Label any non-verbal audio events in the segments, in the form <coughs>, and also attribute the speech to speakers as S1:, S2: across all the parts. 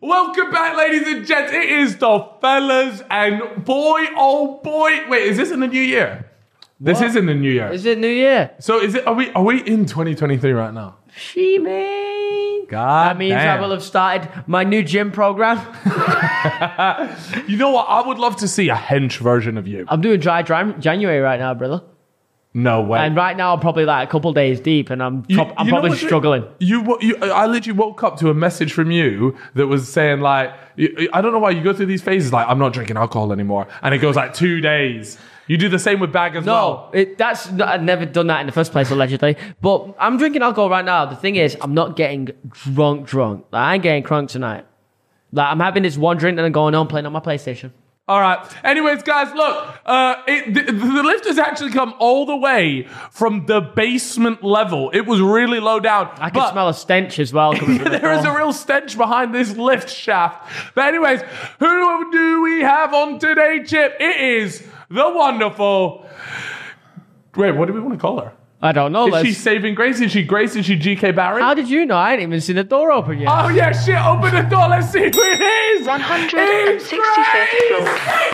S1: Welcome back, ladies and gents. It is the fellas and boy, oh boy. Wait, is this in the new year? This is in the new year.
S2: Is it New Year?
S1: so is it? Are we? Are we in 2023 right now?
S2: She made.
S1: God,
S2: That means I will have started my new gym program.
S1: You know what? I would love to see a hench version of you.
S2: <laughs> I'm doing dry Jan- January right now, brother.
S1: No way.
S2: And right now, I'm probably like a couple days deep, and I'm
S1: You-
S2: prob- I'm
S1: you know
S2: probably
S1: what's it-
S2: struggling.
S1: You, wo- you, I literally woke up to a message from you that was saying like, you- you- I don't know why you go through these phases like I'm not drinking alcohol anymore, and it goes like two days. You do the same with bag as
S2: No,
S1: well.
S2: it, that's n- I've never done that in the first place, allegedly. But I'm drinking alcohol right now. The thing is, I'm not getting drunk, drunk. Like, I ain't getting crunk tonight. Like I'm having this one drink and I'm going on playing on my PlayStation.
S1: All right. Anyways, guys, look, uh, it, the, the lift has actually come all the way from the basement level. It was really low down.
S2: I can smell a stench as well. Coming
S1: <laughs>
S2: from the
S1: There is
S2: floor.
S1: a real stench behind this lift shaft. But anyways, who do we have on today, Chip? It is the wonderful. Wait, what do we want to call her?
S2: I don't know.
S1: Is she
S2: Liz.
S1: saving Grace? Is she Grace? Is she GK Barry?
S2: How did you know? I ain't even seen the door open yet.
S1: oh yeah, shit! Open the door. Let's see who it is.
S3: 165th
S1: It's Grace!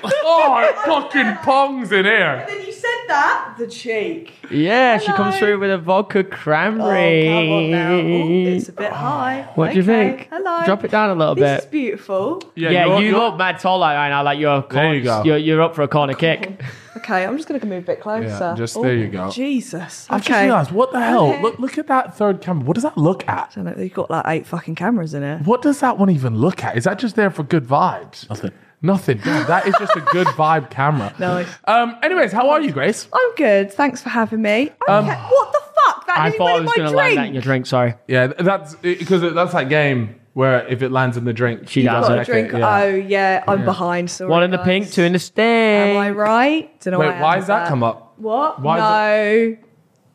S3: floor.
S1: Oh, <laughs> it fucking pongs in here.
S4: Then you said that the cheek.
S2: yeah, she comes through with a vodka cranberry.
S4: Oh, come on now. Ooh, it's a bit high.
S2: What do you
S4: Okay,
S2: think?
S4: Hello.
S2: Drop it down a little
S4: This is
S2: bit.
S4: beautiful.
S2: yeah,
S1: you're-
S2: you
S1: you're-
S2: look mad tall like right now. Like you're a corner,
S1: you go.
S2: You're, you're up for a corner kick.
S4: Okay, I'm just gonna move a bit closer.
S1: Yeah, just- there you go.
S4: Jesus.
S1: I just
S4: Okay.
S1: realized what the hell?
S4: Okay.
S1: Look, look at that third camera. What does that look at?
S4: So, like, You've got like eight fucking cameras in it.
S1: What does that one even look at? Is that just there for good vibes? Nothing. Nothing. Yeah, that is just a
S4: <laughs>
S1: good vibe camera.
S4: Nice.
S1: Um. Anyways, how are you, Grace?
S4: I'm good. Thanks for having me. I'm ca- what the fuck? That
S2: Um, I
S4: didn't
S2: thought I
S4: even
S2: was
S4: my
S2: going to
S4: drink.
S2: land that in your drink. Sorry.
S1: Yeah, th- that's because that's that game where if it lands in the drink,
S2: She
S1: you
S2: does
S1: gotta
S2: it.
S4: Got a
S1: check
S4: drink.
S1: yeah.
S4: Oh yeah, I'm behind. Sorry,
S2: One in the
S4: guys.
S2: pink, two in the stink.
S4: Am I right? Don't know
S1: Wait, why does that come up?
S4: What?
S1: Why
S4: no,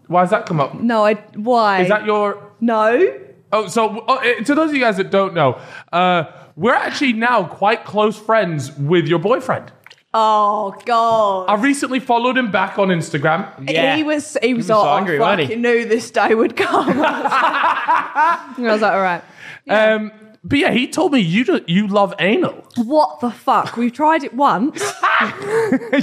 S1: Why does that come up?
S4: no. I why?
S1: Is that your?
S4: no?
S1: Oh, so oh, eh, to those of you guys that don't know, uh, we're actually now quite close friends with your boyfriend.
S4: Oh god.
S1: I recently followed him back on Instagram.
S2: Yeah.
S4: He was he was,
S2: was
S4: like,
S2: angry,
S4: I
S2: wasn't he?
S4: fucking knew this day would
S2: <laughs>
S4: come. and I was like, all right.
S1: Um, but yeah, he told me you do, you love anal. <laughs>
S4: What the fuck? We've tried it once. <laughs>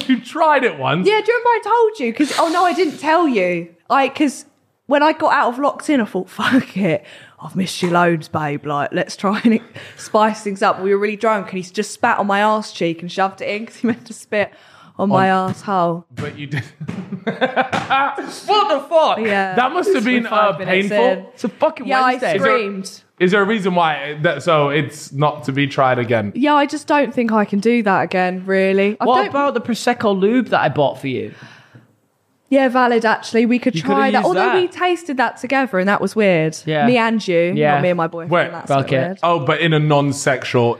S1: you tried it once.
S4: Yeah, do you remember I told you? Because oh no, I didn't tell you. Like, because when I got out of locked in, I thought, fuck it, I've missed you loads, babe. Like, let's try and <laughs> spice things up. We were really drunk, and he just spat on my ass cheek and shoved it in because he meant to spit on my asshole.
S1: But you did. <laughs> what the fuck?
S4: Yeah.
S1: That must have been
S4: We're
S1: uh,
S4: five minutes
S1: painful.
S4: in.
S2: It's a fucking
S4: Yeah,
S2: Wednesday.
S4: I
S1: there-
S4: screamed.
S1: Is there a reason why? That, so it's not to be tried again.
S4: Yeah, I just don't think I can do that again. Really, I
S2: what
S4: don't
S2: about the prosecco lube that I bought for you?
S4: Yeah, valid. Actually, we could
S2: You could've
S4: try that.
S2: used
S4: Although
S2: that.
S4: we tasted that together, and that was weird.
S2: Yeah.
S4: me and you,
S2: Yeah.
S4: not me and my boyfriend.
S1: Wait,
S4: that's
S2: fuck
S4: okay.
S2: it.
S4: Weird.
S1: Oh, but in a non-sexual.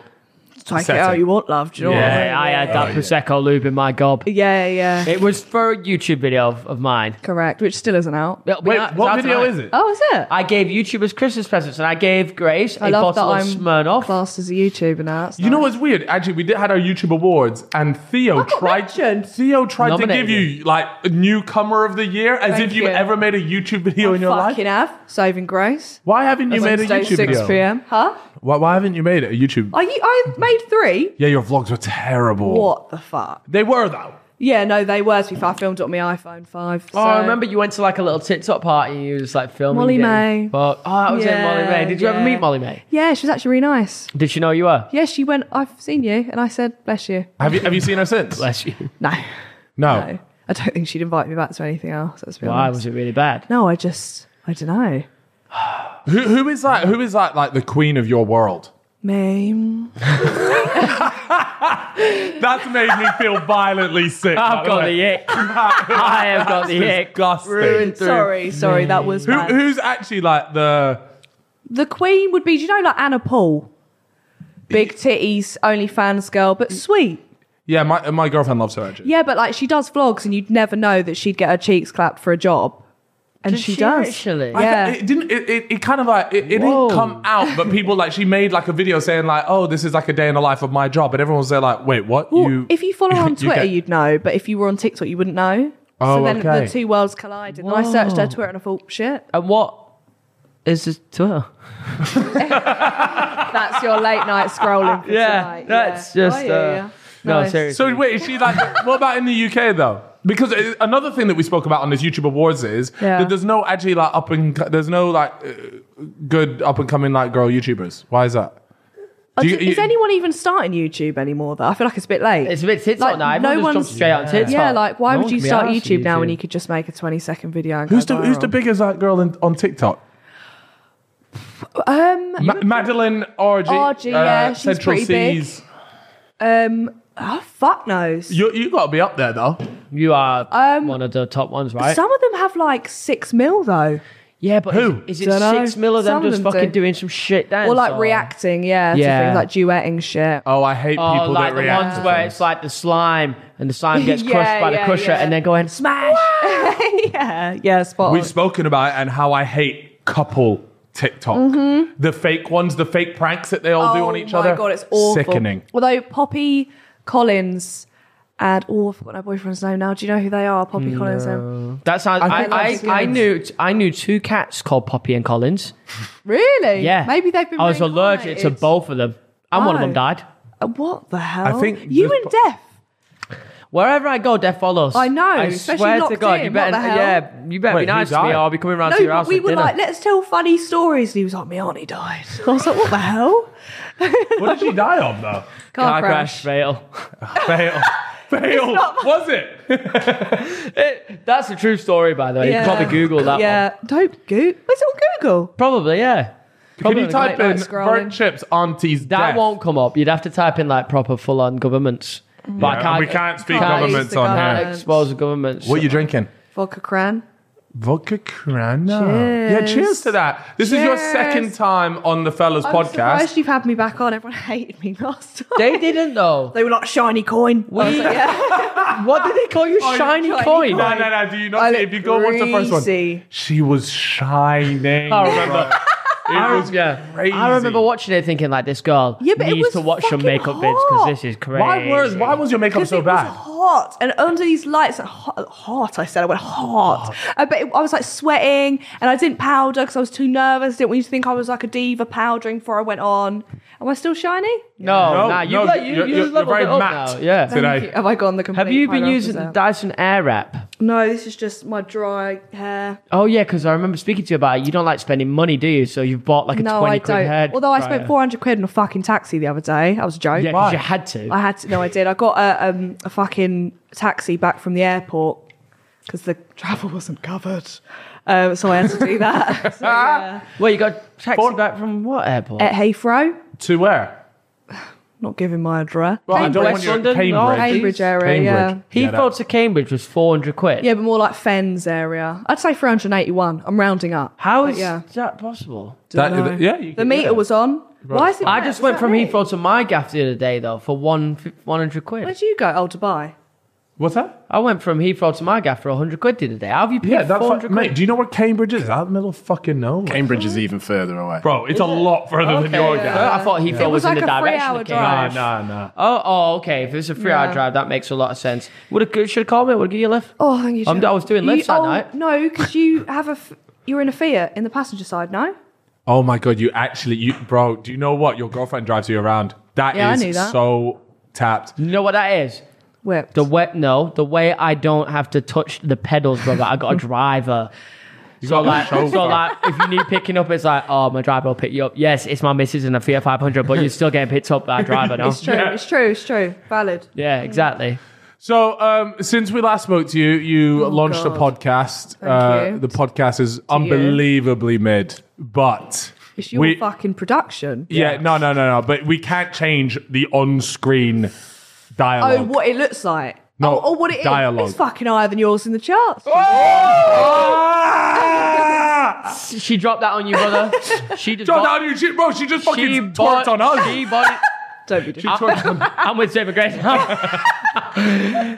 S4: Take it
S1: setting.
S4: how you want, love. Do you know
S1: Oh, Yeah.
S4: what I mean?
S2: Yeah, I had that prosecco lube in my gob.
S4: Yeah, yeah, yeah.
S2: It was for a YouTube video of, of mine.
S4: Correct. Which still isn't out.
S2: It'll be
S1: Wait,
S2: out- it's
S1: what
S2: out
S1: video
S2: tonight.
S1: is it?
S4: Oh, is it?
S2: I gave YouTubers Christmas presents, and I gave Grace a
S4: I love that
S2: bottle of
S4: I'm
S2: Smirnoff.
S4: classed as a YouTuber now. That's
S1: You know
S4: nice.
S1: what's weird? Actually, we did had our YouTube awards, and Theo
S4: I got
S1: tried.
S4: mentioned.
S1: Theo tried
S2: Nominated.
S1: to give you like a newcomer of the year, as
S4: Thank
S1: if you,
S4: you.
S1: ever made a YouTube video in your life.
S4: Fucking have saving grace.
S1: Why haven't you
S4: That's
S1: made
S4: on
S1: a
S4: stage
S1: YouTube
S4: six
S1: video?
S4: p.m. Huh?
S1: Why, why haven't you made it a YouTube?
S4: Are you? I made three.
S1: Yeah, your vlogs were terrible.
S4: What the fuck?
S1: They were though.
S4: Yeah, no, they were. To be fair, I filmed it on my iPhone five.
S2: Oh, I remember you went to like a little TikTok party and you was like filming.
S4: Molly
S2: getting
S4: May.
S2: fucked. Oh, that was it,
S4: Yeah,
S2: Molly May. Did you ever
S4: yeah.
S2: meet Molly May?
S4: Yeah, she was actually really nice.
S2: Did she know you were?
S4: Yeah, she went. I've seen you, and I said, "Bless you."
S1: Have you Have you seen her since?
S2: Bless
S4: <laughs>
S2: you.
S4: No.
S1: no.
S4: No, I don't think she'd invite me back to anything else. Let's be
S2: Why
S4: honest.
S2: was it really bad?
S4: No, I just I don't know.
S1: Who Who is that? Who is that? Like the queen of your world?
S4: Mame.
S1: That's made me feel violently sick.
S2: I've got
S1: <laughs>
S2: the ick. I have got <laughs> the ick.
S1: disgusting.
S2: Ruined through.
S4: Sorry, sorry, that was
S1: Who,
S4: bad.
S1: who's actually like the
S4: The Queen would be, do you know, like Anna Paul, big titties, OnlyFans girl, but sweet.
S1: yeah? My my girlfriend loves her actually.
S4: Yeah, but like she does vlogs, and you'd never know that she'd get her cheeks clapped for a job, and
S2: Does
S4: she,
S2: she
S4: does.
S2: actually?
S1: I
S4: yeah.
S1: ca- it didn't. It, it, it kind of like it, it didn't
S2: Whoa.
S1: come out, but people like she made like a video saying like, "Oh, this is like a day in the life of my job," and everyone was there like, "Wait, what?
S4: Well, if you follow her on
S1: you
S4: Twitter,
S1: get-
S4: you'd know, but if you were on TikTok, you wouldn't know.
S1: Oh,
S4: so then
S1: okay.
S4: the two worlds collided. And I searched her Twitter and I thought, shit.
S2: And what It's just Twitter.
S4: That's your late night scrolling. For
S2: Yeah,
S4: tonight.
S2: that's just,
S4: Oh, yeah,
S2: uh,
S4: yeah.
S2: No,
S4: Nice.
S2: seriously.
S1: <laughs> So wait, is she like? <laughs> what about in the UK though? Because uh, another thing that we spoke about on this YouTube awards is
S4: Yeah.
S1: that there's no actually like up and co- there's no like uh, good up and coming like girl YouTubers. Why is that?
S4: Uh,
S1: Do you-
S4: d- is
S1: you-
S4: anyone even starting YouTube anymore? Though I feel like it's a bit late.
S2: It's a bit TikTok
S4: Like,
S2: now. Everyone
S4: no
S2: just
S4: one's-
S2: jumps straight out on TikTok.
S4: yeah, like why
S2: No
S4: would
S2: one
S4: you
S2: can be
S4: start
S2: arsed for
S4: YouTube now when
S2: YouTube.
S4: you could just make a twenty second video? And
S1: Who's
S4: go
S1: the Who's the
S4: viral?
S1: biggest like girl in, on TikTok?
S4: Um,
S1: Ma- Madeline uh, RG.
S4: RG, yeah, she's pretty big. um, oh, fuck knows.
S1: You you got to be up there though.
S2: You are
S4: Um,
S2: one of the top ones, right?
S4: Some of them have like six mil though,
S2: yeah, but
S1: Who?
S2: is, is it
S4: Dunno.
S2: six mil of them
S4: Some of
S2: just
S4: them
S2: fucking
S4: do.
S2: doing some shit dance?
S4: or like reacting, yeah,
S2: Yeah.
S4: to things like duetting shit.
S1: Oh, I hate
S2: Oh,
S1: people
S2: like
S1: that
S2: the
S1: react.
S2: ones
S1: to
S2: where
S1: things.
S2: it's like the slime and the slime gets
S4: <laughs> Yeah,
S2: crushed by the
S4: yeah,
S2: crusher
S4: yeah.
S2: and then going smash.
S4: <laughs> yeah, yeah, spot
S1: We've
S4: on.
S1: spoken about it and how I hate couple TikTok. The fake ones, the fake pranks that they all do on each
S4: Mm-hmm. Oh my
S1: other.
S4: god, it's awful.
S1: Sickening.
S4: Although Poppy Collins and oh, I forgot my boyfriend's name now. Do you know who they are? Poppy Collins and
S2: That sounds.
S1: I
S2: I,
S1: think
S2: I,
S4: that's
S2: I
S4: good.
S2: knew I knew two cats called Poppy and Collins.
S4: really?
S2: Yeah,
S4: maybe they've been.
S2: I was allergic to
S4: reincarnated.
S2: both of them, and one of
S4: Oh.
S2: them died.
S4: Uh, What the hell?
S1: I think
S4: you
S1: this
S4: and
S1: po-
S4: Deaf.
S2: Wherever I go, death follows.
S4: I know,
S2: I
S4: especially
S2: swear to
S4: locked
S2: God,
S4: in,
S2: you
S4: what
S2: better.
S4: the hell?
S2: Yeah, you better
S1: Wait,
S2: be nice
S1: who
S2: to me, or
S1: died?
S2: I'll be coming round
S4: No,
S2: to your
S4: but
S2: house
S4: we
S2: for
S4: were
S2: dinner.
S4: like, let's tell funny stories. And he was like, my auntie died. <laughs> I was like, what the hell?
S1: What
S4: <laughs>
S1: did she die of though?
S4: Car,
S2: Car
S4: crash.
S2: fail.
S1: Fail. Fail.
S4: not-
S1: Was it?
S2: It- <laughs> that's a true story, by the way. You
S4: Yeah.
S2: can probably Google that one.
S4: Yeah, don't Google. It's on Google.
S2: Probably, yeah.
S1: Can
S2: Probably.
S1: you type
S4: like
S1: in
S4: scrolling.
S1: burnt chips auntie's
S2: that
S1: death?
S2: won't come up. You'd have to type in like proper full on governments. But
S1: Mm. Yeah,
S2: I can't,
S1: we can't speak
S2: can't-
S1: governments
S4: use the
S1: on
S2: can't
S1: here.
S4: government.
S2: expose the governments.
S1: What are you drinking?
S4: Vodka Cran.
S1: Vodka Crana.
S4: Cheers.
S1: Yeah, cheers to that. This is your
S4: Cheers.
S1: second time on the Fellas
S4: I'm
S1: podcast.
S4: surprised you've had me back on. Everyone <laughs> hated me last time.
S2: They didn't
S4: <laughs>
S2: though.
S4: They were like shiny coin. I was like, yeah.
S2: What did they call you? shiny,
S4: shiny
S2: coin.
S1: No, no, no. Do you
S4: I
S1: not see?
S4: look
S1: If you go, what's the first one?
S4: greasy.
S1: She was shining.
S2: I remember.
S4: <laughs>
S1: bro.
S2: I
S1: It
S2: rem-
S1: was
S2: yeah.
S1: crazy.
S2: I remember watching it, thinking like, this girl
S4: Yeah, but it
S2: needs
S4: was
S2: to watch some
S4: fucking
S2: makeup vids because
S4: hot.
S2: this is crazy.
S1: Why was why was your makeup
S4: Because
S1: so
S4: it
S1: bad?
S4: was hot and under these lights, and hot, hot, I said, I went hot. Uh, but it- I was like sweating and I didn't powder because I was too nervous. Didn't want you to think I was like a diva powdering before I went on. Am I still shiny?
S2: no,
S1: No,
S2: no, you,
S1: no,
S2: like, you,
S1: you're-
S2: you
S1: you're-
S2: leveled
S1: you're very
S2: it up
S1: matte.
S2: now. Yeah.
S1: Thank Today. you.
S4: Have I gone the complete
S2: Have you been
S4: polar
S2: using the
S4: opposite?
S2: Dyson Airwrap?
S4: No, this is just my dry hair.
S2: Oh yeah, because I remember speaking to you about it. You don't like spending money, do you? So you've bought like a
S4: no,
S2: twenty
S4: I
S2: quid head.
S4: don't. Although I spent 400 quid on a fucking taxi the other day. That was a joke.
S2: Yeah,
S1: Why?
S2: because you had to.
S4: I had to, no, I did. I got a, um, a fucking taxi back from the airport because the travel wasn't covered. Um, so I had <laughs> to do that. so, yeah.
S2: well, you got taxi
S1: Four-
S2: back from what airport?
S4: At Heathrow,
S1: To where?
S4: not giving my address.
S1: Well, I don't
S2: West
S1: want you-
S2: London?
S1: Cambridge.
S2: No.
S4: Cambridge area, yeah.
S1: Get
S2: Heathrow
S1: out.
S2: to Cambridge was four hundred quid.
S4: Yeah, but more like Fens area. I'd say 481. I'm rounding up.
S2: How
S4: But
S2: is
S4: yeah.
S2: that possible?
S1: That-
S4: Dunno.
S1: yeah, you
S4: the
S1: can-
S4: meter
S1: yeah.
S4: was on. Why is it?
S2: I
S4: red?
S2: just
S4: Is
S2: went
S4: that
S2: from
S4: me?
S2: Heathrow to my gaff the other day though for one one hundred quid.
S4: Where'd you go? Oh, Dubai.
S1: What's that?
S2: I went from Heathrow to my gaff for hundred quid the other day. How have you paid
S1: Yeah, that's like,
S2: four hundred quid?
S1: mate. Do you know where Cambridge is? Out in the middle of fucking nowhere.
S5: Cambridge is even further away.
S1: Bro, it's a lot further than
S2: Okay.
S1: your guy.
S2: I thought Heathrow
S4: It was
S2: in the
S4: like a
S2: direction
S4: three-hour
S2: of
S1: Nah,
S2: Cambridge.
S4: drive.
S1: nah, nah.
S2: Oh, oh, okay. If it's a three-hour
S4: Yeah.
S2: drive, that makes a lot of sense. Would have should have called me. Would have given you a lift.
S4: Oh, thank you.
S2: I'm-
S4: Joe.
S2: I was doing lifts
S4: you,
S2: that
S4: oh,
S2: night.
S4: No, because you have a. F- you're in a Fiat in the passenger side, no?
S1: Oh my god, you actually, you bro. Do you know what your girlfriend drives you around? That is
S4: Yeah, I knew that.
S1: so tapped.
S2: You know what that is?
S4: Whipped.
S2: The way no, the way I don't have to touch the pedals, brother. I
S4: <laughs>
S2: got a driver.
S1: You
S2: So
S1: got
S2: like,
S1: a chauffeur.
S2: so like, if you need picking up, it's like, oh, my driver will pick you up. Yes, it's my missus in a Fiat 500, but you're still getting picked up by a driver,
S1: Oh,
S2: no?
S4: <laughs> It's true. It's true. It's true. Valid.
S2: yeah, exactly.
S1: So, um, since we last spoke to you, you launched a
S4: Oh God.
S1: podcast. Uh,
S4: Thank you.
S1: The podcast is unbelievably mid, but
S4: It's your
S1: we-
S4: fucking production.
S1: yeah, no, no, no, no. But we can't change the on-screen dialogue.
S4: Oh, what it looks like.
S1: No,
S4: oh, oh, what it is.
S1: dialogue.
S4: It's fucking higher than yours in the charts.
S1: Ah!
S2: She dropped that on you, brother. She just
S1: Drop
S2: bought-
S1: that on YouTube, bro. She just
S2: she
S1: fucking
S2: bought-
S1: torqued on us.
S2: She bought
S4: Don't be
S1: She
S4: doing
S1: <laughs> twerked on-
S2: I'm with David <laughs> Grace.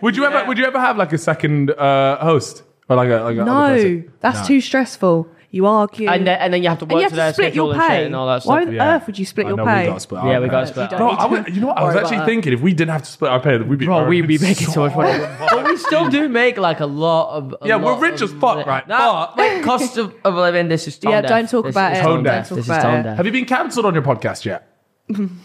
S1: Would you ever? Would you ever have like a second uh, host or like a like a other
S4: No,
S1: person?
S4: that's
S1: No.
S4: too stressful. you argue,
S2: And then, and then you have to
S4: And
S2: work
S4: you have
S2: to
S4: to
S2: their
S4: split
S2: schedule
S4: your
S2: and shit
S4: pay.
S2: and all that
S4: Why
S2: stuff.
S4: on
S1: Yeah.
S4: earth would you split
S5: I
S4: your
S5: know
S4: pay?
S5: we got split.
S2: Yeah, we
S5: our
S2: got
S5: pay.
S2: split. our
S4: You
S1: Bro, I
S4: don't need
S1: would,
S4: to
S1: you know what? I was
S4: worry
S1: actually
S4: about that.
S1: thinking if we didn't have to split our pay, we'd be
S2: uh, Bro,
S1: earning
S2: we'd be making so much money. <laughs> but we still do make like a lot of. a
S1: Yeah, we're
S2: lot
S1: rich
S2: of
S1: as fuck,
S2: money.
S1: right?
S2: Nah, <laughs>
S1: But-
S2: wait, cost of, of living. This is tone
S4: Yeah,
S2: deaf.
S4: don't talk
S2: This
S4: about
S2: is
S4: it.
S2: tone
S1: Don't
S2: deaf.
S4: talk
S2: This is
S4: about
S2: tone
S4: it.
S2: deaf.
S1: Have you been cancelled on your podcast yet?
S4: Um,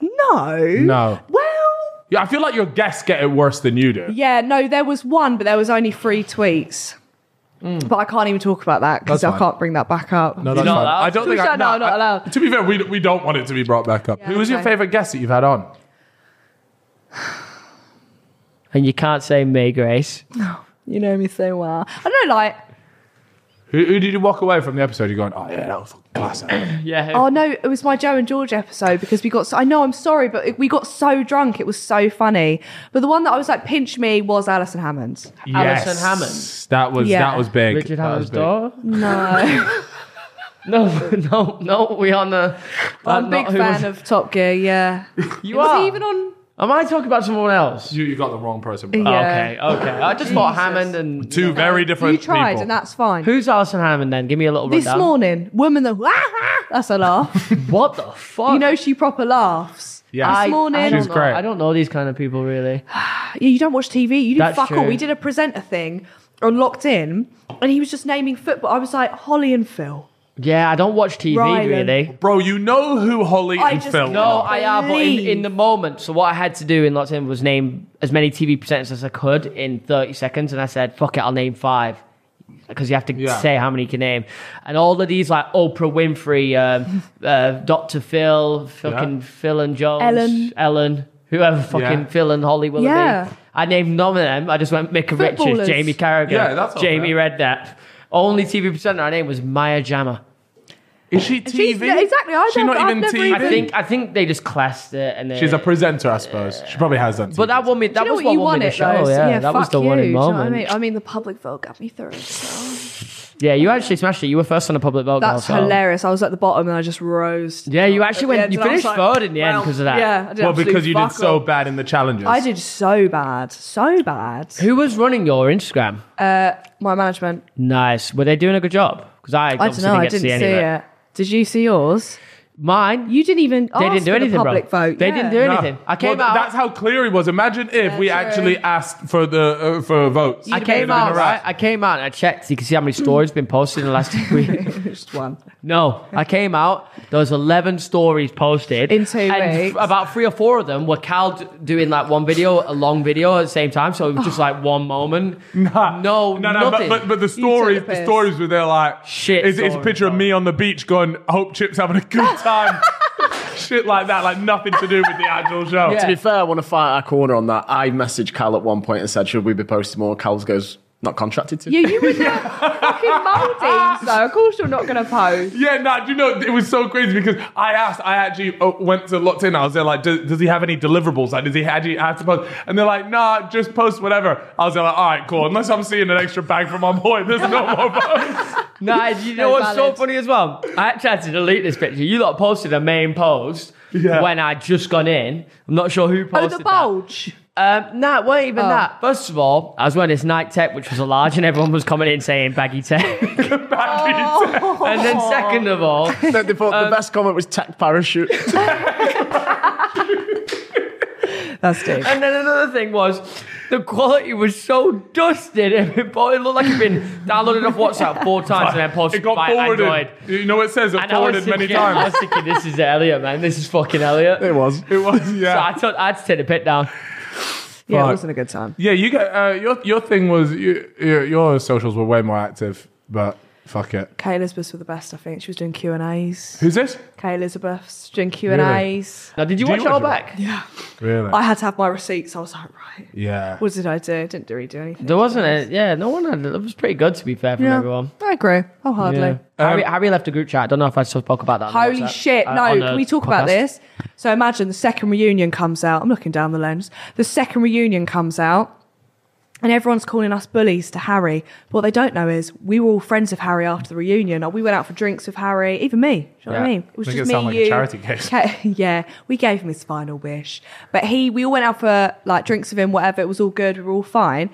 S4: no,
S1: No.
S4: Well,
S1: Yeah, I feel like your guests get it worse than you do.
S4: yeah, no, there was one, but there was only three tweets.
S2: Mm.
S4: But I can't even talk about that because
S5: That's
S4: I
S5: fine.
S4: can't bring that back up.
S1: No, that's
S2: not
S1: fine.
S2: allowed?
S1: I don't think I,
S4: Sure, no, not
S1: I-
S4: allowed.
S1: To be fair, we, we don't want it to be brought back up. Who was your
S4: okay.
S1: favorite guest that you've had on?
S2: And you can't say May
S4: <laughs>
S2: Grace.
S4: You know me so well. I don't know, like,
S1: Who, who did you walk away from the episode? You're going, oh yeah, that was fucking class.
S2: Yeah.
S4: <laughs> oh no, it was my Joe and George episode because we got. So, I know, I'm sorry, but it- we got so drunk, it was so funny. But the one that I was like, pinch me was Alison Hammond.
S2: Alison
S1: yes,
S2: Hammond.
S1: That was
S4: Yeah.
S1: that was big.
S2: Richard
S1: That
S2: Hammond's
S1: was big.
S2: daughter.
S4: <laughs> No,
S2: <laughs> No, <laughs> no, no. We on the.
S4: I'm a
S2: not
S4: big
S2: who
S4: fan of Top Gear. Yeah,
S2: You
S4: was
S2: are.
S4: he even on?
S2: Am I talking about someone else?
S1: You, you got the wrong person.
S4: Yeah.
S1: bro.
S2: Okay, okay. I just thought Hammond and
S1: Two very different
S4: uh, You tried,
S1: people.
S4: and that's fine.
S2: Who's Alison Hammond then? Give me a little
S4: this
S2: rundown.
S4: morning, woman that <laughs> wah, wah, that's
S2: <laughs>
S4: a laugh.
S2: What the fuck?
S4: you know she proper laughs.
S1: Yes.
S4: This
S2: I,
S4: morning,
S2: I don't
S1: She's
S2: know.
S1: great.
S2: I don't know these kind of people really.
S4: Yeah, you don't watch TV. You do
S2: That's
S4: fuck all.
S2: true.
S4: We did a presenter thing on Locked In, and he was just naming football. I was like Holly and Phil.
S2: Yeah, I don't watch TV
S4: Rylan.
S2: really.
S1: Bro, you know who Holly
S4: I
S1: and
S4: just-
S1: Phil
S2: No,
S1: are.
S2: I are, but in,
S4: Believe.
S2: in the moment. So what I had to do in Lots In was name as many TV presenters as I could in 30 seconds, and I said, "Fuck it, I'll name five. because you have to
S1: Yeah.
S2: say how many you can name. And all of these like Oprah Winfrey,
S1: <laughs>
S2: um, uh, Dr. Phil, fucking
S1: Yeah.
S2: Phil and Jones,
S4: Ellen.
S2: Ellen, whoever fucking
S1: Yeah.
S2: Phil and Holly Willoughby.
S4: Yeah.
S2: I named none of them. I just went Micah Richards,
S4: Footballers.
S2: Jamie Carragher,
S1: Yeah, that's all
S2: Jamie
S1: fair.
S2: Redknapp. Only TV presenter I named was Maya Jammer.
S1: Is she TV?
S4: She's- yeah, exactly. I
S1: She's
S4: don't-
S1: not
S4: I've
S1: even
S4: never
S1: TV.
S4: even-
S2: I think I think they just classed it and they,
S1: She's a presenter, I suppose. She probably has done.
S2: but that
S1: TV.
S2: one me- that
S4: you know
S2: was
S4: what you
S2: what won
S4: want
S2: me the
S4: it
S2: show. Oh,
S4: though. so
S2: yeah, that was
S4: fuck
S2: the one
S4: you,
S2: in
S4: do you know what
S2: moment.
S4: I mean? I mean, the public vote got me through. so.
S2: Yeah, you actually smashed it. You were first on the public vote.
S4: That's
S2: girl, so-
S4: hilarious. I was at the bottom and I just rose.
S2: Yeah, you actually went. You finished third in the end because of that.
S4: Yeah, I did
S1: well, because
S4: absolute
S1: you did
S4: fuck
S1: so
S4: all.
S1: bad in the challenges.
S4: I did so bad, so bad.
S2: Who was running your Instagram?
S4: Uh, my management.
S2: Nice. Were they doing a good job? Because I,
S4: I don't
S2: obviously
S4: know.
S2: didn't
S4: I
S2: get to
S4: didn't
S2: see
S4: see
S2: any of it.
S4: it. Did you see yours?
S2: Mine.
S4: You didn't even.
S2: they didn't do
S4: ask for the
S2: anything,
S4: public
S2: bro.
S4: vote.
S2: They
S4: yeah.
S2: didn't do anything. I
S1: Well,
S2: came
S1: th-
S2: out.
S1: That's how clear he was. Imagine if we
S4: true.
S1: actually asked for the uh, for votes.
S2: I came out. Right? I came out and I checked. You can see how many stories been posted in the
S4: <laughs>
S2: last week.
S4: Just one.
S2: No, I came out. There was eleven stories posted
S4: In two
S2: and
S4: weeks.
S2: about three or four of them were Cal d- doing like one video, a long video at the same time. So it was just
S4: <laughs>
S2: like one moment. no,
S1: No, no, but,
S2: nothing.
S1: but, but the
S4: the
S1: stories, the,
S4: piss.
S1: stories were there like
S2: Shit
S1: It's, it's a
S2: story,
S1: picture of
S2: bro.
S1: me on the beach going, "Hope Chip's having a
S2: <laughs>
S1: good time." Shit like that, like nothing to do with the actual show.
S2: Yeah.
S5: To be fair, I want to fight our corner on that. I messaged Cal at one point and said, "Should we be posting more?" Cal goes, "Not contracted to."
S4: Yeah, you were down fucking Maldives, so of course you're not going to post.
S1: Yeah, no, do you know it was so crazy because I asked, I actually uh, went to locked in. I was there like, does, does he have any deliverables? Like, does he actually have to post? And they're like, nah, just post whatever. I was there like, all right, cool. Unless I'm seeing an extra bag from my boy, there's no more posts.
S2: No,
S4: <laughs>
S2: and you know
S4: No
S2: what's so
S4: balance.
S2: funny as well? I actually had to delete this picture. You lot posted a main post
S1: Yeah.
S2: when I'd just gone in. I'm not sure who
S4: Oh,
S2: posted
S4: the bulge.
S2: that. Um, nah, it weren't even
S4: Oh.
S2: that. First of all, I was wearing this Nike Tech, which was a large, and everyone was coming in saying baggy tech. <laughs>
S4: Oh.
S2: and then second of all,
S5: No, they thought <laughs>
S2: Um,
S5: the best comment was
S2: <laughs>
S5: tech parachute.
S4: That's deep.
S2: and then another thing was the quality was so dusted. <laughs> It looked like it'd been downloaded off WhatsApp four times and then posted
S1: it got
S2: by
S1: forwarded.
S2: Android.
S1: You know, it says it
S2: And I was,
S1: forwarded many
S2: thinking, I was
S1: times.
S2: thinking, this is Elliot, man. This is fucking Elliot.
S5: it was.
S1: It was,
S4: <laughs>
S2: So I,
S1: yeah.
S2: took, I had to take the pit down.
S4: Yeah,
S1: Fuck.
S4: it wasn't a good time.
S1: Yeah, you get, uh, your, your thing was, you, your, your socials were way more active, but fuck it.
S4: Kay Elizabeth's were the best, I think. She was doing Q and A's.
S1: Who's this?
S4: Kay Elizabeth's doing Q and A's.
S2: Now, did you
S1: Do you
S2: watch it all
S1: watch it?
S2: back?
S1: Really?
S4: I had to have my receipts. I was like, right,
S1: yeah.
S4: what did I do? I didn't really do anything.
S2: There wasn't a yeah. No one had. It was pretty good to be fair from
S4: Yeah,
S2: everyone.
S4: I agree. Oh, hardly.
S2: Yeah. Harry,
S1: Um,
S2: Harry left a group chat. I don't know if I still spoke about that. on the
S4: Holy
S2: WhatsApp,
S4: shit.
S2: uh,
S4: No,
S2: on the
S4: can we talk about
S2: podcast.
S4: this? So imagine the second reunion comes out. I'm looking down the lens. The second reunion comes out. And everyone's calling us bullies to Harry. But what they don't know is we were all friends of Harry after the reunion. Or we went out for drinks with Harry, even me. Do you know what I
S2: Yeah.
S4: mean? It was
S1: Make
S4: just
S1: it
S4: me,
S1: sound like a
S4: you.
S1: charity case.
S4: Ca- <laughs> yeah, we gave him his final wish. But he, we all went out for like drinks with him, whatever. It was all good. We were all fine.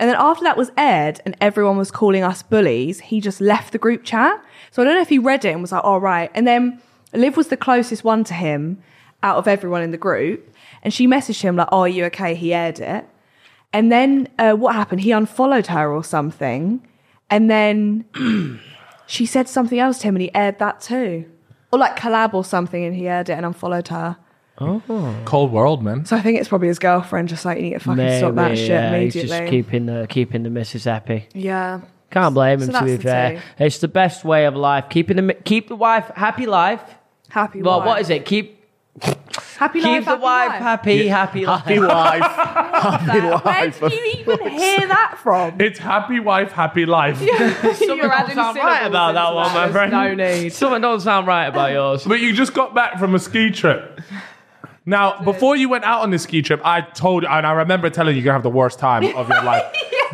S4: And then after that was aired and everyone was calling us bullies, he just left the group chat. So I don't know if he read it and was like, all right. And then Liv was the closest one to him out of everyone in the group. And she messaged him, like, oh, are you okay? He aired it. And then uh, what happened? He unfollowed her or something. And then <clears throat> she said something else to him and he aired that too. Or like collab or something and he aired it and unfollowed her.
S1: Cold world, man.
S4: So I think it's probably his girlfriend just like, you need to fucking stop that shit
S2: yeah, he's
S4: immediately.
S2: just keeping the keeping the missus happy.
S4: yeah.
S2: Can't blame
S4: So
S2: him. to
S4: that's
S2: be
S4: the
S2: fair, it's the best way of life. Keeping the mi- keep the wife happy life.
S4: Happy
S2: Well,
S4: wife.
S2: what is it? Keep
S4: Happy
S2: keep
S4: life,
S2: the
S4: happy
S2: wife
S4: life.
S2: happy, <laughs> happy life.
S5: Happy life. Happy
S4: Where
S5: life.
S4: did you even hear that from?
S1: It's happy wife, happy life.
S2: Something
S4: You're
S2: don't
S4: adding
S2: sound
S4: syllables
S2: right about that
S4: into
S2: one, my
S4: There's
S2: friend.
S4: No need.
S2: Something don't sound right about <laughs> yours.
S1: But you just got back from a ski trip. Now, before you went out on this ski trip, I told and I remember telling you you're gonna have the worst time of
S4: <laughs>
S1: your life.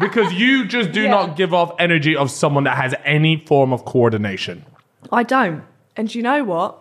S1: Because you just do
S4: Yeah.
S1: not give off energy of someone that has any form of coordination.
S4: I don't. And do you know what?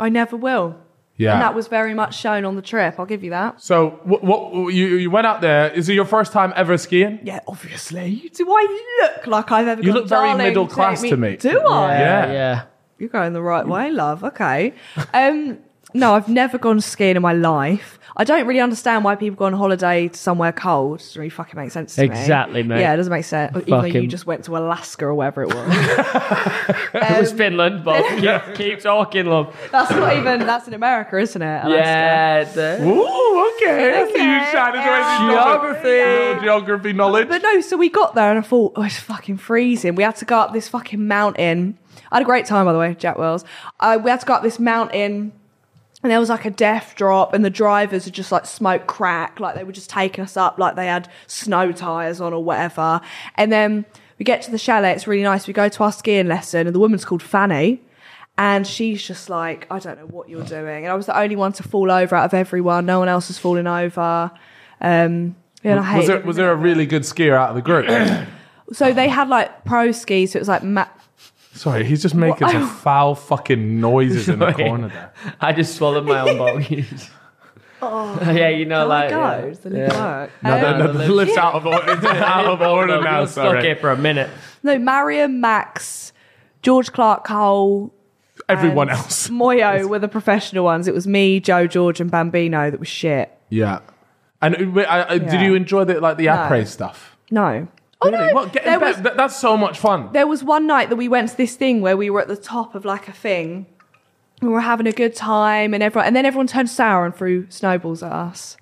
S4: I never will.
S1: Yeah.
S4: And that was very much shown on the trip. I'll give you that.
S1: so what, what you you went out there. Is it your first time ever skiing?
S4: Yeah, obviously. Do I look like I've ever?
S1: You
S4: gone,
S1: look very
S4: "Darling,
S1: middle
S4: take
S1: class to me."
S4: Do I?
S1: Yeah.
S2: yeah.
S4: You're going the right way, love. Okay. <laughs> Um, no, I've never gone skiing in my life. I don't really understand why people go on holiday to somewhere cold. It doesn't really fucking make sense to me.
S2: Exactly, mate.
S4: Yeah, it doesn't make sense. Even though you
S2: Fucking-
S4: just went to Alaska or wherever
S1: <laughs>
S4: it was. <laughs> Um,
S2: It was Finland, but keep, keep talking, love.
S4: that's not even. That's in America, isn't it? Alaska.
S2: Yeah. the-
S1: Ooh, okay. I see you
S4: Okay.
S1: shining away.
S2: Geography.
S1: Little geography knowledge.
S4: But no, so we got there and I thought, oh, it's fucking freezing. We had to go up this fucking mountain. I had a great time, by the way, Jack Wells. Uh, we had to go up this mountain and there was like a death drop and the drivers had just like smoked crack. Like they were just taking us up like they had snow tyres on or whatever. And then we get to the chalet. It's really nice. We go to our skiing lesson and the woman's called Fanny. And she's just like, I don't know what you're doing. And I was the only one to fall over out of everyone. No one else was falling over. Um, yeah, and I
S1: was
S4: hated
S1: there was there a really good skier out of the <clears throat> group?
S4: so they had like pro skis, so it was like ma-
S1: Sorry, he's just making some foul fucking noises in the
S2: Sorry.
S1: corner <laughs> there.
S2: I just swallowed my own <laughs> bogies. <laughs> yeah, you know,
S4: oh
S2: like.
S4: my god, it's the
S2: yeah.
S4: little work.
S1: No,
S4: Um,
S1: no, no,
S2: the
S1: the lift's out of order, it's out <laughs> of order
S2: No, we
S1: now.
S2: were stuck
S1: Sorry,
S2: here for a minute.
S4: no, Marion, Max, George Clark Cole,
S1: everyone
S4: and
S1: else.
S4: Moyo were the professional ones. It was me, Joe, George, and Bambino that was shit.
S1: Yeah, and uh, wait, I, I, did
S4: Yeah.
S1: you enjoy the like the
S4: No.
S1: après stuff?
S4: No, oh
S1: really?
S4: no,
S1: Well, get in
S4: there
S1: bed.
S4: was
S1: That- that's so much fun.
S4: there was one night that we went to this thing where we were at the top of like a thing. We were having a good time, and everyone, and then everyone turned sour and threw snowballs at us.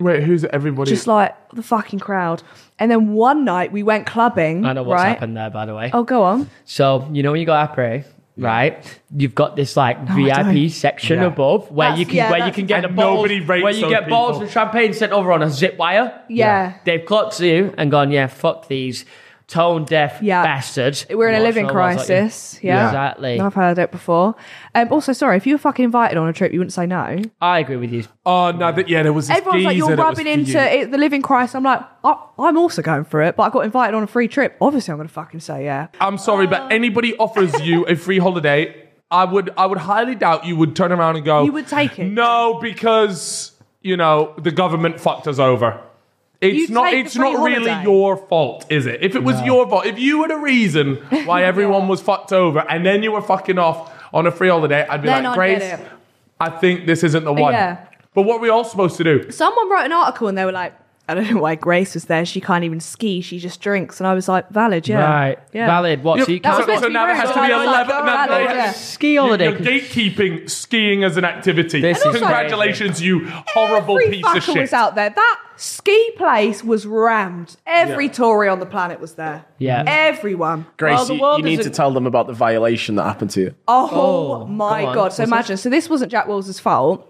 S1: Wait, who's everybody?
S4: just like the fucking crowd. And then one night we went clubbing.
S2: I know what's
S4: right?
S2: happened there, by the way.
S4: Oh, go on.
S2: So, you know, when you go après, right? You've got this
S4: Oh,
S2: like VIP section
S1: Yeah.
S2: above where
S4: That's-
S2: you can
S4: yeah,
S2: where you
S4: that's
S2: can get
S1: And
S2: the bottles,
S1: nobody rates
S2: where you
S1: those
S2: get bottles
S1: people.
S2: of champagne sent over on a zip wire.
S4: Yeah.
S2: They've clocked you and gone, yeah, fuck these tone deaf
S4: Yeah.
S2: bastards.
S4: We're in a
S2: Lots
S4: living
S2: of ones like you.
S4: crisis. Yeah.
S2: Exactly.
S4: I've heard it before. Um, also, sorry, if you were fucking invited on a trip, you wouldn't say no.
S2: I agree with you.
S1: oh no, that, yeah, there was. This
S4: Everyone's like,
S1: geezer
S4: you're
S1: that was
S4: rubbing
S1: for
S4: into
S1: you.
S4: it, the living crisis. I'm like, I, I'm also going for it, but I got invited on a free trip. Obviously, I'm going to fucking say yeah.
S1: I'm sorry,
S4: Um.
S1: but anybody offers you a free holiday, I would I would highly doubt you would turn around and go.
S4: You would take it.
S1: No, because you know the government fucked us over. It's
S4: You
S1: not.
S4: take the
S1: It's not
S4: free
S1: really
S4: holiday.
S1: your fault, is it? If it was your fault, if you were the reason
S4: <laughs>
S1: why everyone was fucked over, and then you were fucking off on a free holiday, I'd be
S4: Then
S1: like,
S4: I'd get
S1: Grace,
S4: it.
S1: I think this isn't the one.
S4: Yeah.
S1: But what are we all supposed to do?
S4: Someone wrote an article and they were like, I don't know why Grace was there. She can't even ski. She just drinks. And I was like, valid, yeah.
S2: Right.
S4: Yeah.
S2: Valid. What? so you
S4: That was
S2: can't
S4: supposed
S1: so
S4: to be
S1: now there
S4: rude,
S1: has
S4: so
S1: to be
S4: I was like,
S1: 11. now-
S4: valid, yeah.
S2: ski
S1: You're
S2: holiday.
S1: gatekeeping skiing as an activity.
S2: This
S4: is
S1: Congratulations, you horrible
S4: Every
S1: piece of
S4: fucker
S1: shit.
S4: was out there. That ski place was rammed. Every
S1: Yeah.
S4: Tory on the planet was there.
S2: Yeah.
S4: Everyone.
S2: Well,
S5: Grace,
S2: the
S5: you- you,
S2: world
S5: need
S2: is
S5: to
S2: a-
S5: tell them about the violation that happened to you.
S4: Oh,
S2: Oh,
S4: my
S2: go on.
S4: god! So
S2: Was
S4: imagine. So this wasn't Jack Wells' fault.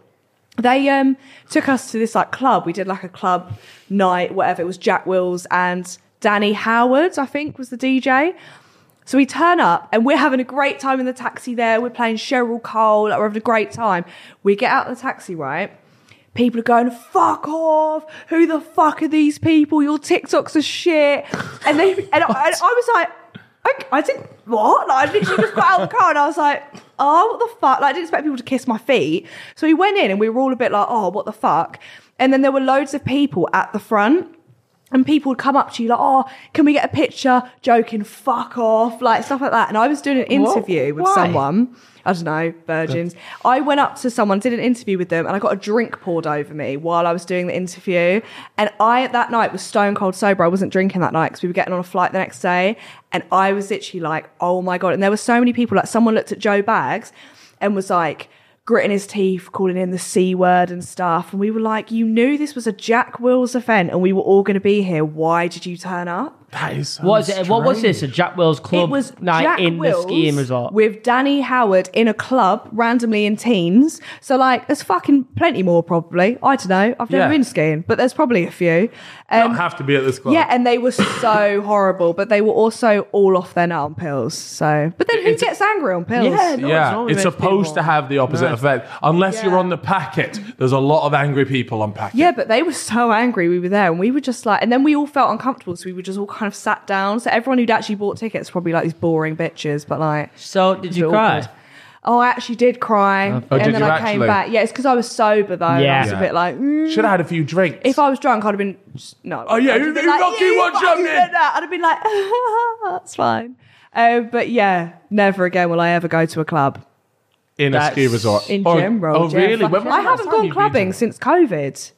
S4: They um took us to this like club. We did like a club night, whatever. It was Jack Wills and Danny Howard, I think, was the DJ. So we turn up and we're having a great time in the taxi there. We're playing Cheryl Cole, like we're having a great time. We get out of the taxi, right? People are going, fuck off. Who the fuck are these people? Your TikToks are shit. And they and I, and I was like, I, I didn't what? Like, I literally just got out of the car and I was like, oh, what the fuck? Like, I didn't expect people to kiss my feet. So we went in and we were all a bit like, oh, what the fuck? And then there were loads of people at the front. And people would come up to you like, "Oh, can we get a picture?" Joking, fuck off, like stuff like that. And I was doing an interview with
S2: Why?
S4: someone. I don't know, virgins. I went up to someone, did an interview with them, and I got a drink poured over me while I was doing the interview. And I that night was stone cold sober. I wasn't drinking that night because we were getting on a flight the next day. And I was literally like, "Oh my god!" And there were so many people. Like someone looked at Joe Bags and was like gritting his teeth, calling in the C word and stuff. And we were like, you knew this was a Jack Wills event and we were all going to be here. Why did you turn up?
S1: That is so
S2: What, is it, what was this? A Jack Wells club
S4: it was
S2: night
S4: Jack
S2: in
S4: Wills
S2: the skiing resort.
S4: with Danny Howard in a club randomly in teens. So like, there's fucking plenty more probably. I don't know. I've never
S1: Yeah.
S4: been skiing, but there's probably a few. Um,
S1: You don't have to be at this club.
S4: Yeah, and they were so <coughs> horrible, but they were also all off their nut on pills. So, but then who
S1: It's-
S4: gets angry on pills?
S2: Yeah, no. What's
S1: yeah,
S2: wrong with
S1: it's
S2: those
S1: supposed to
S2: people?
S1: have the opposite effect. Unless you're
S4: Yeah.
S1: on the packet, there's a lot of angry people on packet.
S4: Yeah, but they were so angry we were there, and we were just like, and then we all felt uncomfortable, so we were just all kind of sat down. So everyone who'd actually bought tickets probably like these boring bitches, but like,
S2: So did you
S4: Awkward.
S2: cry?
S4: oh, I actually did cry, and
S1: Oh, did
S4: then
S1: you
S4: I came
S1: actually?
S4: back. Yeah, it's because I was sober though. and I
S2: Yeah.
S4: was
S1: Yeah.
S4: a bit like, mm.
S1: Should have had a few drinks.
S4: if I was drunk, I'd have been just- no.
S1: Oh, yeah,
S4: I'd have
S1: you-
S4: been
S1: you knocked
S4: "Yeah,
S1: me one
S4: fucking
S1: jump in."
S4: did that. I'd have been like, <laughs> that's fine. Uh, but yeah, never again will I ever go to a club
S1: in a
S2: That's-
S1: ski resort.
S4: in
S1: Or-
S4: general.
S1: Oh,
S4: yeah,
S1: really?
S4: fuck
S1: When was
S4: yeah. I
S1: the last
S4: haven't
S1: time
S4: gone
S1: you've been
S4: clubbing
S1: to-
S4: since COVID.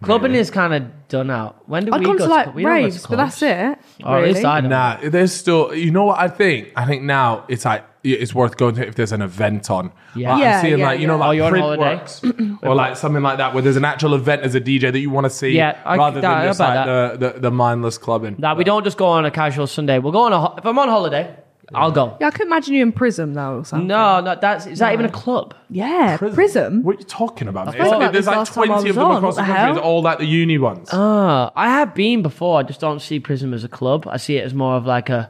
S2: Clubbing is kind of done out. When do
S4: I've
S2: we
S4: gone
S2: go
S4: to like
S2: we don't go to
S4: raves, but that's
S2: clubs.
S4: it.
S1: Oh,
S2: Or at least
S4: really.
S2: I don't.
S1: Nah, there's still. You know what I think? I think now it's like it's worth going to if there's an event on.
S2: Yeah.
S1: Like,
S4: Yeah,
S1: I'm seeing
S4: yeah,
S1: like you know
S4: yeah.
S2: Oh,
S1: like
S2: you're on holiday?
S1: Printworks or like something like that where there's an actual event as a DJ that you want to see
S2: Yeah, I-
S1: rather
S2: that- I
S1: than just
S2: about
S1: like the, the the mindless clubbing.
S2: Nah, we don't just go on a casual Sunday. We'll go on a. ho- If I'm on holiday, I'll go.
S4: Yeah, I could imagine you in Prism though or something.
S2: No, no, that's is that even a club?
S4: Yeah, Prism.
S1: What are you talking about? mate?
S4: spoke
S1: It's-
S4: about
S1: there's
S4: this
S1: like
S4: last time I
S1: 20 of
S4: was
S1: them
S4: on.
S1: across the
S4: What the
S1: country.
S4: hell?
S1: It's all like the uni ones.
S2: Uh, I have been before. I just don't see Prism as a club. I see it as more of like a,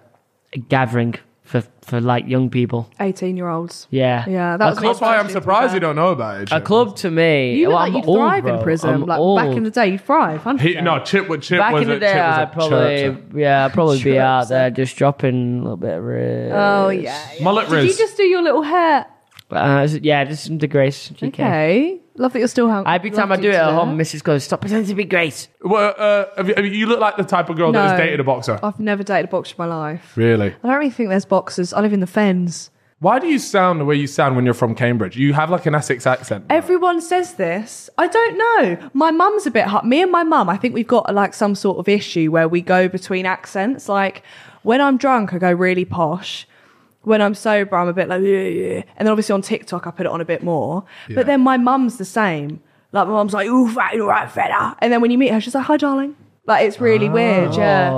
S2: a gathering for for like young people.
S4: 18 year olds.
S2: Yeah,
S4: Yeah, that was
S1: That's
S4: my
S1: why I'm
S4: impression, to be
S1: surprised
S4: fair.
S1: you don't know about it.
S2: A
S1: Jim.
S2: club to me.
S4: You look
S2: well,
S4: like
S2: I'm
S4: you'd
S2: old,
S4: thrive in
S2: bro.
S4: prison.
S2: I'm
S4: like back in
S2: old.
S4: the day, you'd thrive. 100%.
S1: He, no, Chip, what Chip
S2: Back
S1: was
S2: in the
S1: a-
S2: day,
S1: Chip was a
S2: I'd probably
S1: chirper.
S2: yeah, I'd probably be
S4: Chirps.
S2: out there just dropping a little bit of ribs.
S4: Oh, yeah. yeah.
S1: Mullet
S4: Did you
S1: Riz.
S4: just do your little hair?
S2: uh, is it- yeah, just some the Grace. GK.
S4: Okay. Love that you're still hungry.
S2: Every time I do it at home, Mrs. goes, "Stop pretending to be Grace."
S1: Well, uh, have you, have you- you look like the type of girl that has dated a boxer.
S2: Oh.
S4: I've never dated a boxer in my life.
S1: Really?
S4: I don't really think there's boxers. I live in the fens.
S1: Why do you sound the way you sound when you're from Cambridge? You have like an Essex accent.
S4: Everyone says this. I don't know. My mum's a bit hot. Me and my mum, I think we've got like some sort of issue where we go between accents. Like when I'm drunk, I go really posh. When I'm sober, I'm a bit like, yeah, yeah. And then obviously on TikTok, I put it on a bit more.
S1: Yeah.
S4: But then my mum's the same. Like my mum's like, ooh, fat, all right, fella. And then when you meet her, she's like, hi, darling. Like it's really weird. Yeah.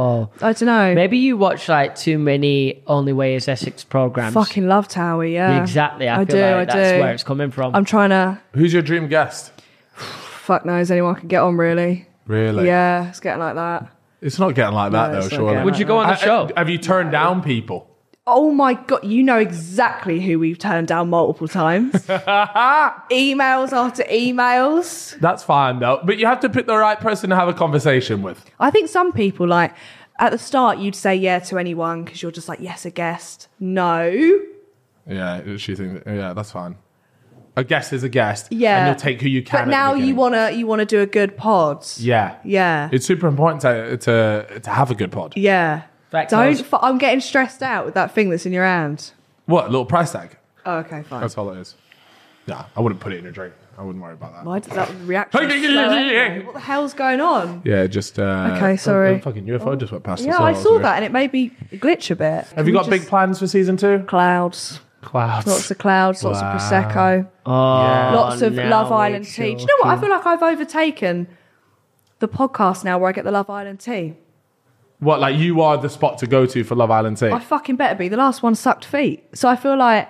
S4: I don't know.
S2: Oh. Maybe you watch like too many Only Way is Essex programs.
S4: Fucking love Tower. Yeah.
S2: exactly. I, feel like that's where it's coming from.
S4: I'm trying to,
S1: Who's your dream guest?
S4: fuck knows, anyone can get on really.
S1: Really?
S4: yeah, it's getting like that.
S1: It's not getting like that
S4: No,
S1: though,
S4: it's not
S1: surely.
S4: getting Would like
S2: you go on the
S1: I- I-
S2: show?
S1: have you turned down people?
S4: Oh my god, you know exactly who we've turned down multiple
S1: <laughs>
S4: times. emails after emails.
S1: That's fine though, but you have to pick the right person to have a conversation with.
S4: I think some people like at the start you'd say yeah to anyone because you're just like yes a guest. No.
S1: Yeah, she thinks. Yeah, that's fine. A guest is a guest.
S4: Yeah.
S1: and you'll take who you can. at
S4: But
S1: the
S4: now you
S1: beginning.
S4: wanna you wanna do a good pod.
S1: Yeah,
S4: Yeah.
S1: It's super important to to, to have a good pod.
S4: Yeah.
S2: Fact
S4: Don't
S2: tells-
S4: fu- I'm getting stressed out with that thing that's in your hand.
S1: What little price tag?
S4: Oh, okay, fine.
S1: That's all it is. Yeah, I wouldn't put it in a drink. I wouldn't worry about that.
S4: Why did that reaction? was slow anyway? what the hell's going on?
S1: Yeah, just uh,
S4: Okay, sorry.
S1: a Fucking UFO just went past.
S4: Yeah,
S1: us.
S4: I
S1: That was
S4: saw
S1: weird.
S4: that and it made me glitch a bit.
S1: Have you got big plans for season two?
S4: clouds?
S1: Clouds.
S4: Lots of clouds, lots
S1: Wow.
S4: of prosecco.
S2: oh,
S4: lots of
S2: now
S4: Love
S2: we're
S4: Island tea. Do you know what? I feel like I've overtaken the podcast now where I get the Love Island tea.
S1: what? Like you are the spot to go to for Love Island Tea.
S4: I fucking better be. The last one sucked feet. So I feel like.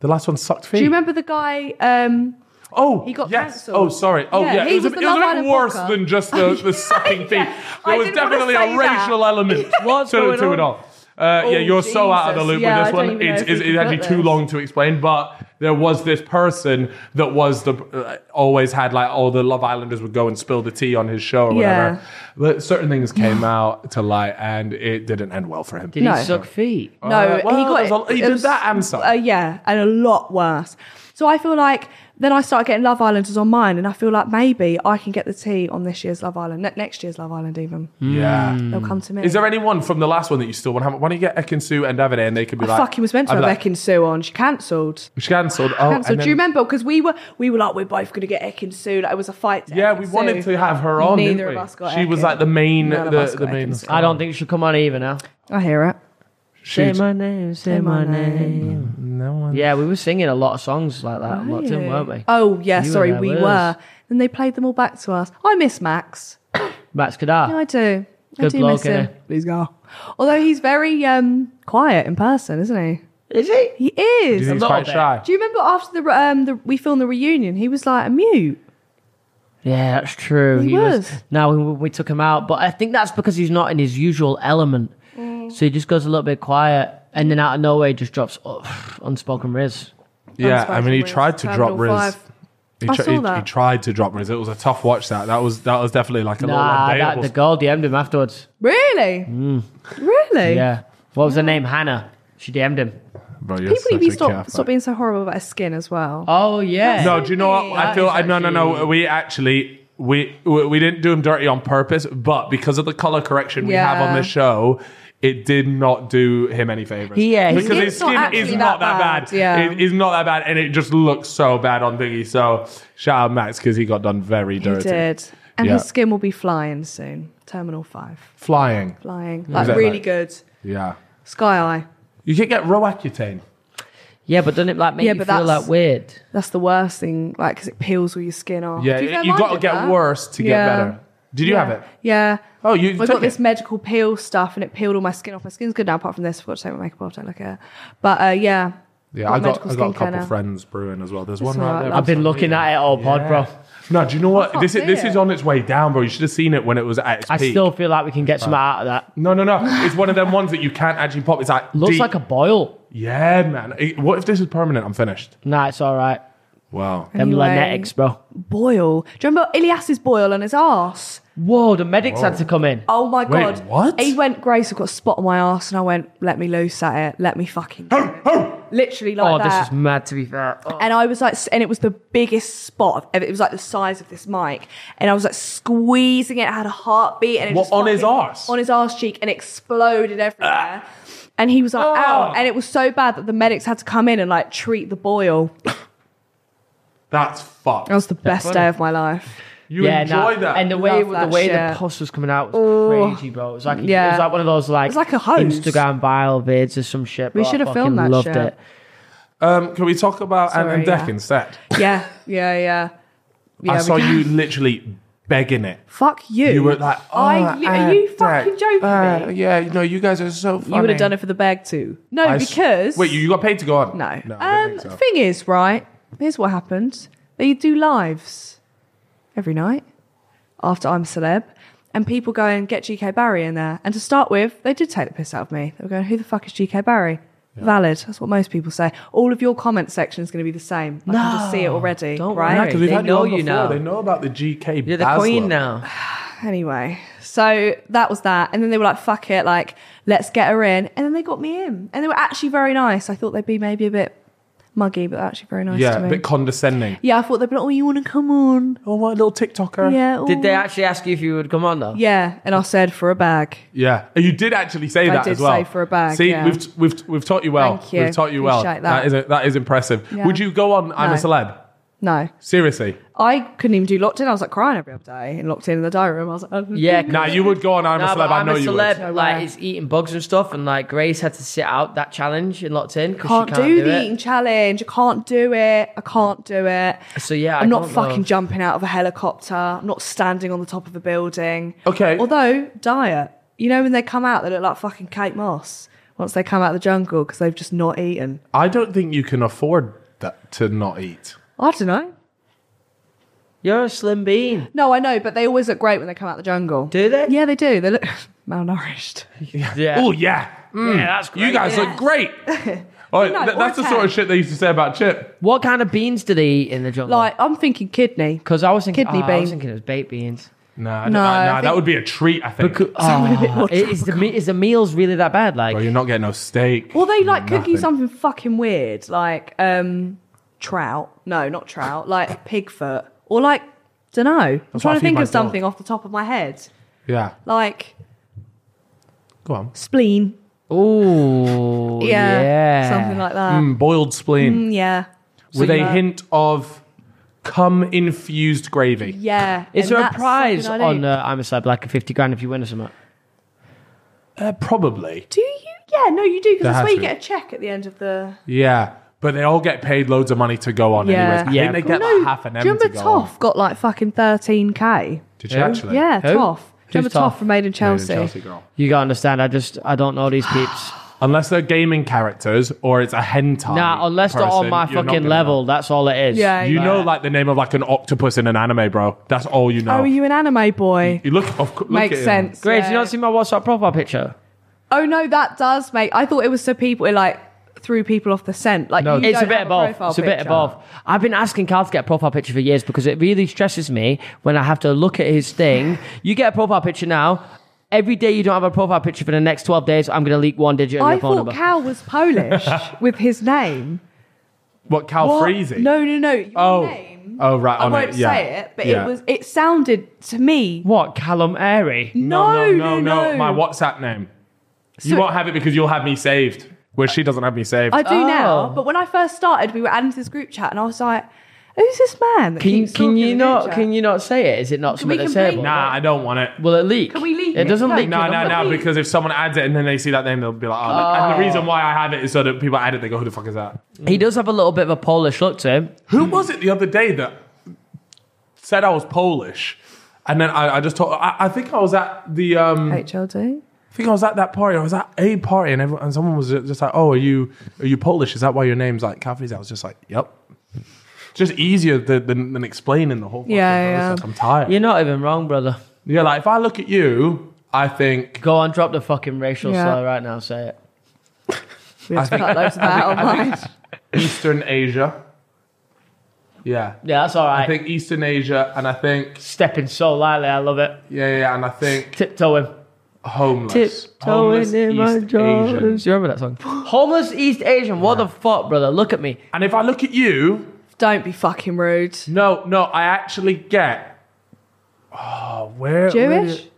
S1: the last one sucked feet.
S4: Do you remember the guy? Um,
S1: Oh,
S4: He got
S1: yes.
S4: cancelled.
S1: Oh, sorry. Oh, yeah.
S4: Yeah, he
S1: It was,
S4: was
S1: a,
S4: the
S1: it was
S4: Love
S1: a bit
S4: Island
S1: worse
S4: Booker.
S1: than just the,
S4: <laughs>
S1: the sucking
S4: Yeah.
S1: feet.
S4: I
S1: There was
S4: didn't wanna
S1: definitely
S4: say
S1: a
S4: that.
S1: racial
S4: <laughs>
S1: element
S2: What's
S1: to,
S2: going
S1: to
S2: on?
S1: it all. Uh, yeah, you're so out of the
S4: Oh, Jesus.
S1: loop
S4: Yeah,
S1: with
S4: I
S1: this
S4: don't
S1: one.
S4: even know
S1: It's,
S4: if we
S1: it's,
S4: can
S1: it's actually
S4: put
S1: too
S4: this.
S1: long to explain, but there was this person that was the uh, always had like all the Love Islanders would go and spill the tea on his show or
S4: Yeah.
S1: whatever. But certain things came out to light, and it didn't end well for him.
S2: Did
S4: No.
S2: he suck feet?
S4: no,
S1: Oh, well,
S4: he got
S1: there's a- he
S4: it
S1: did
S4: was-
S1: that and some.
S4: Uh, yeah, and a lot worse. So I feel like then I started getting Love Islanders on mine, and I feel like maybe I can get the tea on this year's Love Island, ne- next year's Love Island even.
S1: Yeah.
S4: They'll come to me.
S1: Hmm. Is there anyone from the last one that you still want to have? Why don't you get Ekin Sue and Davide and they could be
S4: I
S1: like.
S4: fucking was meant to
S1: I'd
S4: have
S1: be
S4: Ekin Sue on. She cancelled.
S1: She cancelled. Oh,
S4: cancelled.
S1: and then-
S4: Do you remember? Because we were we were like we're both going to get Ekin Sue. Like, it was a fight. to
S1: Yeah,
S4: Ekin
S1: we
S4: Sue.
S1: wanted to have her on.
S4: Neither
S1: didn't
S4: of
S1: we?
S4: us got
S1: She was
S4: Ekin.
S1: like the main,
S4: None of
S1: the,
S4: us got
S1: the main.
S4: Ekin.
S2: I don't think it should come on either now.
S4: I hear it.
S2: Say
S1: Shoot.
S2: my name, say, my
S4: my
S2: name.
S1: No one.
S2: Yeah, we were singing a lot of songs like that, locked in, weren't we?
S4: Oh yeah,
S2: You were
S4: sorry,
S2: there
S4: we
S2: with
S4: were.
S2: us.
S4: Then they played them all back to us. I miss Max.
S2: Max Kadar.
S4: Yeah, I do. I
S2: Good
S4: do
S2: bloke,
S4: miss him.
S2: innit?
S4: Please go. Although he's very um, quiet in person, isn't
S2: Is he?
S4: he? He
S1: He's
S4: is.
S2: A
S1: he's
S2: little
S1: quite
S2: bit.
S1: shy.
S4: Do you remember after the um the, we filmed the reunion, he was like a mute.
S2: Yeah, that's true.
S4: He was.
S2: Now we, we took him out, but I think that's because he's not in his usual element.
S4: Mm.
S2: So he just goes a little bit quiet, and then out of nowhere, he just drops oh, <sighs> unspoken riz.
S1: Yeah,
S4: Unspoken
S1: I mean, he
S4: Riz,
S1: tried to drop
S4: Terminal
S1: Riz.
S4: Five.
S1: He,
S4: I
S1: tri-
S4: saw
S1: he, he
S4: that.
S1: tried to drop Riz. It was a tough watch. That that was that was definitely like a
S2: Nah,
S1: little
S2: that,
S1: unbeatable.
S2: the girl DM'd him afterwards.
S4: Really?
S1: Mm.
S4: Really?
S2: Yeah. What was her name? Hannah. She DM'd him.
S1: Bro, you're
S4: People
S1: such
S4: need to
S1: a
S4: stop,
S1: kaffer.
S4: stop being so horrible about his skin as well.
S2: Oh yeah.
S1: No, do you know what? I
S2: That
S1: feel
S2: is
S1: I, no, no, no.
S2: actually-
S1: We actually we we we didn't do him dirty on purpose, but because of the color correction we have on
S4: Yeah.
S1: the show. It did not do him any favors.
S2: He- yeah, his
S1: because his
S4: skin's
S1: skin
S4: not
S1: is
S4: actually
S1: not that
S4: that
S1: bad.
S4: bad, yeah.
S1: It is not that bad, and it just looks so bad on Biggie. So shout out Max because he got done very
S4: he
S1: dirty.
S4: did. And
S1: Yeah.
S4: his skin will be flying soon. Terminal 5.
S1: Flying,
S4: Flying. Like
S1: that
S4: really
S1: like-
S4: good.
S1: yeah.
S4: Sky Eye.
S1: You could get Roaccutane.
S4: Oh,
S2: Yeah, but doesn't it like make
S4: Yeah,
S2: you
S4: but
S2: feel
S4: that's-
S2: like weird?
S4: That's the worst thing, like, because it peels all your skin off.
S1: Yeah,
S4: Do
S1: you,
S4: ever
S1: you
S4: mind
S1: got to
S4: it,
S1: get
S4: that?
S1: worse to
S4: Yeah.
S1: get better. Did you
S4: yeah.
S1: have it?
S4: Yeah.
S1: Oh, you
S4: I've
S1: took
S4: got this
S1: it.
S4: medical peel stuff and it peeled all my skin off. My skin's good now, apart from this. I forgot to take my makeup off. Don't look at it. But uh, yeah.
S1: Yeah, I got
S4: medical
S1: I got a
S4: skincare
S1: couple
S4: now.
S1: friends brewing as well. There's
S4: That's
S1: one right
S4: alright,
S1: there.
S4: love.
S2: I've been looking at it all pod, bro.
S1: No, do you know what?
S4: can't
S1: This is
S4: see
S1: this
S4: it.
S1: is on its way down, bro. You should have seen it when it was at its
S2: I
S1: peak.
S2: still feel like we can get some out of that.
S1: no, no, no. It's one of them ones that you can't actually pop. It's like
S2: Looks
S1: deep.
S2: like a boil.
S1: yeah, man. It- what if this is permanent? I'm finished.
S2: Nah, it's all right.
S1: Wow.
S2: Them
S4: Anyway.
S2: Linetics, bro.
S4: Boil. Do you remember Ilias's boil on his arse?
S2: Whoa, the medics had to come in.
S4: Oh my
S1: Wait,
S4: god!
S1: what?
S4: He went, Grace, I've got a spot on my ass, and I went, let me loose at it, let me fucking, do it." literally
S2: Oh,
S4: like
S2: this
S4: that.
S2: is mad. To be fair, Oh.
S4: and I was like, s- and it was the biggest spot. Of ever. It was like the size of this mic, and I was like squeezing it. I had a heartbeat, and it
S1: What,
S4: just
S1: on his
S4: fucking-
S1: arse?
S4: on his arse cheek, and exploded everywhere. And he was like,
S1: Ah.
S4: ow! And it was so bad that the medics had to come in and like treat the boil.
S1: That's fucked.
S4: That was the best
S2: funny.
S4: day of my life.
S1: you enjoy that.
S2: And the way
S4: Love
S2: the
S4: that
S2: way the
S4: shit.
S2: pus was coming out was
S4: Ooh.
S2: crazy, bro. It was like it
S4: Yeah.
S2: was like one of those like
S4: It's like a hose.
S2: Instagram viral vids or some shit.
S4: We
S2: bro. I
S4: should have filmed
S2: fucking
S4: that
S2: Loved
S4: shit.
S2: it.
S1: um, can we talk about Ant and
S4: Sorry,
S1: Deck
S4: yeah.
S1: instead?
S4: Yeah, yeah, yeah. yeah
S1: I
S4: we
S1: saw
S4: can-
S1: you literally begging it.
S4: Fuck you.
S1: You were like, oh,
S4: I
S1: Ant
S4: li- are you
S1: Deck,
S4: fucking joking
S1: uh,
S4: me?
S1: Yeah, you know, you guys are so funny.
S4: You would have done it for the bag too. No,
S1: I s-
S4: because
S1: wait, you, you got paid to go on?
S4: no.
S1: no I
S4: um,
S1: don't think so.
S4: thing is, right? Here's what happened. They do lives every night after I'm celeb, and people go and get GK Barry in there. And to start with, they did take the piss out of me. They were going, "Who the fuck is GK Barry?" Valid. That's what most people say. All of your comment section is going to be the same. I can just see it already.
S2: don't worry.
S4: right?
S1: Yeah, 'cause we've
S2: They
S1: had
S2: know
S1: on
S2: you
S1: before.
S2: now.
S1: They know about the GK.
S2: You're the
S1: Basler.
S2: queen now.
S4: Anyway, so that was that. And then they were like, fuck it, like, let's get her in. And then they got me in. And they were actually very nice. I thought they'd be maybe a bit muggy, but they're actually very nice
S1: Yeah,
S4: to
S1: a
S4: me.
S1: bit condescending.
S4: yeah, I thought they'd be like, oh, you want to come on?
S1: Oh, what a little TikToker.
S4: Yeah. oh."
S2: Uh, Did they actually ask you if you would come on though?
S4: Yeah. And I said, for a bag.
S1: Yeah, and you did actually say
S4: I
S1: that
S4: did
S1: as well.
S4: say for a bag,
S1: See,
S4: yeah.
S1: we've we've we've taught you well.
S4: Thank you.
S1: We've taught you well.
S4: Appreciate
S1: that
S4: that.
S1: is a, that is impressive.
S4: Yeah.
S1: Would you go on? I'm a
S4: No.
S1: celeb.
S4: No.
S1: Seriously,
S4: I couldn't even do locked in. I was like crying every other day and locked in in the diary room. I was like, oh,
S2: Yeah.
S1: nah, you would go on. I'm a
S2: Nah,
S1: celeb.
S2: but
S1: I
S2: I'm
S1: know
S2: a
S1: you
S2: celeb.
S1: would.
S2: Like,
S4: way.
S2: it's eating bugs and stuff, and like Grace had to sit out that challenge in locked in because
S4: can't,
S2: she can't
S4: do,
S2: do,
S4: the
S2: it.
S4: eating challenge. I can't do it. I can't do it.
S2: So, yeah, I
S4: I'm not
S2: don't know.
S4: fucking jumping out of a helicopter. I'm not standing on the top of a building.
S1: Okay.
S4: Although diet, you know, when they come out, they look like fucking Kate Moss once they come out of the jungle because they've just not eaten.
S1: I don't think you can afford that to not eat.
S4: I don't know.
S2: You're a slim bean.
S4: <laughs> No, I know, but they always look great when they come out of the jungle.
S2: Do they?
S4: Yeah, they do. They look <laughs> malnourished.
S2: Yeah.
S1: Oh yeah, Mm.
S2: Yeah, that's
S1: You
S2: great,
S1: guys
S2: isn't
S1: look
S2: <laughs>
S1: great. Oh,
S4: No,
S1: th-
S4: or
S1: that's the sort of
S4: tag.
S1: shit they used to say about Chip.
S2: What kind of beans did they eat in the jungle?
S4: Like I'm thinking kidney.
S2: because I was thinking
S4: kidney
S2: oh, I was
S4: bean.
S2: thinking it was baked beans.
S1: Nah,
S4: No,
S1: nah,
S4: I
S1: nah, that
S4: think-
S1: would be a treat. I think.
S4: Sounded a bit more
S2: Ah, is the me- is the meals really that bad? Like,
S1: Bro, you're not getting no steak.
S4: Well, they like cook you
S1: Nothing.
S4: something fucking weird, like um, trout. No, not trout. Like <laughs> pigfoot or like don't know. I'm trying
S1: what I
S4: to
S1: feed
S4: think
S1: my
S4: of
S1: dog.
S4: something off the top of my head.
S1: Yeah.
S4: Like
S1: Go on.
S4: spleen.
S2: Ooh,
S4: Yeah. Something like
S2: Hmm.
S4: that.
S1: Mm, boiled spleen
S4: Mm, yeah.
S1: with a
S4: yeah.
S1: hint of cum infused gravy.
S4: Yeah.
S2: Is
S4: and
S2: there a
S4: that's
S2: prize
S4: something I
S2: on
S4: do.
S2: uh, I'm a sub like a fifty grand if you win or something?
S1: Uh, probably.
S4: Do you? Yeah, no, you do because
S1: There
S4: that's
S1: has
S4: where you
S1: to be.
S4: get a check at the end of the.
S1: Yeah. But they all get paid loads of money to go on,
S4: Yeah.
S1: anyways. I
S2: Yeah.
S1: think they get
S4: No,
S1: like half an M
S4: do you
S1: to
S4: remember
S1: go
S4: Toff got like fucking thirteen k?
S1: on. Did you
S2: Who?
S1: actually?
S4: Yeah,
S2: Who?
S4: Toff. Do you remember
S2: Who's Toff?
S4: Toff from Made in
S1: Made in
S4: Chelsea?
S1: Chelsea girl.
S2: You gotta understand. I just I don't know these peeps.
S1: Unless they're gaming characters or it's a hentai.
S2: nah, unless they're on
S1: person,
S2: my
S1: you're not
S2: fucking
S1: gonna
S2: level. That's all it is.
S4: Yeah.
S1: know. You
S4: Like-
S1: know, like the name of like an octopus in an anime, bro. That's all you know.
S4: Oh, are you an anime boy?
S1: You look, of cou- look
S4: Makes
S1: at him.
S4: sense.
S2: Grace,
S4: yeah.
S2: you not see my WhatsApp profile picture?
S4: Oh no, that does make. I thought it was so people it like threw people off the scent. Like
S1: No,
S4: you
S2: It's a
S4: don't
S2: bit
S4: have
S2: of both.
S4: profile
S2: It's a bit of
S4: picture.
S2: both. I've been asking Carl to get a profile picture for years because it really stresses me when I have to look at his
S4: <laughs>
S2: thing. You get a profile picture now. Every day you don't have a profile picture for the next 12 days, I'm going to leak one digit of
S4: I
S2: your phone
S4: thought
S2: number.
S4: Cal was
S1: <laughs>
S4: Polish with his name.
S1: What, Cal
S4: What?
S1: Freezy?
S4: No, no, no. Your
S1: Oh.
S4: name.
S1: Oh, right,
S4: I
S1: on
S4: won't
S1: it, yeah.
S4: say it, but
S1: Yeah.
S4: it was. It sounded to me.
S2: what, Callum Airy?
S1: No, no, no,
S4: no,
S1: no,
S4: no.
S1: My WhatsApp name. you
S4: So-
S1: won't have it because you'll have me saved. Where she doesn't have me saved.
S4: I do now,
S2: Oh.
S4: but when I first started, we were adding to this group chat, and I was like, "Who's this man?" That
S2: Can you,
S4: keeps talking
S2: can
S4: in
S2: you
S4: the
S2: not
S4: group
S2: can
S4: chat?"
S2: you not say it? Is it not something
S4: we
S2: that's
S4: can bleep
S2: able?
S1: nah, I don't want it.
S2: Will it leak?
S4: Can we leak
S2: It
S4: it?
S2: doesn't
S4: No.
S2: leak.
S1: No,
S2: your
S1: no,
S2: number.
S1: no, because if someone adds it and then they see that name, they'll be like, oh, look. And the reason why I have it is so that people add it, they go, who the fuck is that?
S2: He does have a little bit of a Polish look to him.
S1: Who was it the other day that said I was Polish? And then I, I just told, I, I think I was at the, um, I
S4: HLD?
S1: think I was at that party. I was at a party and everyone, and someone was just like, oh, are you, are you Polish? Is that why your name's like Cafes? I was just like, yep. Just easier than, than, than explaining the whole fucking
S4: Yeah,
S1: process. I'm tired.
S2: You're not even wrong, brother.
S1: Yeah, like if I look at you, I think
S2: Go on, drop the fucking racial
S4: Yeah.
S2: slur right now. Say it.
S4: We have to cut loads of that online.
S1: Eastern Asia. Yeah.
S2: Yeah, that's all right.
S1: I think Eastern Asia and I think
S2: Stepping so lightly, I love it.
S1: yeah, yeah, yeah, and I think
S2: Tiptoeing.
S1: homeless.
S2: Tiptoeing
S1: Homeless
S2: in my
S1: East Asian.
S2: drawers. You remember that song?
S4: <gasps>
S2: Homeless East Asian. What the fuck, brother? Look at me.
S1: And if I look at you,
S4: Don't be fucking rude.
S1: no, no, I actually get Oh, where where
S4: Jewish?
S1: did-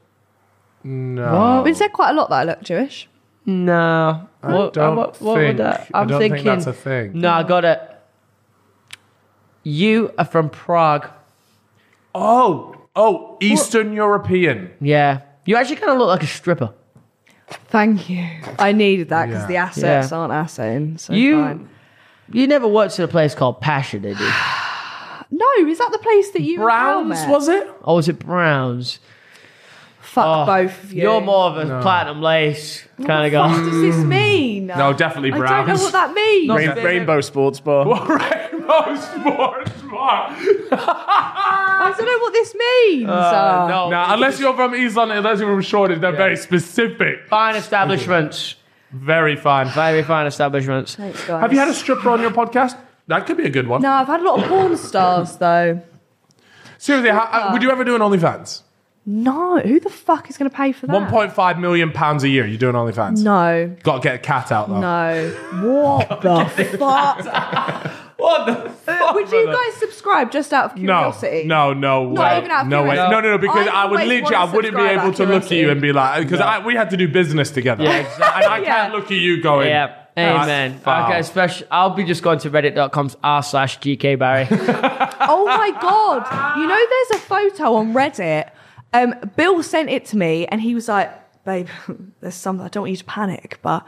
S1: No.
S4: I've been said quite a lot that I look Jewish.
S2: No.
S1: I don't think, I do not think that's a thing.
S2: No, I got it. You are from Prague.
S1: Oh, oh, Eastern European.
S2: Yeah. You actually kind of look like a stripper.
S4: Thank you. I needed that because
S1: Yeah.
S4: the assets
S2: Yeah.
S4: aren't assetting. So
S2: You-
S4: fine.
S2: You never worked at a place called Pasha, did you?
S4: No, is that the place that you and Cal
S1: Browns
S4: met?
S1: was it? <laughs>
S2: Or was it Browns?
S4: Fuck
S2: Oh,
S4: both of you.
S2: You're more of a platinum lace kind of guy.
S4: What does this mean?
S1: No, definitely
S4: I
S1: Browns.
S4: don't know what that means.
S2: Not
S5: Rain- Rainbow Sports Bar.
S1: Rainbow Sports Bar.
S4: I don't know what this means. Uh,
S2: no.
S1: Now, unless you're from East London, unless you're from Shoreditch, they're very specific.
S2: Fine establishments.
S1: Very fine.
S2: Very fine establishments.
S4: Thanks, guys.
S1: Have you had a stripper on your podcast? That could be a good one.
S4: No, I've had a lot of porn stars though.
S1: Seriously, how, uh, would you ever do an OnlyFans?
S4: No, who the fuck is going to pay for that?
S1: One point five million pounds a year. You doing OnlyFans?
S4: Uh, No,
S1: Got to get a cat out though.
S4: no.
S1: <laughs>
S4: What the fuck? Uh,
S1: What the fuck?
S4: Would you guys subscribe just out of
S1: No,
S4: curiosity?
S1: no, no way,
S4: Not even out of
S1: no way,
S4: curiosity.
S1: no, no, no. Because
S4: I
S1: I, would
S4: always
S1: literally,
S4: wanna
S1: I wouldn't be
S4: subscribe out
S1: able
S4: of
S1: to look at you
S4: curiosity.
S1: and be like, because we had to do business together.
S2: Yeah, exactly.
S1: And I can't
S4: Yeah.
S1: look at you going,
S2: Yeah.
S1: "That's
S2: Amen.
S1: foul."
S2: Okay, special. I'll be just going to reddit.com r slash GK <laughs> Barry.
S4: Oh my god! You know, there's a photo on Reddit. Um, Bill sent it to me, and he was like, "Babe, <laughs> there's something. I don't want you to panic, but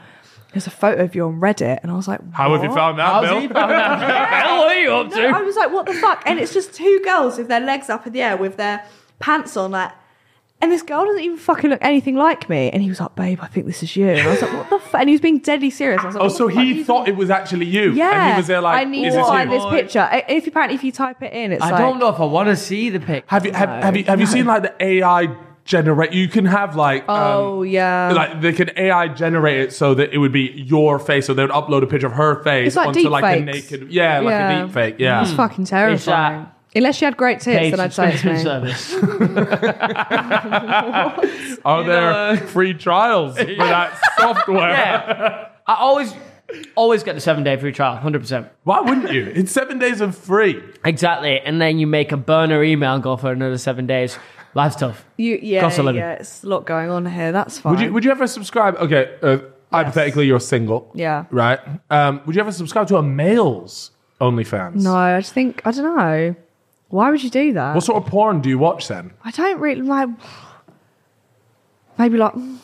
S4: there's a photo of you on Reddit." And I was like,
S1: How have you
S4: "What?"
S1: found that,
S2: How's
S1: Bill?
S2: he found that? <laughs> Bill, what are you up
S4: No, I
S2: to?
S4: was like, "What the fuck?" And it's just two girls with their legs up in the air with their pants on, like. And this girl doesn't even fucking look anything like me. And he was like, "Babe, I think this is you." And I was like, "What the?" F-? And he was being deadly serious. I was like,
S1: Oh,
S4: "What the
S1: so
S4: fuck are
S1: he
S4: you
S1: thought it was actually you.
S4: Yeah,
S1: And he was there like,
S4: I need
S1: is
S4: to
S1: this
S4: find
S1: you?
S4: this picture. I- If apparently if you type it in, it's
S2: I
S4: like
S2: don't know if I want to see the pic.
S1: Have you, have, have you, have you seen like the AI generate? You can have like, um,
S4: Oh yeah,
S1: like they can AI generate it so that it would be your face, so they would upload a picture of her face
S4: It's like
S1: onto like a
S4: deepfakes.
S1: naked, yeah, like
S4: Yeah. Hmm.
S1: a deep fake, yeah.
S4: it's fucking terrifying.
S2: It's,
S4: Unless you had great tits, then I'd say it's me.
S2: service.
S1: Are there
S2: know, uh,
S4: uh, <laughs>
S1: free trials for that software?
S2: yeah. I always Always get the seven day free trial, 100%.
S1: Why wouldn't you? It's seven days of free.
S2: Exactly. And then you make a burner email and go for another seven days. Life's tough.
S4: You, yeah,
S2: Costs a living.
S4: yeah, it's a lot going on here. That's fine.
S1: Would you, would you ever subscribe? Okay, uh, hypothetically, you're single.
S4: Yeah.
S1: Right? Um, would you ever subscribe to a male's OnlyFans?
S4: no, I just think I don't know. Why would you do that?
S1: What sort of porn do you watch then?
S4: I don't really like. Maybe like, mm,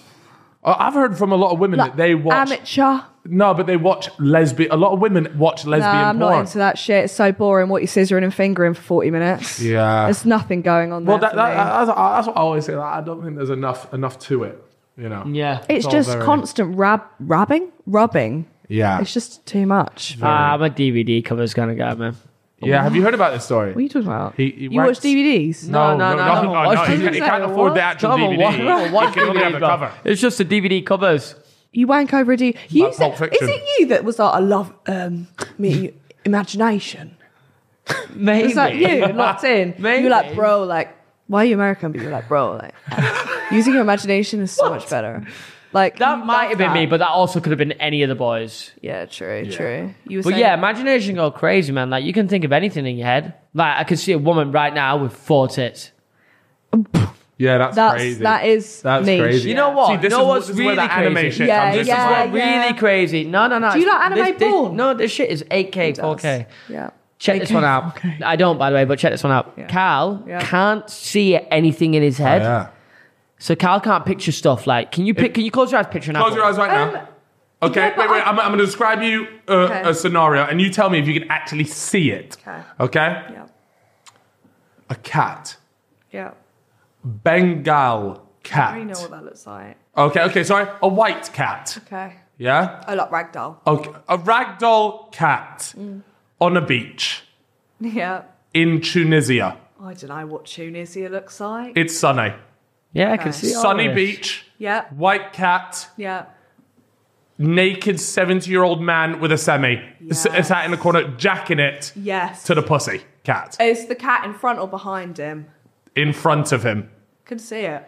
S1: Uh, I've heard from a lot of women
S4: like
S1: that they watch.
S4: amateur.
S1: no, but they watch lesbian. A lot of women watch lesbian
S4: Nah, I'm
S1: porn.
S4: not into that shit. It's so boring. What you scissoring and fingering for 40 minutes.
S1: Yeah.
S4: There's nothing going on
S1: well,
S4: there.
S1: that,
S4: for
S1: that,
S4: me.
S1: that's, that's what I always say. Like, I don't think there's enough enough to it. You know.
S2: Yeah.
S4: it's
S1: all
S4: just
S1: very-
S4: constant rab- rabbing, rubbing.
S1: Yeah.
S4: It's just too much.
S2: Uh, I'm a DVD covers kind of guy, man.
S1: yeah. Have you heard about this
S4: What are
S1: story?
S4: you talking about?
S1: He- he
S4: you
S1: writes-
S4: watch DVDs?
S1: No, no,
S2: No, no,
S1: no,
S2: no,
S1: no,
S2: no.
S1: no, no.
S2: I was
S1: He,
S2: gonna
S1: he
S4: say,
S1: can't afford
S4: what?
S1: the actual
S2: Come on,
S1: DVD.
S2: what- what-
S1: he can only have the
S2: bro?
S1: cover.
S2: It's just the DVD covers.
S4: You wank over a DVD. You
S1: Like
S4: said,
S1: Pulp
S4: is
S1: Fiction.
S4: it you that was like, I love um, me imagination?
S2: Maybe.
S4: It's like you locked in.
S2: Maybe.
S4: You're like, bro, like, why are you American? But you're like, bro, like, <laughs> using your imagination is so much better.
S2: <laughs>
S4: Like
S2: That
S4: you
S2: might
S4: love
S2: have been
S4: that.
S2: me, but that also could have been any of the boys.
S4: yeah, true, true. You were
S2: But
S4: saying,
S2: yeah, imagination go crazy, man. Like you can think of anything in your head. Like I could see a woman right now with four tits.
S1: Yeah, that's,
S4: that's
S1: crazy.
S4: that is
S1: That's
S4: niche.
S1: crazy.
S2: You know what?
S1: See, this
S2: You know
S1: is,
S2: what's
S1: this is where
S2: really
S1: that anime
S2: crazy?
S1: shit
S4: Yeah,
S1: comes. This is
S4: yeah,
S1: where-
S2: Like, really crazy. No, no, no.
S4: Do you
S2: it's-
S4: like anime
S2: this- this-
S4: porn?
S2: no, this shit is 8K,
S4: does.
S2: 4K.
S4: Yeah.
S2: Check this one out. I don't, by the way, but check this one out. Carl
S4: Yeah.
S2: can't see anything in his
S1: Oh,
S2: head,
S1: yeah.
S2: so Carl can't picture stuff. Like, can you pick? Can you close your eyes? Picture an
S1: Close
S2: apple?
S1: your eyes right now. Okay,
S4: yeah, but
S1: wait, wait.
S4: I-
S1: I'm, I'm going to describe you uh,
S4: Okay.
S1: a scenario, and you tell me if you can actually see it.
S4: Okay.
S1: Okay.
S4: Yeah.
S1: A cat,
S4: Yeah.
S1: Bengal cat.
S4: I know what that looks like.
S1: Okay, okay. Sorry, a white cat.
S4: Okay.
S1: Yeah.
S4: I like ragdoll. <laughs>
S1: Okay, a ragdoll cat on a beach
S4: Yeah.
S1: in Tunisia.
S4: I don't know what Tunisia looks like.
S1: It's sunny,
S2: Yeah, I can see. all
S1: sunny
S2: this.
S1: beach.
S4: yeah.
S1: White cat,
S4: Yeah.
S1: naked seventy-year-old man with a semi s-
S4: Yes.
S1: sat in the corner, jacking it
S4: Yes.
S1: to the pussy cat
S4: Is the cat in front or behind him?
S1: in front of him.
S4: Can see it.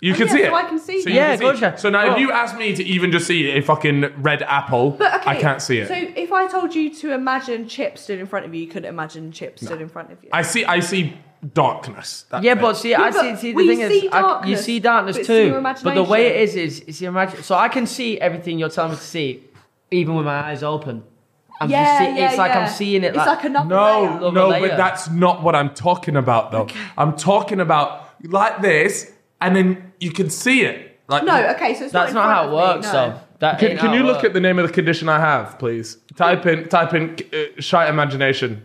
S1: You can
S4: Oh, yeah,
S1: see
S4: so
S1: it.
S4: I can
S1: So
S4: see it.
S1: you can
S2: Yeah,
S1: see it.
S2: gotcha. Oh.
S1: So now,
S2: Well-
S1: if you ask me to even just see a fucking red apple,
S4: But okay,
S1: I can't see it.
S4: So if I told you to imagine Chip stood in front of you, you couldn't imagine Chip stood in front of you.
S1: I see. I see darkness. That's
S2: Yeah,
S1: it.
S2: but see,
S4: Yeah,
S2: I
S4: but
S2: see. See, the
S4: we
S2: thing
S4: see
S2: is, I, you
S4: darkness,
S2: see darkness
S4: but it's
S2: too.
S4: your
S2: But the way it is,
S4: imagination.
S2: is it's your imagination. So I can see everything you're telling me to see, even with my eyes open. I'm
S4: yeah,
S2: just see,
S4: yeah,
S2: it's like
S4: yeah.
S2: I'm seeing it.
S4: It's like, another layer.
S1: no,
S2: Love
S1: no.
S2: a layer.
S1: But that's not what I'm talking about, though. I'm talking about like this, and then you can see it. Like,
S4: no. Okay, so it's
S2: that's
S4: not,
S2: not,
S4: in
S2: how it
S4: front of
S2: works,
S4: me, no.
S2: though. That
S1: Can,
S2: ain't
S1: can
S2: how
S1: you
S2: it
S1: look
S2: works.
S1: at the name of the condition I have, please? Type in, type in, uh, shy imagination.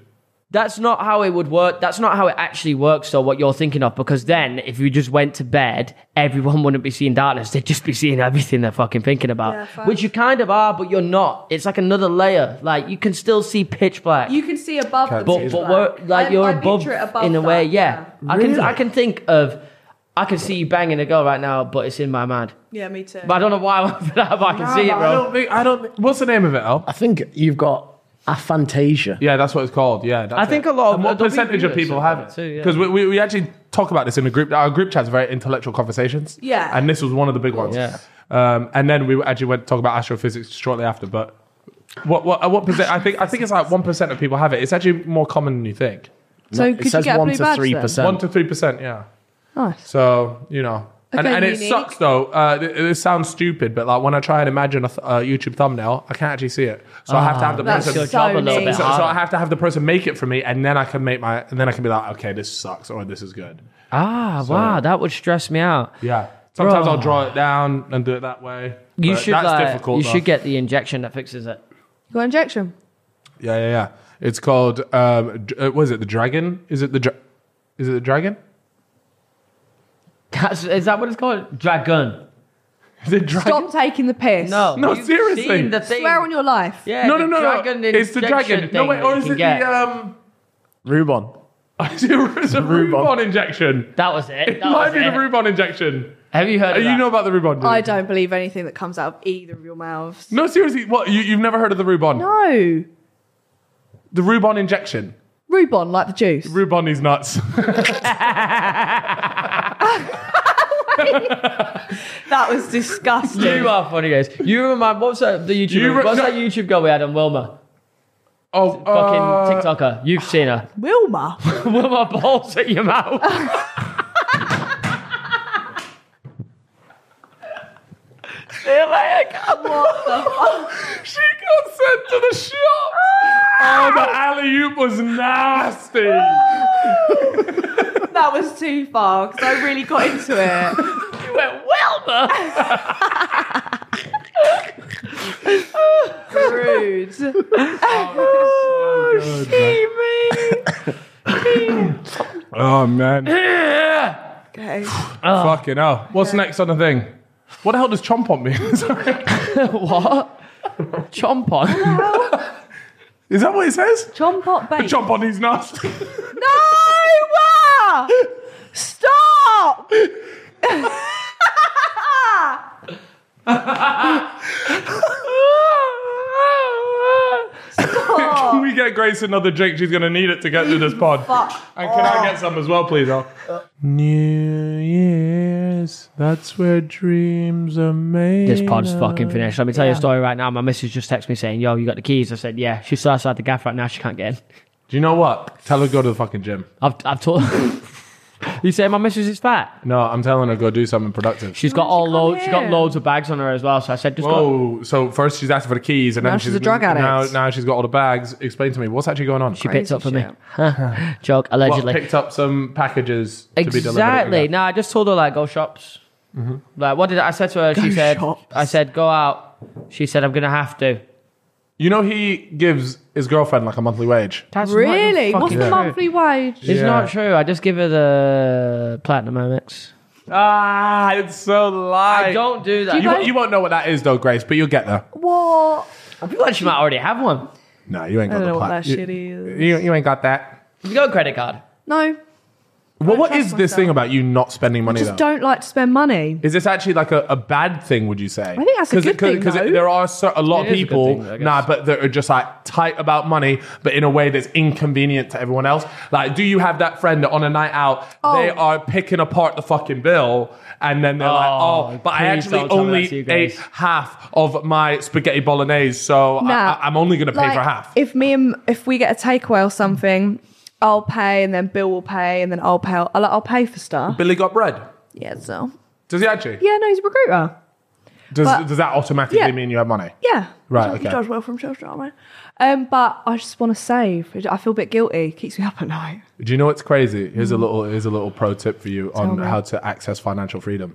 S2: That's not how it would work. That's not how it actually works, though, what you're thinking of. Because then, if you just went to bed, everyone <laughs> wouldn't be seeing darkness. They'd just be seeing everything they're fucking thinking about.
S4: Yeah, fair.
S2: which you kind of are, but you're not. It's like another layer. Like, you can still see pitch black.
S4: You can see above.
S1: Can't
S4: the
S1: see
S2: but
S1: it.
S4: pitch
S2: but
S4: black.
S2: we're, like
S4: I-
S2: you're
S4: I
S2: above,
S4: picture it above
S2: in a
S4: that,
S2: way, yeah. I
S1: Really?
S2: can I can think of I can see you banging a girl right now, but it's in my mind.
S4: yeah. me too.
S2: But I don't know why I went for that, but I can see it,
S1: I
S2: bro.
S1: don't think. I don't. Think, what's the name of it, Al?
S5: I think you've got aphantasia.
S1: Yeah, that's what it's called. Yeah, that's
S2: I think
S1: it.
S2: a lot of-
S1: And what
S2: there'll be
S1: percentage of
S2: viewers
S1: people
S2: that
S1: have
S2: have
S1: it
S2: it too, yeah.
S1: because we, we, we actually talk about this in a group. Our group chat's very intellectual conversations.
S4: Yeah.
S1: and this was one of the big ones.
S2: Yeah.
S1: um, and then we actually went to talk about astrophysics shortly after. But what what uh, what percent? I think I think it's like one percent of people have it. It's actually more common than you think.
S4: so
S5: it says one to three
S1: One
S5: percent.
S1: to three percent. Yeah.
S4: Nice.
S1: So you know. And,
S4: Okay,
S1: and it
S4: unique.
S1: sucks though. Uh, th- this sounds stupid, but like when I try and imagine a th- uh, YouTube thumbnail, I can't actually see it. So I have to have the
S4: That's
S1: person
S2: Your
S4: so
S2: job a little
S4: neat.
S2: bit
S1: <laughs> so, so
S2: harder.
S1: I have to have the person make it for me, and then I can make my, and then I can be like, okay, this sucks, or this is good.
S2: Ah, wow, that would stress me out.
S1: Yeah. Sometimes
S2: Bro.
S1: I'll draw it down and do it that way.
S2: Oh. You
S1: but
S2: should
S1: That's
S2: like,
S1: difficult.
S2: you
S1: though.
S2: should get the injection that fixes it. <laughs>
S4: You got injection.
S1: Yeah, yeah, yeah. It's called. Um, dr- uh, was it the dragon? Is it the? Dra- is it the dragon? <laughs>
S2: That's, is that what it's called? Dragon.
S1: The dragon.
S4: Stop taking the piss.
S2: No,
S1: No,
S2: you've
S1: seriously.
S2: seen the thing.
S4: Swear on your life.
S2: yeah,
S1: No, no,
S2: the
S1: no, no.
S2: dragon
S1: It's the
S2: injection
S1: dragon. No,
S2: thing
S1: wait.
S2: that
S1: Or
S2: you
S1: is
S2: can
S1: it
S2: get.
S1: the um? <laughs>
S5: Rubon.
S1: it's a Rubon injection.
S2: that was
S1: <laughs>
S2: it.
S1: It
S2: that
S1: might
S2: was
S1: be
S2: it.
S1: the Rubon injection.
S2: Have you heard?
S1: Uh,
S2: Of that?
S1: You know about the Rubon?
S4: I
S1: dude?
S4: don't believe anything that comes out of either of your mouths.
S1: No, seriously. What? You, you've never heard of the Rubon?
S4: No.
S1: The Rubon injection.
S4: Rubon, like the juice.
S1: Rubon is nuts.
S4: That was disgusting.
S2: You
S4: <laughs>
S2: are funny, guys. You remind. What's that? The YouTube.
S1: You re-
S2: what's
S1: no-
S2: that YouTube girl we had on Wilma?
S1: <laughs> Oh,
S2: Fucking
S1: uh,
S2: TikToker. You've seen her.
S4: Wilma.
S2: Wilma balls at your mouth. See you later, Cal.
S1: She got sent to the shop. oh, the alley oop was nasty.
S4: That was too far because I really got into it.
S2: You went Wilma.
S4: Rude.
S1: oh man,
S4: Okay.
S1: fucking hell. What's next on the thing? What the hell does chomp <laughs> on mean? Sorry.
S2: what? Chomp on.
S1: Is that what it says?
S4: John Pot Bait.
S1: Chomp on these nuts.
S2: <laughs>
S4: No! Wa! Stop! <laughs>
S1: Can we get Grace another drink? She's gonna need it to get through this pod.
S4: Fuck.
S1: And can
S4: Oh.
S1: I get some as well, please? Al? New Year's, that's where dreams are made.
S2: This pod's fucking finished. Let me tell you a
S4: Yeah.
S2: story right now. My missus just texted me saying, "Yo, you got the keys?" I said, "Yeah." She's still outside the gaff right now. She can't get in.
S1: Do you know what? Tell her to go to the fucking gym.
S2: I've I've told. <laughs> you say my missus is fat.
S1: No, I'm telling her go do something productive.
S2: She's got
S4: did
S2: all
S4: she come
S2: loads. She's got
S4: here?
S2: loads of bags on her as well. So I said, "Just go."
S1: Oh, so first she's asked for the keys, and
S4: Now
S1: then
S4: she's a drug addict.
S1: Now, now she's got all the bags. Explain to me what's actually going on.
S2: She picked
S4: Crazy
S2: up for me.
S4: shit.
S2: Huh. Joke,
S1: What,
S2: allegedly.
S1: picked up some packages to be delivered. at your
S2: Exactly.
S1: house.
S2: No, I just told her like go shops. Like what did I, I said to her? she said
S4: shops.
S2: I said go out. She said I'm gonna have to.
S1: You know he gives his girlfriend like a monthly wage.
S2: That's
S4: Really? What's the
S1: Yeah.
S4: monthly wage?
S2: It's
S1: Yeah.
S2: not true. I just give her the platinum Amex.
S1: Ah, it's so light.
S2: I don't do that.
S4: Do
S1: You,
S2: You,
S1: won't- you won't know what that is though, Grace, but you'll get there.
S4: What?
S2: well, she might already have one.
S1: No, you ain't got
S4: I don't
S1: the
S4: know what
S1: plat-
S4: that
S1: you-
S4: shit is.
S1: You, you ain't got that.
S2: You got a credit card.
S4: No,
S1: Well, what
S4: trust
S1: is this
S4: myself.
S1: thing about you not spending money
S4: just
S1: though?
S4: don't like to spend money.
S1: Is this actually like a, a bad thing? Would you say? I
S4: think that's a good thing,
S1: Because
S4: though.
S1: there are cer- a lot
S2: It
S1: of
S2: is a good
S1: people,
S2: thing, I guess.
S1: nah, but that are just like tight about money, but in a way that's inconvenient to everyone else. Like, do you have that friend that on a night out they
S4: Oh.
S1: are picking apart the fucking bill, and then they're
S2: Oh,
S1: like, oh, but I
S2: please
S1: actually
S2: don't tell me
S1: only
S2: that's you,
S1: ate
S2: Grace.
S1: half of my spaghetti bolognese, so
S4: Nah.
S1: I, I, am only going to pay
S4: Like,
S1: for half.
S4: If me and if we get a takeaway or something, I'll pay, and then Bill will pay, and then I'll pay. I'll, I'll pay for stuff.
S1: Billy got bread.
S4: Yeah, so
S1: Does he actually?
S4: yeah, no, he's a recruiter.
S1: Does,
S4: but-
S1: does that automatically
S4: Yeah.
S1: mean you have money?
S4: Yeah.
S1: Right,
S4: Judge-
S1: okay.
S4: Judge well from Church Drama. Um, but I just want to save. I feel a bit guilty. It keeps me up at night.
S1: Do you know what's crazy? Here's a little here's a little pro tip for you on
S4: Mm. me. Mm.
S1: how to access financial freedom.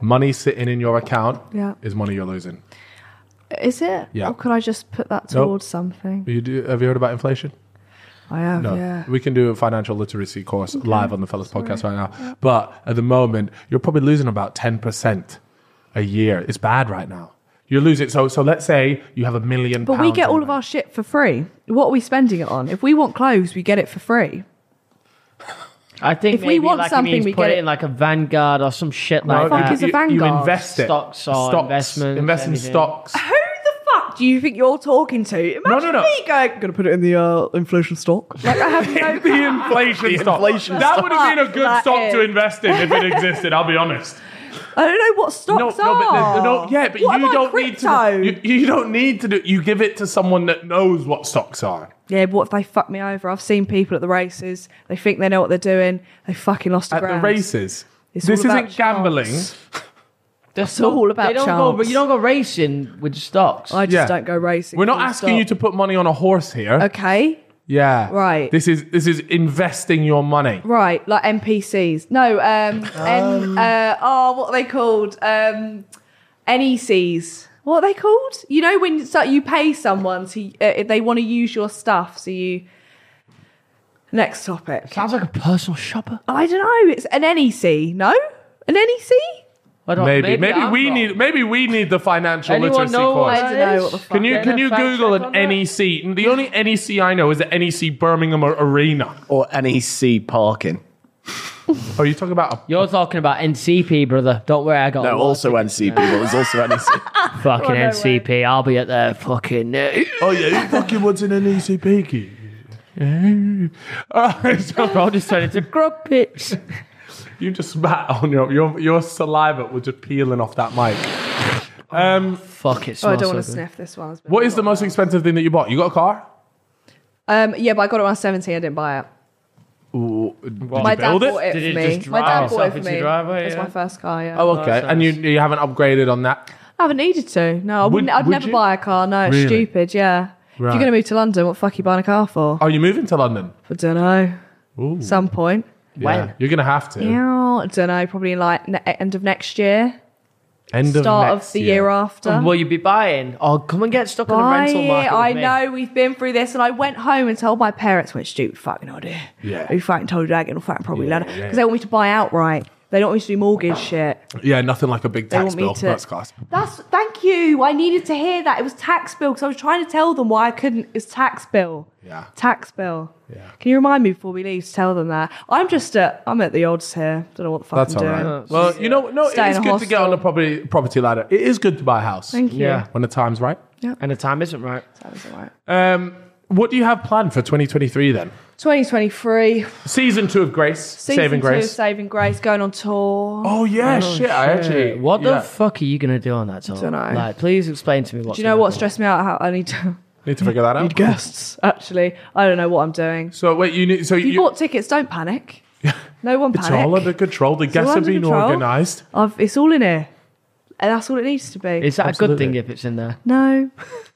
S1: Money sitting in your account
S4: Yeah.
S1: is money you're losing.
S4: Is it?
S1: Yeah.
S4: Or could I just put that
S1: Nope.
S4: towards something?
S1: You do, have you heard about inflation?
S4: I have,
S1: No.
S4: Oh, yeah.
S1: We can do a financial literacy course live on the Fellas podcast right now. But at the moment, you're probably losing about 10% a year. It's bad right now. You're losing. So so let's say you have a million
S4: But
S1: pounds
S4: we get
S1: in
S4: all of
S1: there.
S4: our shit for free. What are we spending it on? If we want clothes, we get it for free.
S2: I think
S4: If we
S2: maybe,
S4: want
S2: like, it
S4: something,
S2: means
S4: we
S2: put
S4: get
S2: it
S4: it-
S2: in like a Vanguard or some shit
S1: No,
S2: like
S1: you-
S2: that.
S4: It's
S1: you-
S4: a
S1: You
S4: vanguard.
S1: invest it.
S2: Stocks or investments,
S1: Invest in
S2: anything.
S1: stocks.
S4: Who the fuck do you think you're talking to? Imagine
S1: No, no, no.
S4: me going, going to put it in the uh, inflation stock. Like, I have no...
S1: the inflation stock.
S5: inflation
S1: that would have been a good
S4: That
S1: stock to
S4: is.
S1: invest in if it existed. I'll be honest.
S4: I don't know what
S1: No,
S4: stocks
S1: no, but
S4: are.
S1: there's- no, yeah, but
S4: What
S1: you
S4: am I,
S1: don't
S4: crypto?
S1: need to. You, you don't need to do. You give it to someone that knows what stocks are.
S4: Yeah, but what if they fuck me over? I've seen people at the races. They think they know what they're doing. They fucking lost a
S1: At
S4: grand.
S1: the races,
S4: It's
S1: this
S4: all about
S1: isn't gambling.
S4: chance.
S2: That's
S4: all about
S2: They don't go,
S4: chance.
S2: but you don't go racing with stocks.
S4: I just
S1: Yeah.
S4: don't go racing.
S1: We're not
S4: full
S1: asking
S4: stop.
S1: you to put money on a horse here.
S4: Okay,
S1: Yeah,
S4: Right.
S1: This is this is investing your money.
S4: right, like NPCs. No, um, N, uh, oh, what are they called? Um, NECs. What are they called? You know when you start- you pay someone to uh, if they want to use your stuff, so you. Next topic.
S2: Sounds like a personal shopper.
S4: I don't know. It's an NEC. No, an E NEC.
S2: I don't-
S1: Maybe, maybe,
S2: I'm
S1: we
S2: wrong.
S1: need maybe we need the financial
S2: Anyone
S1: literacy
S2: know
S1: course.
S2: what
S4: I
S2: that
S4: don't know
S2: is?
S4: what the fuck.
S1: Can you
S2: Get
S1: can
S2: a
S1: you
S2: fact
S1: Google
S2: check on
S1: an
S2: that.
S1: NEC? The only NEC I know is the NEC Birmingham Arena.
S5: Or NEC parking.
S1: Oh, you talking about a
S2: You're talking about NCP, brother. Don't worry, I got a
S5: No,
S2: lot
S5: also NCP, but there's also E <laughs> NEC.
S2: of fucking
S4: no
S2: NCP. I'll be at the fucking.
S1: Oh yeah, who fucking wants an E NEC <laughs> piggy? Alright, so Oh,
S2: Bro, just turned into grub pits.
S1: You just spat on your your your saliva was just peeling off that mic. Um,
S2: Fuck it.
S4: Oh, I
S2: Smells
S4: don't want to
S2: so good.
S4: sniff this one.
S1: what is the most expensive thing that you bought? You got a car?
S4: Um, yeah, but I got it when I was 17. I didn't buy it.
S1: Did
S4: My
S1: you
S4: dad
S1: build
S4: bought it
S2: Did
S4: for
S2: it
S4: me.
S2: just
S4: My
S2: drive
S4: dad bought
S2: itself
S4: it for
S2: into
S4: me.
S2: your driveway,
S4: It's
S2: yeah?
S4: my first car, yeah.
S1: Oh, okay.
S2: Nice,
S1: And you you haven't upgraded on that.
S4: I haven't needed to. No, I
S1: Would-
S4: wouldn't. I'd
S1: would
S4: never
S1: you?
S4: buy a car. No, it's
S1: Really?
S4: stupid. Yeah. If
S1: Right.
S4: you're gonna move to London, what the fuck are you buying a car for?
S1: Are you Oh, moving to London?
S4: I don't know.
S1: Ooh.
S4: Some point.
S1: Yeah,
S2: When?
S1: you're gonna have to.
S4: Yeah, I don't know. Probably like ne- end of next year,
S1: End
S4: start
S1: of,
S4: of,
S1: next Oh,
S4: the year, after.
S2: And will you be buying? Oh, come and get stuck on the
S4: Buy
S2: rental
S4: it.
S2: market.
S4: I
S2: with me.
S4: know we've been through this, and I went home and told my parents, "Which stupid fucking idea?
S1: Yeah.
S4: who fucking told you that? Getting fucking probably
S1: Yeah,
S4: ladder because
S1: yeah. Ah.
S4: they want me to buy outright. They don't want me to do mortgage shit.
S1: Yeah, nothing like a big
S4: They
S1: tax
S4: want me
S1: bill.
S4: to-
S1: That's class.
S4: That's thank you. I needed to hear that. It was tax bill because I was trying to tell them why I couldn't. It's tax bill.
S1: Yeah.
S4: Tax bill.
S1: Yeah.
S4: Can you remind me before we leave to tell them that? I'm just at I'm at the odds here. Don't know what the fuck
S1: That's
S4: I'm
S1: all
S4: doing.
S1: right. Well, you know, no,
S4: Stay
S1: it is
S4: in a
S1: good to get
S4: hostel.
S1: on the property property ladder. It is good to buy a house.
S4: Thank you.
S2: Yeah.
S1: When the time's right.
S2: And the time isn't right.
S4: That was all right.
S1: Um, what do you have planned for 2023 then?
S4: 2023
S1: Season two of Grace,
S4: season
S1: Saving
S4: two,
S1: Grace.
S4: Saving Grace, going on tour.
S1: oh yeah, shit, I actually.
S2: What
S1: yeah.
S2: the fuck are you gonna do on that tour?
S4: Dunno.
S2: Like, please explain to me what.
S4: Do you know what stressed me out? How I need to <laughs>
S1: Need to figure that out.
S4: need guests. Actually, I don't know what I'm doing.
S1: So wait, you need so
S4: If you,
S1: you.
S4: bought tickets, don't panic. No one
S1: it's all under
S4: panic.
S1: control. The guests
S4: all
S1: are
S4: under
S1: being
S4: control.
S1: organised.
S4: I've, it's all in here, and that's all it needs to be.
S2: Is that a
S1: Absolutely.
S2: good thing if it's in there?
S4: No.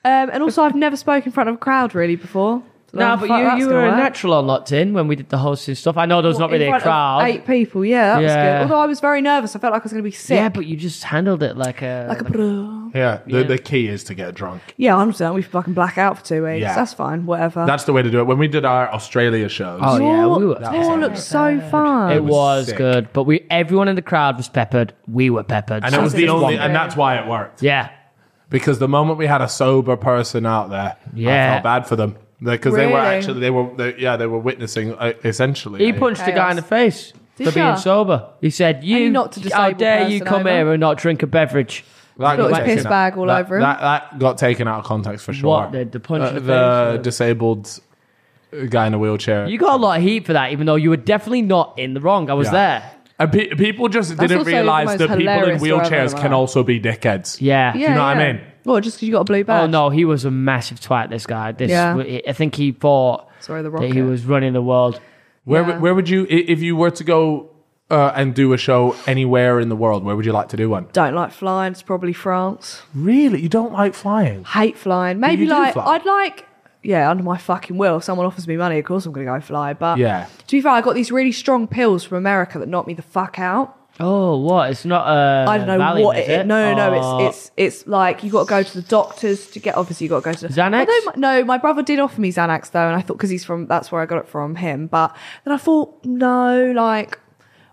S4: Um, and also, I've never spoke in front of a crowd really before. So
S2: No,
S4: how the
S2: but
S4: fuck that's
S2: you, you
S4: gonna
S2: were a
S4: work.
S2: natural on locked in when we did the hosting stuff. I know there was not
S4: In
S2: really a
S4: front of
S2: crowd.
S4: Eight people, yeah, that
S2: Yeah.
S4: was good. Although I was very nervous, I felt like I was going to be sick.
S2: yeah, but you just handled it like a.
S4: like a bro.
S1: Yeah, the,
S2: Yeah.
S1: the key is to get drunk.
S4: Yeah, I'm done. We fucking black out for two weeks.
S1: Yeah.
S4: That's fine. Whatever.
S1: That's the way to do it. When we did our Australia shows,
S2: Oh, yeah, we were-
S4: Your
S2: that was
S4: tour looked so fun.
S2: it
S1: was
S2: was
S1: sick.
S2: good, but we everyone in the crowd was peppered. We were peppered,
S1: and it was
S4: Something
S1: the
S4: is
S1: only,
S4: wrong.
S1: and that's why it worked.
S2: yeah,
S1: Because the moment we had a sober person out there, I
S2: Yeah.
S1: felt bad for them because they were
S4: Really?
S1: actually they were they, yeah they were witnessing uh, essentially.
S2: he
S1: a-
S2: punched the guy in the face
S4: Did
S2: for being
S4: ya?
S2: sober. He said, "You,
S4: he knocked a
S2: how
S4: disabled
S2: dare you
S4: person
S2: come
S4: over?
S2: here and not drink a beverage?"
S1: That
S4: Got
S1: got
S4: his
S1: taken
S4: piss
S1: out.
S4: bag all
S1: That-
S4: over him.
S1: That, that got taken out of context for sure. Uh,
S2: What, the- the punch in the face,
S1: the
S2: yeah.
S1: disabled guy in a wheelchair.
S2: You got a lot of heat for that, even though you were definitely not in the wrong. I was
S1: Yeah.
S2: there.
S1: and pe- people just didn't
S4: also the
S1: realize
S4: most
S1: that people in
S4: hilarious story I've
S1: wheelchairs
S4: ever
S1: can
S4: heard.
S1: also be dickheads.
S2: Yeah.
S1: you
S4: yeah,
S1: know what I
S4: yeah.
S1: mean?
S4: Well, just because you got a blue badge.
S2: Oh no, he was a massive twat. This guy. This.
S4: Yeah.
S2: I think he thought
S4: Sorry, the
S2: that he
S4: rocket.
S2: was running the world.
S1: Where
S4: Yeah.
S1: would- where would you i- if you were to go uh, and do a show anywhere in the world? Where would you like to do one?
S4: Don't like flying. It's probably France.
S1: Really, you don't like flying?
S4: Hate flying. Maybe
S1: you do
S4: like
S1: fly.
S4: I'd like. Yeah, under my fucking will. If someone offers me money, of course I'm going to go fly. But
S1: Yeah.
S4: to be fair, I got these really strong pills from America that knocked me the fuck out.
S2: Oh, what? It's not uh,
S4: I don't know
S2: Valium,
S4: what
S2: is
S4: it,
S2: it.
S4: No,
S2: Oh.
S4: no, no. It's it's it's like you got to go to the doctors to get. Obviously, you got to go to the
S2: Xanax?
S4: Although my- no, my brother did offer me Xanax though, and I thought because he's from that's where I got it from him. But then I thought no, like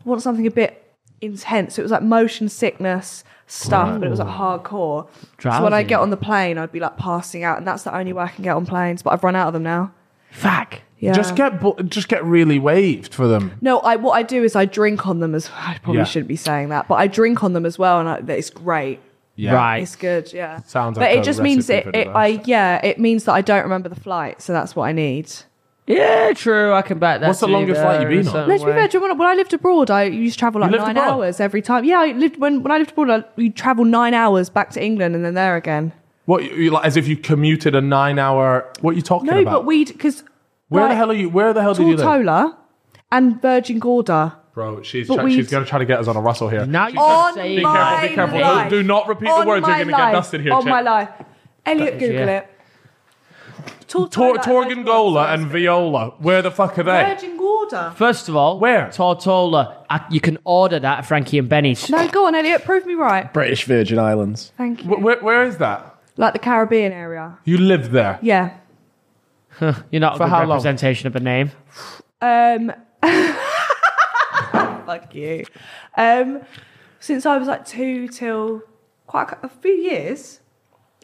S4: I want something a bit intense. It was like motion sickness stuff, but it was like hardcore. So when
S2: Drowsy.
S4: I get on the plane, I'd be like passing out, and that's the only way I can get on planes. But I've run out of them now.
S2: Fuck.
S4: Yeah.
S1: Just get bu- just get really waved for them.
S4: No, I what I do is I drink on them as <laughs> I probably
S1: Yeah.
S4: shouldn't be saying that, but I drink on them as well, and I, it's great.
S1: Yeah.
S2: Right.
S4: It's good, yeah.
S1: Sounds
S4: but
S1: like a
S4: it just means
S1: recipe
S4: it,
S1: for
S4: it
S1: disaster.
S4: I yeah, it means that I don't remember the flight, so that's what I need.
S2: Yeah, true. I can back that.
S1: What's the
S2: to you
S1: longest
S2: there
S1: flight you've
S2: in
S1: been
S2: a
S1: on?
S2: certain
S4: Let's be
S2: way.
S4: fair, do you know when I lived abroad, I used to travel like
S1: lived
S4: nine
S1: abroad?
S4: hours every time. Yeah, I lived when when I lived abroad, I, we travel nine hours back to England and then there again.
S1: What you, you, like, as if you commuted a nine hour? What are you talking
S4: No,
S1: about?
S4: but we'd because
S1: where the hell are you? Where the hell did you live?
S4: Tortola and Virgin Gorda.
S1: Bro, she's
S4: But
S1: try-
S4: we'd-
S1: she's gonna try to get us on a rustle here.
S2: Now you're
S4: On
S2: just saying
S1: be
S4: my
S1: careful, be careful.
S4: life.
S1: Do, do not repeat
S4: on
S1: the words. You're
S4: my
S1: gonna get
S4: life,
S1: dusted here.
S4: On
S1: Chip.
S4: my life. Elliot,
S2: is-
S4: Google
S2: yeah.
S4: it. Tortola
S1: Tor-
S4: and Virgin
S1: Torgongola and Viola. Where the fuck are they?
S4: Virgin Gorda.
S2: First of all,
S1: Where?
S2: Tortola? I, you can order that at Frankie and Benny's.
S4: No, go on, Elliot. Prove me right.
S5: British Virgin Islands.
S4: Thank you.
S1: Wh- where- where is that?
S4: like the Caribbean area.
S1: You live there.
S4: Yeah.
S2: You're not a
S1: For
S2: good
S1: how long?
S2: representation of a name. <laughs>
S4: Um, fuck you. Um, since I was like two till quite a, a few years,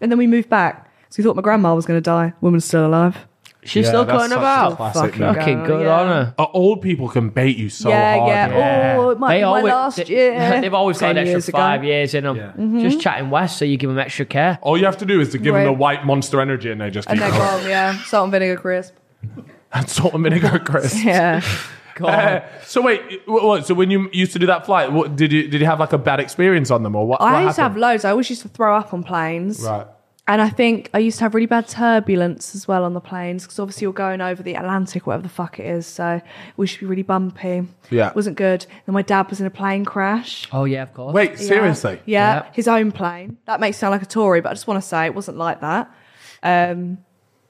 S4: and then we moved back. So we thought my grandma was going to die. Woman's still alive.
S2: She's
S1: Yeah,
S2: still
S1: that's
S2: going
S1: such a
S2: about.
S1: classic
S4: Fucking
S1: name.
S4: go.
S2: Fucking good
S4: Yeah.
S2: on her.
S1: Uh, old people can bait you so
S4: yeah,
S1: hard.
S4: yeah,
S1: man.
S4: Oh, it might be my last
S2: they, <laughs>
S4: year.
S2: They've always got
S4: 10
S2: an extra
S4: years ago. Mm-hmm.
S2: five years in them.
S1: Yeah.
S2: Just chatting west, so you give them extra care.
S1: All you have to do is to give them the
S4: Right.
S1: white monster energy, and they just
S2: <laughs>
S1: <laughs>
S4: And
S1: keep
S4: they're
S1: going.
S4: gone, yeah. Salt and vinegar crisp. <laughs>
S1: And salt and vinegar crisps.
S4: Yeah.
S2: God.
S1: <laughs> so wait, what, what, so when you used to do that flight, what, did you did you have like a bad experience on them or what?
S4: I
S1: what
S4: used to have
S1: happened?
S4: loads. I always used to throw up on planes.
S1: right.
S4: And I think I used to have really bad turbulence as well on the planes because obviously you're going over the Atlantic, whatever the fuck it is. So we should be really bumpy.
S1: Yeah.
S4: Wasn't good. Then my dad was in a plane crash.
S2: Oh, yeah, of course.
S1: Wait, seriously?
S4: Yeah.
S2: Yeah.
S4: His own plane. That makes it sound like a Tory, but I just want to say it wasn't like that. Um,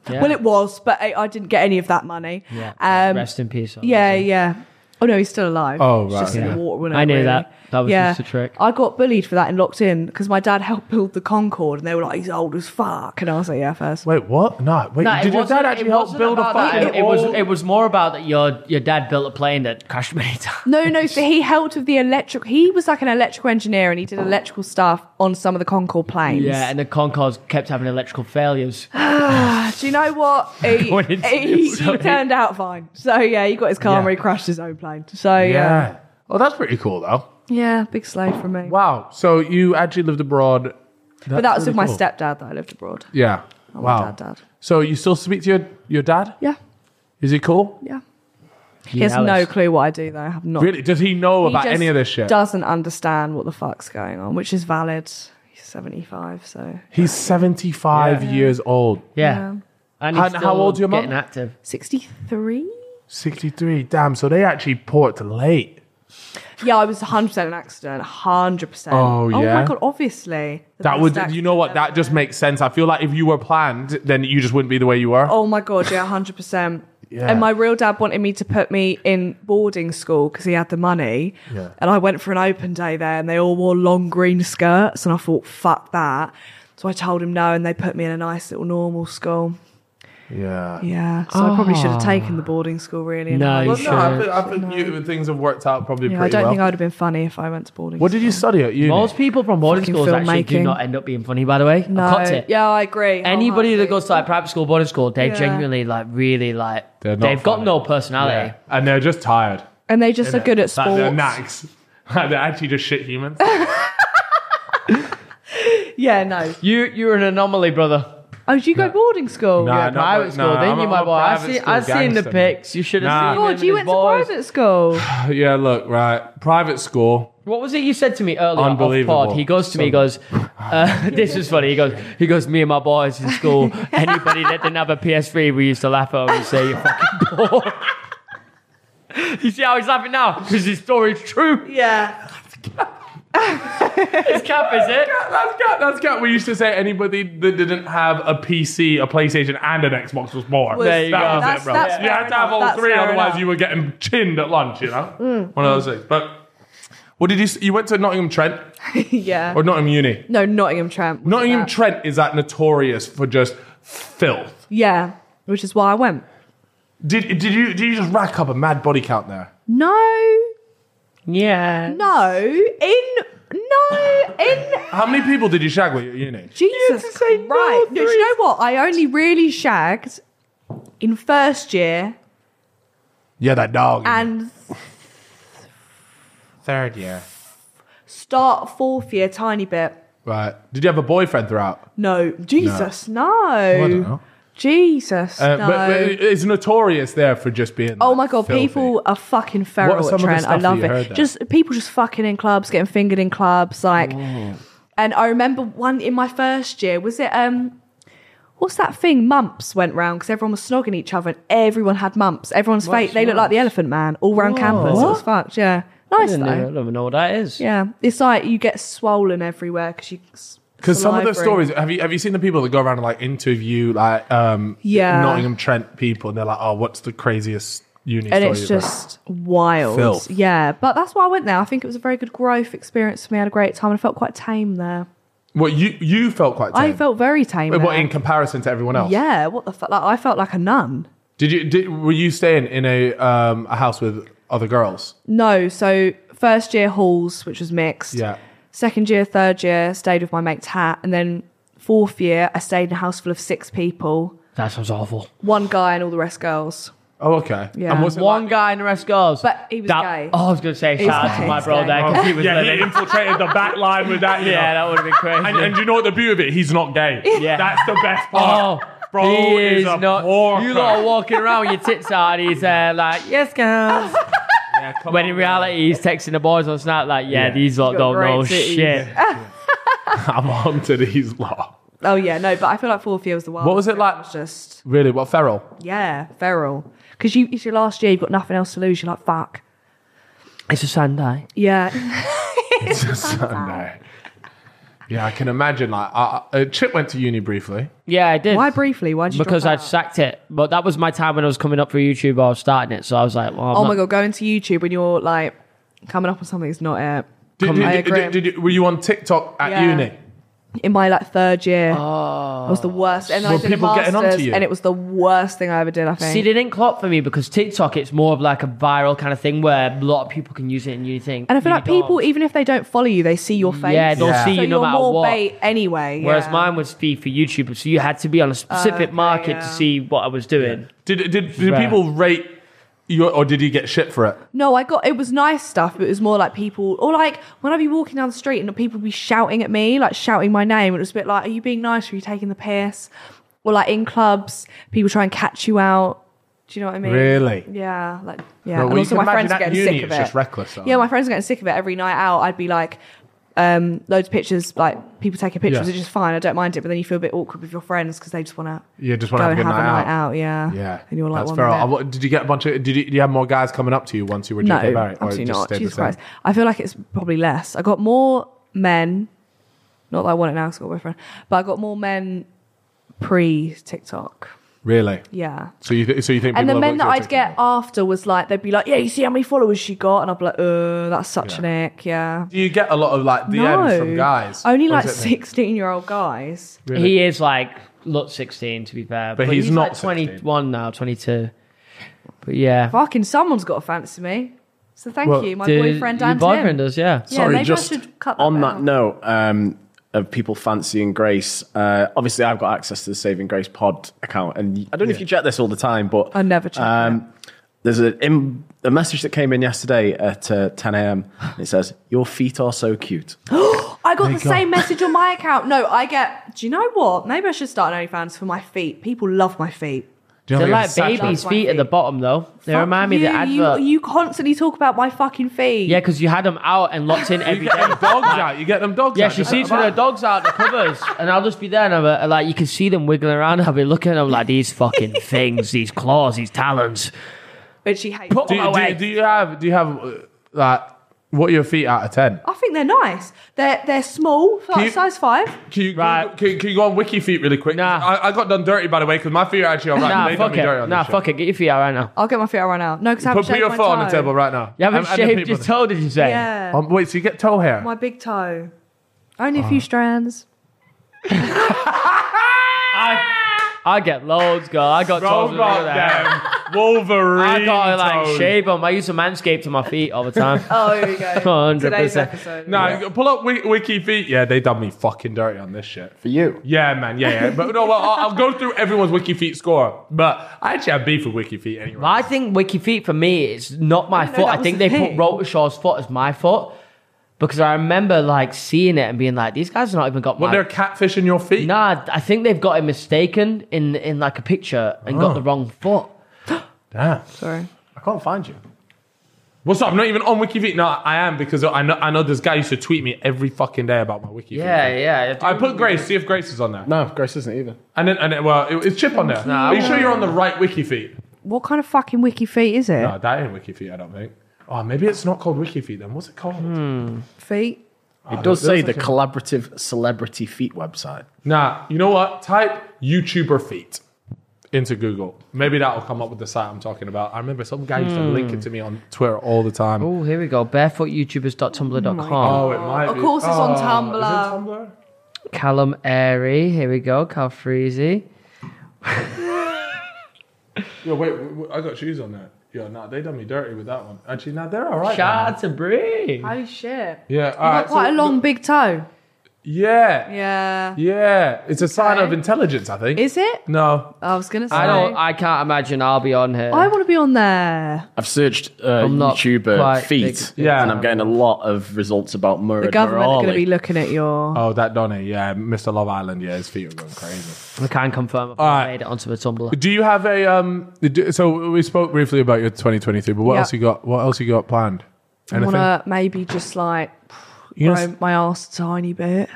S2: Yeah.
S4: Well, it was, but I, I didn't get any of that money.
S2: Yeah.
S4: Um,
S2: Rest in peace.
S4: yeah, yeah. Oh no, he's still alive.
S1: Oh,
S4: He's
S1: right,
S4: just in
S1: yeah.
S4: the water. wasn't
S2: I
S4: it,
S2: knew
S4: really?
S2: that. That was just a trick.
S4: I got bullied for that and locked in because my dad helped build the Concorde, and they were like, "He's old as fuck," and I was like, "Yeah, first.
S1: Wait, what? No, wait.
S2: No, it
S1: did your
S2: wasn't-
S1: dad
S2: it
S1: actually help
S2: wasn't
S1: build a
S2: about that.
S1: fucking?
S2: It, it was.
S1: old-
S2: It was more about that your your dad built a plane that crashed many times.
S4: No, no.
S2: <laughs>
S4: So he helped with the electric. He was like an electrical engineer, and he did electrical stuff on some of the Concorde planes.
S2: Yeah, and the Concords kept having electrical failures.
S4: Do you
S2: <laughs>
S4: know what? He,
S2: Going into
S4: he,
S2: this,
S4: he
S2: sorry.
S4: turned out fine. So yeah, he got his car and
S1: Yeah.
S4: he crashed his own plane. So yeah,
S1: yeah. Oh, that's pretty cool though.
S4: yeah, big slave for me.
S1: Wow. So you actually lived abroad.
S4: but that was with my
S1: cool.
S4: stepdad that I lived abroad.
S1: Yeah.
S4: my
S1: wow.
S4: dad, dad.
S1: So you still speak to your your dad?
S4: Yeah,
S1: Is he cool?
S4: yeah. He has no clue what I do though. I have not
S1: Really? Does he know
S4: He
S1: about
S4: just
S1: any of this shit?
S4: Doesn't understand what the fuck's going on, which is valid. He's seventy five, so
S1: He's seventy five years old.
S2: Yeah. And
S1: How-
S2: he's
S1: how
S2: still
S1: old's your mum?
S2: Getting active.
S4: sixty three.
S1: Sixty three. Damn. So they actually ported late.
S4: Yeah, I was hundred percent an accident. Hundred percent.
S1: Oh,
S4: Oh
S1: yeah?
S4: my god! Obviously, The
S1: That
S4: best
S1: would, you
S4: accident
S1: know what?
S4: ever.
S1: That just makes sense. I feel like if you were planned, then you just wouldn't be the way you were.
S4: Oh my god! Yeah, hundred percent.
S1: Yeah.
S4: And my real dad wanted me to put me in boarding school because he had the money.
S1: Yeah.
S4: And I went for an open day there, and they all wore long green skirts, and I thought, fuck that. So I told him no, and they put me in a nice little normal school.
S1: Yeah.
S4: Yeah. So I probably should have taken the boarding school really. in
S2: Ah. No,
S4: high
S2: you
S1: Well,
S4: school.
S1: no, I think, I think you, things have worked out probably
S4: Yeah, I
S1: pretty
S4: don't
S1: well.
S4: think I would have been funny if I went to boarding.
S1: what did you study at uni?
S2: Most people from boarding
S4: Fucking
S2: schools actually do
S4: filmmaking.
S2: not end up being funny. By the way,
S4: school.
S2: I caught it.
S4: Yeah, I agree.
S2: Anybody that goes to like private school, boarding school, they
S4: Yeah.
S2: genuinely like really like
S1: They're not
S2: they've got
S1: funny.
S2: no
S1: Yeah.
S2: personality.
S1: And they're just tired.
S4: and they just are good
S1: Like,
S4: at sports.
S1: they're <laughs> nags. they're actually just shit
S4: <laughs>
S1: humans.
S4: Yeah, no.
S2: You you're an anomaly, brother.
S4: Oh, did you go boarding school?
S1: Nah,
S2: You're at
S1: not-
S2: private school,
S1: nah,
S2: didn't
S1: I'm
S2: you,
S1: a-
S2: my
S1: I'm a
S2: boy? I
S1: private
S2: see
S1: school
S2: I seen the
S1: gangster, man.
S2: pics. You should have
S1: Nah.
S2: seen him
S4: God,
S2: and
S4: you
S2: his
S4: went to
S2: boys.
S1: <laughs>
S4: private school.
S1: <laughs> yeah, look, right. Private school.
S2: What was it you said to me earlier?
S1: Unbelievable.
S2: Off pod? He goes to me, he goes, uh, <laughs> "This is funny." He goes, "He goes, me and my boys in
S4: <laughs>
S2: school. Anybody that didn't have a PS3, we used to laugh at him and say you're fucking bored." <laughs> you see how he's laughing now because his story's true.
S4: Yeah.
S2: His cap is it?
S1: That's cat. That's cat. We used to say anybody that didn't have a PC, a PlayStation, and an Xbox was bored.
S2: There you
S1: that
S2: go.
S1: was
S4: That's-
S1: it, bro.
S4: that's
S1: you
S4: fair
S1: had to have
S4: enough.
S1: all
S4: That's
S1: three,
S4: fair
S1: otherwise
S4: enough. Hmm.
S1: you were getting chinned at lunch. You know, one of those things. But what did you? s- You went to Nottingham Trent
S4: <laughs> yeah.
S1: or Nottingham Uni?
S4: No, Nottingham Tramp.
S1: Nottingham Trent is that notorious for just filth.
S4: Yeah, which is why I went.
S1: Did did you did you just rack up a mad body count there?
S4: No,
S2: Yeah.
S4: no, in no, in
S1: How many people did you shag with at uni?
S4: Jesus
S2: to say no
S4: Christ. No, do
S2: three-
S4: you know what? I only really shagged in first year
S1: Yeah, that dog.
S4: and
S1: Third year.
S4: start fourth year tiny bit.
S1: Right. Did you have a boyfriend throughout?
S4: No, Jesus, no.
S1: I don't know.
S4: Jesus,
S1: Uh,
S4: no.
S1: but, but it's notorious there for just being.
S4: Oh
S1: like,
S4: my god,
S1: filthy.
S4: people are fucking
S1: What are
S4: feral
S1: some
S4: at
S1: of the
S4: Trent. I
S1: stuff that
S4: love
S1: you heard
S4: it.
S1: there?
S4: Just people just fucking in clubs, getting fingered in clubs, like.
S1: Oh.
S4: And I remember one in my first year. Was it um, what's that thing? Mumps went round because everyone was snogging each other, and everyone had mumps. Everyone's fake. They looked like the Elephant Man all round campus. It was fucked. Yeah,
S2: I
S4: nice
S2: didn't know, I
S4: though.
S2: don't even know what that is.
S4: Yeah, it's like you get swollen everywhere because you.
S1: Because some of the
S4: salivary.
S1: stories, have you have you seen the people that go around and like interview like um
S4: Yeah.
S1: Nottingham Trent people, and they're like, oh, what's the craziest uni?
S4: and
S1: story
S4: it's
S1: you've heard?"
S4: just wild.
S1: Filth.
S4: Yeah, but that's why I went there. I think it was a very good growth experience for me. I had a great time and I felt quite tame there.
S1: well, you you felt quite. Tame.
S4: I felt very tame.
S1: What
S4: there.
S1: in comparison to everyone else?
S4: yeah, what the fuck? Like, I felt like a nun.
S1: Did you did, were you staying in a um a house with other girls?
S4: No, so first year halls, which was mixed.
S1: Yeah.
S4: Second year, third year, stayed with my mate's hat, and then fourth year, I stayed in a house full of six people,
S2: That sounds awful.
S4: one guy and all the rest girls.
S1: Oh, okay.
S4: Yeah.
S1: And what's it
S2: One
S1: like-
S2: guy and the rest girls.
S4: But he was
S2: That-
S4: gay.
S2: Oh, I was gonna say shout out to
S4: gay.
S2: my
S4: He's
S2: bro
S4: gay.
S2: there 'cause Oh, he was
S1: yeah, he
S2: living.
S1: infiltrated the back line with that. You
S2: <laughs> Yeah,
S1: know.
S2: that would have been crazy.
S1: And, and you know what the beauty of it? He's not gay.
S2: Yeah.
S1: That's the best
S2: Oh,
S1: part. Bro
S2: he
S1: is,
S2: is
S1: a
S2: not.
S1: porker.
S2: You lot are walking around with your tits out. He's uh, like, yes, girls.
S1: Yeah, come
S2: When
S1: on,
S2: in
S1: man.
S2: reality, he's texting the boys on Snap like, yeah,
S5: Yeah.
S2: these lot
S4: got
S2: don't
S4: great
S2: know
S4: titties.
S2: shit.
S1: <laughs> I'm on to these lot.
S4: Oh yeah, no, but I feel like fourth year was the wild.
S1: What was it like?
S4: Just
S1: Really? What feral?
S4: yeah, feral. Because you, it's your last year, you've got nothing else to lose. You're like, fuck.
S2: It's a Sunday.
S4: Yeah,
S1: Sunday. Yeah, I can imagine. Like, I, I, uh, Chip went to uni briefly.
S2: Yeah, I did.
S4: why briefly? Why did you?
S2: Because
S4: drop
S2: I'd
S4: out?
S2: sacked it. But that was my time when I was coming up for YouTube. I was starting it. So I was like, well, I'm
S4: Oh
S2: not-
S4: my god, going to YouTube when you're like coming up on something is not it.
S1: Did,
S4: I
S1: did,
S4: agree.
S1: did, did, you- were you on TikTok at
S4: Yeah.
S1: uni?
S4: in my like third year. I was the worst, and then I
S1: Ah. Were
S4: did a
S1: people getting onto
S4: masters,
S1: you?
S4: and it was the worst thing I ever did. I think.
S2: See, they didn't clock for me because TikTok, it's more of like a viral kind of thing where a lot of people can use it and you think.
S4: and I feel
S2: you
S4: like people,
S2: don't.
S4: even if they don't follow you, they see your face.
S2: Yeah, they'll
S1: Yeah.
S2: see
S4: so
S2: you no
S4: you're
S2: matter
S4: more
S2: what.
S4: bait anyway.
S2: Whereas
S4: yeah.
S2: mine was fee for YouTube, so you had to be on a specific
S4: Okay,
S2: market
S4: yeah.
S2: to see what I was doing.
S1: Did did, did, did
S2: Right.
S1: people rate you, or did you get shit for it?
S4: No, I got it was nice stuff, but it was more like people or like when I'd be walking down the street and people would be shouting at me, like shouting my name. It was a bit like, Are you being nice? Are you taking the piss? Or like in clubs, people try and catch you out. Do you know what I mean?
S1: Really?
S4: Yeah, like yeah.
S1: Well,
S4: and
S1: you can
S4: also, my
S1: imagine
S4: friends are
S1: at
S4: getting
S1: uni,
S4: sick of
S1: it's
S4: it.
S1: just reckless, aren't
S4: Yeah,
S1: they?
S4: my friends are getting sick of it every night out. I'd be like, um, loads of pictures, like people taking pictures,
S1: Yeah.
S4: it's just fine. I don't mind it, but then you feel a bit awkward with your friends because they just want to
S1: You just
S4: go
S1: want to have a
S4: and
S1: good
S4: have
S1: night,
S4: a night
S1: out.
S4: out. Yeah,
S1: Yeah,
S4: And you're like,
S1: that's
S4: one
S1: fair.
S4: minute.
S1: I wa- Did you get a bunch of? Did you, did you have more guys coming up to you once you were
S4: No,
S1: JK Barrett, or it
S4: absolutely
S1: just
S4: not.
S1: stayed the
S4: Jesus
S1: same?
S4: Christ. I feel like it's probably less. I got more men, not that I want it now 'cause I got a boyfriend, but I got more men pre TikTok.
S1: Really?
S4: Yeah.
S1: So you th- so you think?
S4: And the
S1: people have
S4: men that
S1: looked
S4: I'd
S1: at your
S4: get after was like, they'd be like, yeah, you see how many followers she got? And I'd be like, oh, that's such
S1: Yeah.
S4: an ick. Yeah.
S1: TikTok? Do you get a lot of like DMs from guys?
S4: Only
S1: Or is
S4: like
S1: it me?
S4: 16 year old guys.
S1: Really?
S2: He is like look sixteen to be fair,
S1: But he's not
S2: like
S1: 16.
S2: twenty one now, twenty two. But yeah,
S4: Fucking someone's got to fancy me. So thank
S1: Well,
S4: you. My
S2: Dude,
S4: boyfriend
S2: your
S4: and
S2: boyfriend
S4: him.
S2: does, yeah.
S4: Yeah,
S5: Sorry,
S4: maybe I
S5: just
S4: should cut that
S5: on
S4: bit
S5: that
S4: out.
S5: note um, of people fancying Grace. Uh, obviously, I've got access to the Saving Grace Pod account, and I don't know if you check this all the time, but um,
S4: I never check
S5: There's a, in, a message that came in yesterday at uh, 10 a.m. and It says, "Your feet are so cute."
S4: I got
S1: There
S4: the
S1: you go.
S4: same message on my account. No, I get. Do you know what? Maybe I should start an OnlyFans for my feet. People love my feet.
S1: Do you
S2: They're
S1: think
S2: like
S1: it's saturated?
S2: babies'
S4: That's
S2: feet at the bottom though. They
S4: Fuck
S2: remind me
S4: you,
S2: of the
S4: you-
S2: advert.
S4: You, constantly talk about my fucking feet.
S2: yeah, because you had them out and locked
S4: <laughs>
S2: in every
S1: You get
S2: day.
S1: them dogs out. You get them dogs
S2: Yeah,
S1: out.
S2: she
S1: Just
S2: sees
S1: let
S2: when her
S1: them out.
S2: dogs out the covers, <laughs> and I'll just be there, and I'm uh, like, you can see them wiggling around. I'll be looking, I'm like, these
S4: <laughs>
S2: fucking things, these claws, these talons.
S4: but she hates.
S2: Put-
S4: them.
S2: Oh,
S1: Do, do,
S2: wait.
S1: do you have? Do you have uh, like what are your feet out of ten?
S4: I think they're nice. They're they're small, for like
S1: you-
S4: size five.
S1: Can you,
S2: Right.
S1: can, you, can you go on Wiki Feet really quick?
S2: Nah.
S1: I, I got done dirty by the way because my feet are actually alright.
S2: Nah,
S1: they done
S2: fuck
S1: me dirty
S2: it.
S1: on
S2: Nah,
S1: this show.
S2: fuck it. Get your feet out right now.
S4: I'll get my feet out right now. No, because I haven't
S1: Put, put
S4: shaved
S1: your
S4: my
S1: foot on the
S4: toe.
S1: table right now.
S2: You haven't
S1: And- and the
S2: shaved
S1: people
S2: your toe, did you say?
S4: Yeah,
S1: Um, wait, so you get toe hair?
S4: my big toe. Only
S1: Oh.
S4: a few strands.
S2: I, I get loads, girl. I got
S1: Bro,
S2: toes.
S1: got
S2: look at that. <laughs>
S1: them Wolverine.
S2: I got like
S1: toes.
S2: shave them. I use a manscape to my feet all the
S4: <laughs>
S2: time.
S4: Oh, here we
S1: <laughs>
S4: go.
S2: 100%.
S4: Today's episode.
S1: No, pull up Wiki, Wiki Feet. Yeah, they done me fucking dirty on this shit.
S5: For you,
S1: Yeah, man. Yeah, yeah. But no, well, I'll, I'll go through everyone's Wiki Feet score. But I actually have beef with Wiki Feet anyway.
S2: I think Wiki Feet for me is not my
S4: didn't know
S2: foot.
S4: that
S2: I
S4: was
S2: think
S4: a
S2: they put
S4: thing.
S2: Rotashaw's foot as my foot because I remember like seeing it and being like, these guys have not even got
S1: What,
S2: my
S1: they're catfishing your feet?
S2: Nah, I think they've got it mistaken in in like a picture and
S1: Oh.
S2: got the wrong foot.
S1: Damn.
S4: Sorry.
S5: I can't find you.
S1: What's up? I'm not even on Wiki Feet. No, I am because I know, I know this guy used to tweet me every fucking day about my Wiki
S2: Yeah,
S1: Feet.
S2: yeah.
S1: I put Grace, see if Grace is on there.
S5: No, Grace isn't either.
S1: And then, and then well, it, it's Chip on there. Are you sure you're on the right Wiki Feet?
S4: What kind of fucking wiki feet is it?
S1: No, that ain't Wiki Feet, I don't think. Oh, maybe it's not called Wiki Feet then. What's it called?
S4: Hmm. Feet.
S5: It does say the
S1: actually-
S5: collaborative celebrity feet website.
S1: Nah, you know what? Type YouTuber feet into Google. Maybe that'll come up with the site I'm talking about. I remember some guy used to
S4: Hmm.
S1: link it to me on Twitter all the time.
S2: Oh, here we go. Barefootyoutubers.tumblr.com.
S1: Oh, it might
S4: Of
S1: be.
S4: course it's on
S1: Oh, is it
S4: Tumblr.
S1: Tumblr?
S2: Callum Airy. Here we go. Cal Freezy.
S1: Yo, wait, w- w- I got shoes on there. Yeah, nah, they done me dirty with that one. Actually, nah, they're all right.
S2: Shout
S1: man.
S2: out to Bree.
S4: Oh shit.
S1: Yeah, all right.
S4: Quite
S1: so-
S4: a long big toe.
S6: Yeah.
S4: Yeah.
S6: Yeah. It's a sign
S4: Okay.
S6: of intelligence, I think.
S4: Is it?
S6: no.
S4: I was gonna say.
S2: I don't. I can't imagine I'll be on here.
S4: I want to be on there.
S5: I've searched uh,
S2: I'm not
S5: YouTuber
S2: quite
S5: feet,
S2: big-
S6: Yeah.
S5: and I'm getting a lot of results about Murad
S4: The government are going to
S5: Morali.
S4: be looking at your.
S6: Oh, that Donny. Yeah. Mr. Love Island. Yeah. His feet are going crazy.
S2: I can confirm. I've
S6: Alright.
S2: made it onto the Tumblr.
S6: Do you have a um? do- So we spoke briefly about your 2023, but what
S4: Yeah.
S6: else you got? What else you got planned?
S4: I
S6: Anything?
S4: want to maybe just like
S6: You know-
S4: grow my ass a tiny bit.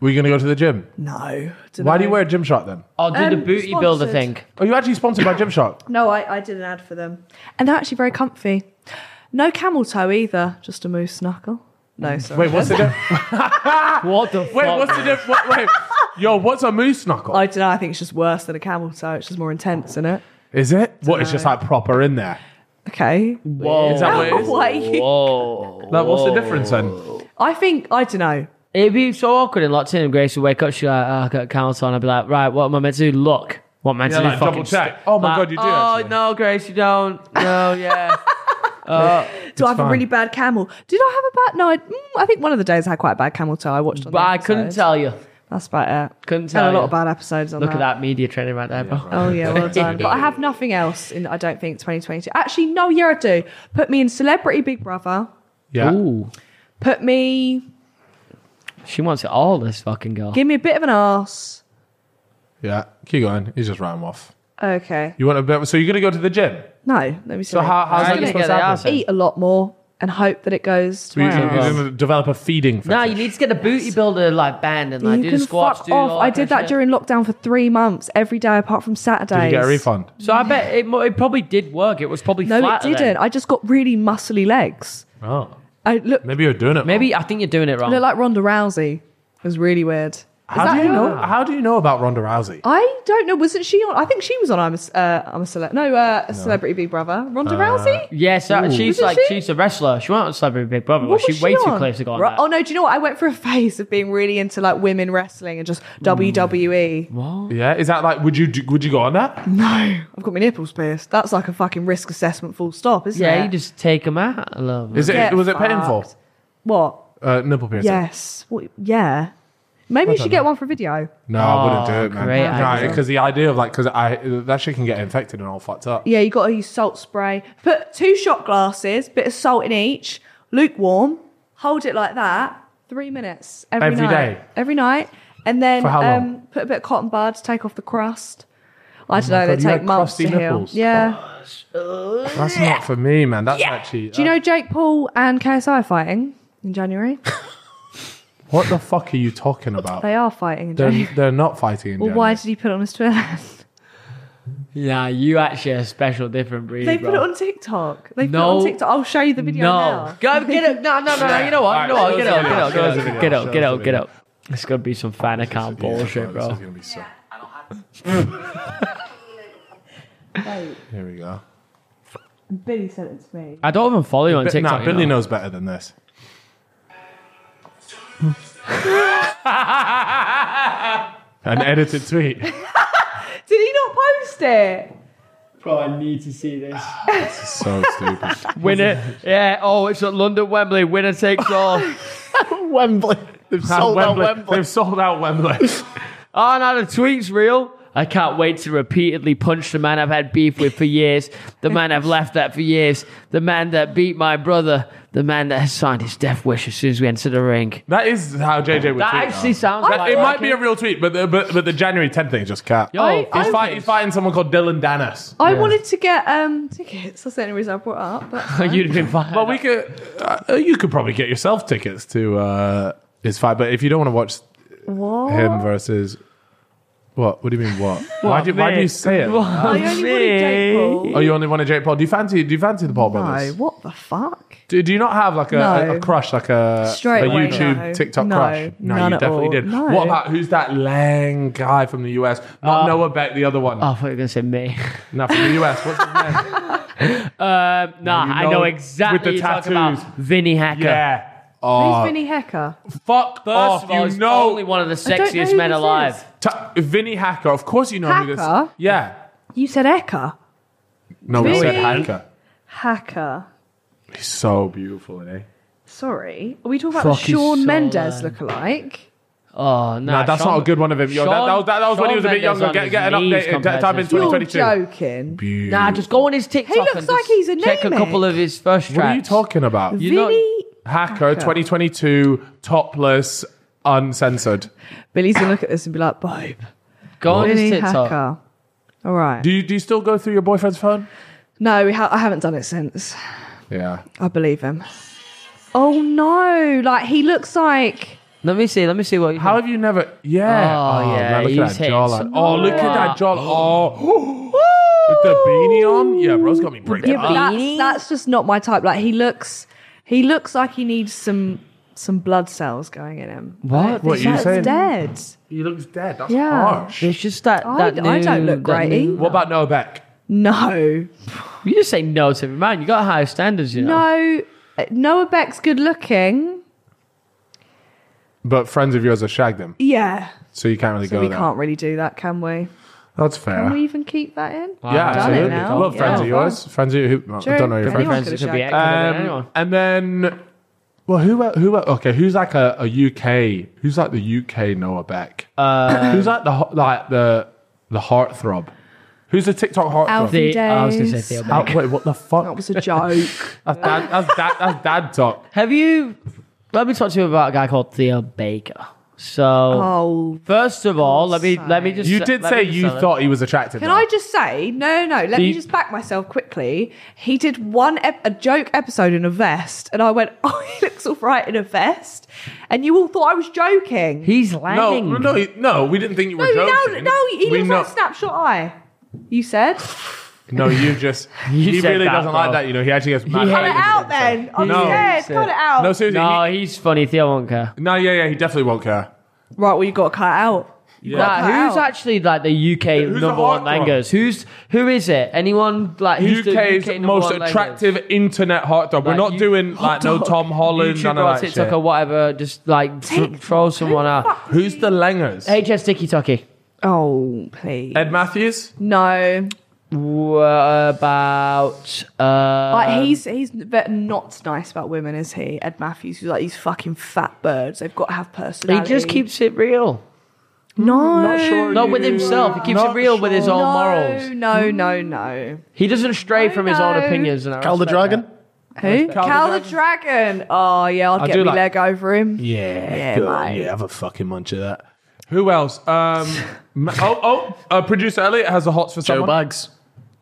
S6: Were you gonna go to the gym?
S4: No.
S6: Why do you wear a gym shot then?
S2: I'll Oh, do the
S4: Um,
S2: booty builder
S4: sponsored.
S2: thing.
S6: Are you actually sponsored by Gymshark?
S4: No, I, I did an ad for them, and they're actually very comfy. No camel toe either. Just a moose knuckle. No, sorry.
S6: Wait, what's the diff-
S2: What the?
S6: Wait,
S2: fuck?
S6: what's the diff- what, Wait, yo, what's a moose knuckle?
S4: I don't know. I think it's just worse than a camel toe. It's just more intense, isn't it?
S6: is it? What? It's just like proper in there.
S4: Okay.
S2: Whoa.
S6: Is that what it
S4: <laughs>
S6: is?
S4: Why you-
S2: Whoa.
S6: Like, what's the difference then?
S4: I think I don't know.
S2: It'd be so awkward in locked in. and Grace would wake up, she'd be like, oh, I got a count on. I'd be like, right, what am I meant to do? Look. What am I meant
S6: Yeah,
S2: to do?
S6: like,
S2: Fucking
S6: double check.
S2: st-
S6: Oh my
S2: like,
S6: God, you do,
S2: Oh,
S6: actually."
S2: no, Grace, you don't. No,
S4: <laughs>
S2: yeah.
S4: Do I have
S6: fine.
S4: a really bad camel? Did I have a bad? No, I, mm, I think one of the days I had quite a bad camel toe. I watched. On
S2: but
S4: the
S2: I couldn't
S4: episodes.
S2: tell you.
S4: That's about it.
S2: Couldn't
S4: Had
S2: tell
S4: a lot
S2: you.
S4: of bad episodes on
S2: Look
S4: that.
S2: at that media training right there, bro.
S4: Oh
S2: <laughs>
S4: yeah, well done. But I have nothing else in. I don't think 2022. Actually, no, yeah, I do. Put me in Celebrity Big Brother.
S6: Yeah.
S2: Ooh.
S4: Put me.
S2: She wants it all, this fucking girl.
S4: Give me a bit of an ass.
S6: Yeah. Keep going. He's just round off.
S4: Okay.
S6: You want a bit? So you're gonna go to the gym?
S4: No, let me see.
S6: So how, how's
S2: How
S6: that
S2: you
S6: supposed
S2: get
S6: to
S2: the
S6: happen?
S2: ass in?
S4: eat a lot more and hope that it goes. To
S6: So you're
S4: my
S6: gonna,
S4: ass.
S6: you're gonna develop a feeding.
S2: No,
S6: fetish.
S2: you need to get the booty builder like band and like
S4: you
S2: do
S4: can
S2: the squats.
S4: fuck
S2: do
S4: off.
S2: all
S4: I did
S2: kind
S4: that
S2: of shit.
S4: during lockdown for three months, every day apart from
S6: Did
S4: Saturdays.
S6: you get a refund?
S2: So I bet it, mo- it probably did work. It was probably
S4: No, it
S2: flatter then.
S4: didn't. I just got really muscly legs.
S6: Oh,
S4: I look,
S6: maybe you're doing it.
S2: Maybe I think you're doing it wrong.
S4: look like Ronda Rousey. It was really weird. Is
S6: How
S4: that
S6: do you
S4: her?
S6: know? How do you know about Ronda Rousey?
S4: I don't know. Wasn't she on? I think she was on. I'm a, Ce- uh, I'm a celeb. No, uh, a celebrity Big Brother. Ronda Rousey.
S2: Yes, uh, she's
S4: Isn't
S2: like
S4: she?
S2: she's a wrestler. She went on Celebrity Big Brother. Was
S4: What
S2: she,
S4: was
S2: way too
S4: on?
S2: close to go on
S4: Ru-
S2: that?
S4: Oh no! Do you know what? I went through a phase of being really into like women wrestling and just
S2: Mm.
S4: E. WWE.
S6: Yeah, is that like? Would you do, would you go on that?
S4: No, I've got my nipples pierced. That's like a fucking risk assessment. Full stop, isn't it?
S2: yeah, you just take them out. I love
S6: Is it
S4: Get
S6: was it painful?
S4: fucked. What?
S6: Uh, nipple piercing.
S4: Yes. What, yeah. Maybe you should get one for video.
S6: No, I wouldn't do
S2: Oh,
S6: it, man.
S2: great idea.
S6: because the idea of like, because I that shit can get infected and all fucked up.
S4: Yeah, you got to use salt spray. Put two shot glasses, bit of salt in each, lukewarm. Hold it like that. Three minutes every,
S6: Every
S4: night.
S6: day?
S4: Every night, and then
S6: For how long?
S4: Um, put a bit of cotton bud to take off the crust. I don't
S6: Oh my
S4: know. They
S6: God, you
S4: take
S6: had
S4: months
S6: crusty
S4: to heal.
S6: nipples?
S4: Yeah.
S6: That's not for me, man. That's actually.
S4: Do you know Jake Paul and KSI are fighting in
S6: <laughs>
S4: January?
S6: uh, what the fuck are you talking about?
S4: they are fighting in
S6: They're,
S4: January.
S6: they're not fighting. In
S4: Well,
S6: January.
S4: why did he put it on his Twitter? <laughs>
S2: Yeah, you actually a special different breed.
S4: they
S2: bro.
S4: put it on TikTok. They
S2: No.
S4: put it on TikTok. I'll show you the video
S2: No,
S4: now.
S2: go get up. No, no, no, no. You know what?
S6: Alright,
S2: You know what?
S6: show
S2: Get
S6: us
S2: up, get up,
S6: the video,
S2: get
S6: show us the
S2: up, get up,
S6: video,
S2: get
S6: show us
S2: up,
S6: the
S2: get up. It's gonna be some fan account
S6: Yeah,
S2: bullshit,
S6: This
S2: bro.
S6: is gonna
S4: <laughs>
S6: be so. <laughs> Here we go.
S4: Billy sent it to me.
S2: I don't even follow you on
S6: But,
S2: TikTok.
S6: nah,
S2: you
S6: Billy
S2: know.
S6: knows better than this. <laughs> An edited tweet.
S4: Did he not post it?
S2: Bro, I need to see this.
S6: so stupid.
S2: Winner, yeah. Oh, it's at London Wembley. Winner takes
S4: <laughs>
S2: all.
S5: <laughs> Wembley. They've sold out Wembley.
S6: They've sold out <laughs> Wembley.
S2: Oh, no, the tweet's real. I can't wait to repeatedly punch the man I've had beef with for years, the man I've laughed at for years, the man that beat my brother, the man that has signed his death wish as soon as we enter the ring.
S6: that is how JJ would
S2: That
S6: tweet.
S2: actually
S6: though.
S2: sounds
S6: That-
S2: like
S6: it might be a real tweet, but the, but, but the January 10th thing is just cat.
S2: Yo,
S4: I-
S6: he's,
S4: I-
S6: fight, he's fighting someone called Dylan Dennis.
S4: I wanted to get um, tickets. That's the only reason I brought
S2: <laughs>
S4: it up. But
S2: You'd have been fine.
S6: Well, we could, uh, you could probably get yourself tickets to uh, his fight, but if you don't want to watch
S4: what?
S6: him versus. What? What do you mean? What? why, do, why do you say it?
S4: I only wanted Jake Paul.
S6: Oh, you only want a Jake Paul? Do you fancy? Do you fancy the Paul
S4: No,
S6: brothers?
S4: what the fuck?
S6: Do, do you not have like a,
S4: No.
S6: a, a crush, like a,
S4: Straight
S6: a
S4: away,
S6: YouTube,
S4: no.
S6: TikTok
S4: No,
S6: crush?
S4: none
S6: you
S4: at
S6: definitely
S4: all.
S6: did.
S4: No.
S6: What about who's that lang guy from the US?
S2: Uh,
S6: Not Noah Beck, the other one.
S2: Oh, I thought you were going to say me.
S6: no, from the US. What's
S2: <laughs>
S6: his name?
S2: Um, nah,
S6: you
S2: I
S6: know,
S2: know exactly
S6: with the
S2: what you're talking about.
S6: tattoos.
S2: Vinny Hacker.
S6: yeah.
S4: Who's
S2: Uh,
S6: Oh,
S4: Vinny Hecker?
S6: fuck
S2: First
S6: off!
S2: of all,
S6: you
S2: he's
S6: know,
S2: only one of the
S4: I don't know
S2: sexiest
S4: who
S2: men
S4: this
S2: alive.
S4: is.
S6: Ta- Vinny Hacker. Of course, you know who this.
S4: Hacker?
S6: Yeah.
S4: You said Hecker.
S6: No, we said
S4: Vinny.
S6: Hacker.
S4: Hacker.
S6: He's so beautiful, eh? isn't he?
S4: Sorry, are we talking about
S2: Fuck,
S4: the
S2: he's
S4: Shawn
S2: so
S4: Mendes
S2: loud.
S4: lookalike?
S2: Oh, no.
S6: No, that's not a good one of him. Yo, that, that was, that, that was when he was a bit younger. Get, get an update. Type in
S4: You're
S6: 2022.
S4: joking.
S2: Nah, just go on his TikTok.
S4: looks
S2: and
S4: like
S2: just
S4: he's
S2: Check a
S4: anemic.
S2: couple of his first tracks.
S6: What are you talking about?
S2: You know-
S4: Vinny,
S6: Hacker 2022, topless, uncensored.
S4: Billy's gonna look at this and be like, "Babe,
S2: Go on his
S4: Vinny
S2: TikTok.
S4: Hacker." All right.
S6: Do you do you still go through your boyfriend's phone?
S4: No, we ha- I haven't done it since.
S6: Yeah.
S4: I believe him. Oh no! Like he looks like
S2: Let me see. Let me see what.
S6: How have you never? Yeah.
S2: Oh, yeah,
S6: man,
S2: you
S6: look at that
S2: said
S6: jawline.
S2: some-
S6: Oh, look at that
S4: <gasps>
S6: jawline. Oh. With the beanie on? Yeah, bro's got me bricked
S4: yeah,
S6: up.
S4: but that's, that's just not my type. Like he looks, he looks like he needs some some blood cells going in him.
S2: What?
S6: What you
S4: That's
S6: saying?
S4: dead.
S6: He looks dead. That's
S4: Yeah.
S6: harsh.
S2: It's just that.
S4: I-
S2: that
S4: I
S2: new-
S4: don't look
S2: that
S4: great
S2: new-
S4: either.
S6: What about Noah Beck?
S4: No,
S2: You just say no to every man. You got higher standards, you know.
S4: no. Uh, Noah Beck's good looking.
S6: But friends of yours have shagged him,
S4: Yeah,
S6: so you can't really
S4: so
S6: go
S4: we
S6: there.
S4: can't really do that, can we?
S6: That's fair.
S4: Can we even keep that in?
S6: yeah,
S2: I've done it
S6: absolutely.
S2: now.
S6: Love friends
S4: Yeah.
S6: of yours. Friends of you. Who, I
S4: True.
S6: don't know your
S4: Anyone
S2: Friends,
S6: friends.
S4: could
S2: it
S4: have
S2: could be
S4: shagged.
S2: ex, it could have been anyone.
S6: Um, and then, well, who el- who el- okay? Who's like a, a UK? Who's like the UK Noah Beck?
S2: Uh,
S6: who's like the ho- like the the heartthrob? Who's the TikTok heartthrob?
S4: Alfie.
S2: the, I was going to
S4: days.
S2: say Theo Beck.
S6: Al- wait, what the
S4: That
S6: fuck?
S4: was a joke.
S6: <laughs> That's dad, that's dad, that's dad <laughs> talk.
S2: Have you? Let me talk to you about a guy called Theo Baker. So,
S4: oh,
S2: first of all, let me
S4: God's
S2: let me just.
S6: You did
S2: let me
S6: say
S2: just
S6: you
S2: tell him.
S6: thought he was attractive.
S4: Can
S6: though.
S4: I just say, no, no, no, let
S2: Do you-
S4: me just back myself quickly. He did one ep- a joke episode in a vest, and I went, <laughs> oh, he looks all right in a vest. And you all thought I was joking.
S2: he's
S6: No,
S2: lying.
S6: no, he- no. We didn't think you were
S4: no, you know,
S6: joking.
S4: no, he
S6: We
S4: looks
S6: know-
S4: like Snapshot Eye. You said?
S6: No, you just.
S2: <laughs> You
S6: he
S2: said
S6: really
S2: that,
S6: doesn't like
S2: bro.
S6: that. You know, he actually has. mad
S2: hates
S4: Cut it
S6: haters.
S4: out then. I'm
S6: No.
S4: scared. Cut it out.
S6: No, seriously.
S2: No,
S6: he-
S2: he's funny. Theo won't care.
S6: No, yeah, yeah. He definitely won't care.
S4: right, well, you got to cut it out.
S6: Yeah.
S2: Nah,
S4: cut
S2: who's
S4: out.
S2: actually like the UK
S6: Who's the
S2: number one
S6: heartthrob?
S2: langers? Who's who is it? Anyone like who's the
S6: UK's
S2: UK number
S6: most
S2: one langers?
S6: attractive internet hot dog. We're
S2: Like,
S6: not
S2: you- <laughs>
S6: doing like no
S2: hot dog.
S6: Tom Holland,
S2: YouTuber
S6: none
S2: or
S6: of that
S2: TikTok
S6: shit.
S2: or whatever. Just like tr-
S4: TikTok,
S2: troll
S4: who
S2: someone
S4: the
S2: out.
S4: fuck-
S6: Who's the Langers?
S2: HS Tiki Toki.
S4: Oh, please.
S6: Ed Matthews?
S4: no.
S2: What about uh?
S4: Like he's he's ve- not nice about women, is he? Ed Matthews, who's like these fucking fat birds. They've got to have
S2: he
S4: personality.
S2: just keeps it real.
S4: no,
S6: Not sure.
S2: Not with
S6: you-
S2: himself. He keeps it
S6: Not
S2: real with his
S6: sure.
S2: own
S4: no,
S2: morals.
S4: No, no, no.
S2: He doesn't stray
S4: I
S2: from his own
S4: know.
S2: opinions. And I
S5: Cal the
S2: respect
S5: Dragon?
S4: Who? Cal, the, Dragon. Oh yeah, I'd
S6: I
S4: get
S6: do
S4: me
S6: like-
S4: leg over him.
S6: Yeah,
S4: Yeah,
S6: good.
S4: mate.
S6: yeah, have a fucking munch of that. Who else? Um, <laughs> ma- oh, oh, uh, producer Elliot has the hots for
S5: Joe
S6: someone.
S5: Bags.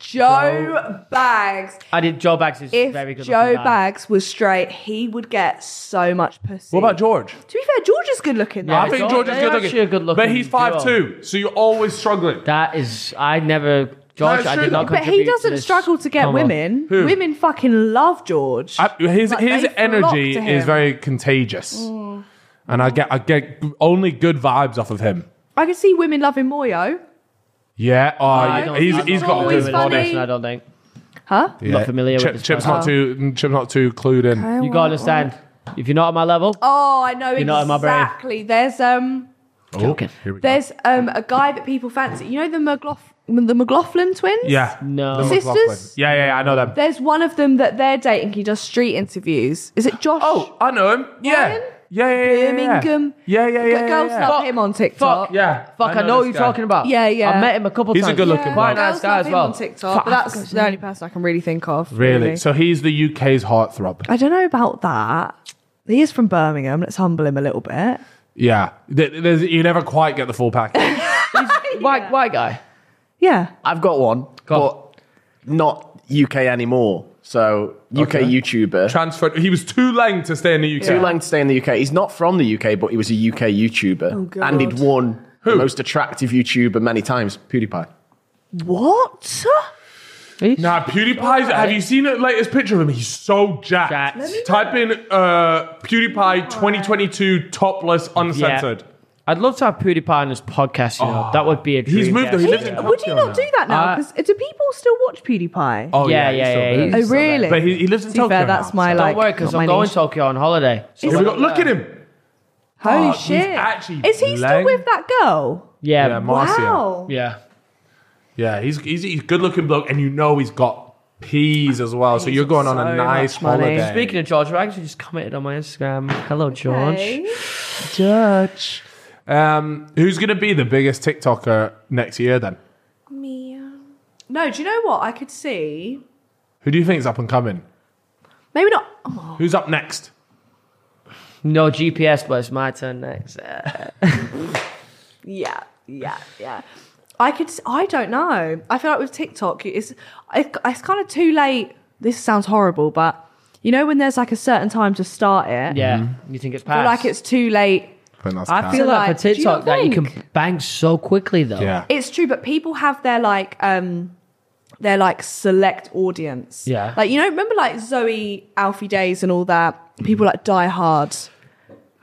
S4: Joe Bags.
S2: that. I did. Joe Bags is
S4: If
S2: very good.
S4: Joe
S2: looking guy.
S4: Bags was straight, he would get so much pussy.
S6: What about George?
S4: To be fair, George is good looking though.
S2: Yeah,
S6: I think
S2: George-
S6: George is
S2: they're
S6: good
S2: actually a
S6: looking,
S2: good looking
S6: but he's five two, so you're always struggling.
S2: That is, I never. George,
S6: it's
S2: I
S6: true,
S2: did not.
S4: but
S6: though.
S2: contribute
S4: he
S2: to
S4: doesn't
S2: this.
S4: struggle to get
S2: Come on.
S4: women.
S6: Who?
S4: Women fucking love George.
S6: I, his
S4: Like,
S6: his
S4: they flock
S6: energy
S4: to him.
S6: is very contagious, and I get I get only good vibes off of him.
S4: I can see women loving Moyo.
S6: Yeah, oh,
S2: I don't-
S6: he's
S2: I'm
S6: he's
S2: not
S6: got a
S2: familiar
S4: always
S6: good
S2: with
S4: funny.
S6: body.
S2: this, I don't think.
S4: Huh?
S6: Yeah.
S2: not familiar
S6: Chip,
S2: with this
S6: Chip's
S2: person.
S6: not too Chip's not too clued in.
S2: You gotta understand. If you're not on my level,
S4: Oh, I know
S2: You're not in my brain.
S4: exactly. There's um
S6: Oh,
S2: Joking.
S6: here we go.
S4: There's um, a guy that people fancy. You know the McLaughlin, the McLaughlin twins?
S6: yeah,
S2: No.
S6: The
S4: Sisters?
S6: McLaughlin. Yeah, yeah, yeah, I know them.
S4: There's one of them that they're dating. He does street interviews. Is it Josh?
S6: Oh, I know him. Yeah.
S4: Ryan?
S6: Yeah, yeah, yeah, yeah, yeah.
S4: Birmingham.
S6: Yeah, yeah, yeah.
S4: G-
S6: yeah,
S4: girls
S6: yeah.
S4: love
S2: Fuck,
S4: him on TikTok.
S2: fuck,
S6: Yeah.
S2: Fuck, I know,
S6: this
S2: who you're
S6: guy.
S2: talking about.
S4: Yeah, yeah.
S2: I met him a couple
S6: He's a
S2: times.
S6: good-looking
S4: Yeah,
S6: bloke.
S2: quite
S4: girls
S2: nice guy
S4: love
S2: as
S4: him
S2: well.
S4: on TikTok, but that's the only person I can really think of.
S6: Really? So he's the UK's heartthrob.
S4: I don't know about that. He is from Birmingham. Let's humble him a little bit.
S6: Yeah. Th- there's- you never quite get the full
S4: <laughs>
S6: package.
S2: White, white guy.
S4: Yeah.
S5: I've got one,
S2: Go
S5: but not UK anymore. So UK
S6: Okay.
S5: YouTuber.
S6: Transferred. He was too lang to stay in the UK.
S5: too long to stay in the UK. He's not from the UK, but he was a UK YouTuber,
S4: God.
S5: and he'd won the most attractive YouTuber many times, PewDiePie.
S4: What?
S6: Nah, PewDiePie's. Have you seen the latest picture of him? He's so jacked.
S2: Jacked. Let me
S6: Type in uh, PewDiePie 2022 topless uncensored.
S2: I'd love to have PewDiePie on this podcast. You know, that would be a dream.
S6: Oh. He's moved. though.
S2: guest.
S6: He
S4: He-
S6: lives in.
S4: would you
S6: Tokyo
S4: not do that now?
S2: Uh,
S4: Because do people still watch PewDiePie?
S6: Oh
S2: Yeah,
S6: yeah, he's
S2: yeah,
S6: still
S2: yeah,
S6: there.
S2: he's-
S4: Oh, really?
S6: But he, he lives in
S4: To be
S6: Tokyo.
S4: fair,
S6: now,
S4: that's my
S6: so-
S4: like.
S2: Don't worry, because
S4: not
S2: I'm
S4: my
S2: going
S4: niche.
S2: to Tokyo on holiday. So
S4: Is
S6: Here
S2: like-
S6: we go. Look at him.
S4: Holy
S6: Oh, he's
S4: shit!
S6: actually
S4: is he still
S6: lang.
S4: with that girl?
S2: Yeah,
S6: Yeah,
S2: yeah,
S6: Marcia.
S4: Wow.
S6: Yeah, he's he's, he's good looking bloke, and you know he's got peas as well. So you're going on a
S4: So
S6: nice
S4: much money.
S6: holiday.
S2: Speaking of George, I actually just commented on my Instagram. Hello, George.
S4: Okay.
S6: George, Um, who's going to be the biggest TikToker next year then?
S4: No, do you know what? I could see.
S6: Who do you think is up and coming?
S4: Maybe not. Oh, <laughs>
S6: Who's up next?
S2: No GPS, but it's my turn next. Uh,
S4: yeah, yeah, yeah. I could. s- I don't know. I feel like with TikTok, it's it- it's kind of too late. This sounds horrible, but you know when there's like a certain time to start it.
S2: yeah, you think it's
S4: I
S2: past?
S4: feel like it's too late.
S2: Mm-hmm. I feel
S4: So,
S2: like,
S4: like,
S2: for
S4: do you
S2: TikTok
S4: not
S2: that you
S4: think?
S2: can bang so quickly though.
S6: yeah.
S4: It's true, but people have their like um their like select audience.
S2: Yeah.
S4: Like you know, remember like Zoe, Alfie Days, and all that. People like Die Hard.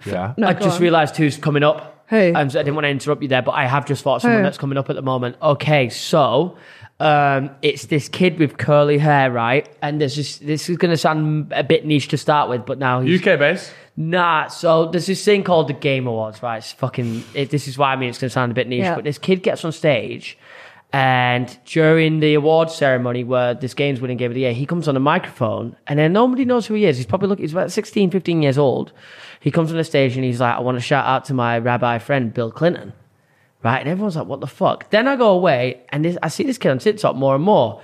S6: yeah.
S4: No,
S2: I
S4: go
S2: just
S4: on.
S2: realised who's coming up.
S4: Who?
S2: Um, so I didn't want to interrupt you there, but I have just thought of someone
S4: Who?
S2: that's coming up at the moment. Okay, so um, it's this kid with curly hair, right? And there's this. This is going to sound a bit niche to start with, but now he's
S6: UK base.
S2: Nah, so there's this thing called the Game Awards, right? It's fucking. It, this is why I mean it's gonna sound a bit niche,
S4: Yeah.
S2: but this kid gets on stage, and during the awards ceremony where this game's winning game of the year, he comes on a microphone, and then nobody knows who he is. He's probably look. He's about 16, 15 years old. He comes on the stage and he's like, "I want to shout out to my rabbi friend Bill Clinton." right? And everyone's like, what the fuck? Then I go away and this, I see this kid on TikTok more and more.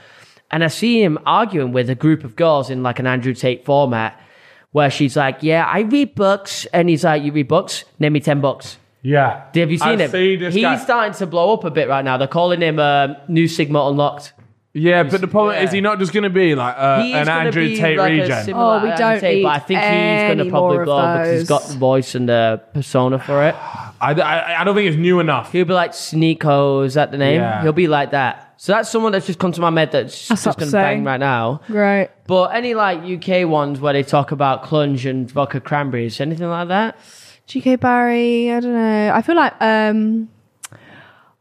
S2: And I see him arguing with a group of girls in like an Andrew Tate format where she's like, yeah, I read books. And he's like, you read books? Name me 10 books.
S6: Yeah.
S2: Have you seen
S6: I've
S2: him?
S6: seen this
S2: He's
S6: guy.
S2: starting to blow up a bit right now. They're calling him um New Sigma Unlocked.
S6: yeah, but the problem
S2: yeah.
S6: is he not just going to be like uh,
S2: He's
S6: an
S2: gonna
S6: Andrew
S2: be
S6: Tate
S2: like a
S6: regen.
S2: similar
S4: Oh, we
S2: Andrew
S4: don't
S2: Tate, but
S4: need
S2: I think he's going
S4: any
S2: to probably
S4: more
S2: blow
S4: of
S2: up because he's got
S4: those.
S2: the voice and the persona for it.
S6: I, I, I don't think it's new enough.
S2: He'll be like Sneeko, is that the name?
S6: Yeah.
S2: He'll be like that. So that's someone that's just come to my head that's,
S4: That's
S2: just gonna
S4: upsetting.
S2: bang right now.
S4: Right.
S2: But any like UK ones where they talk about clunge and vodka cranberries, anything like that?
S4: GK Barry, I don't know. I feel like um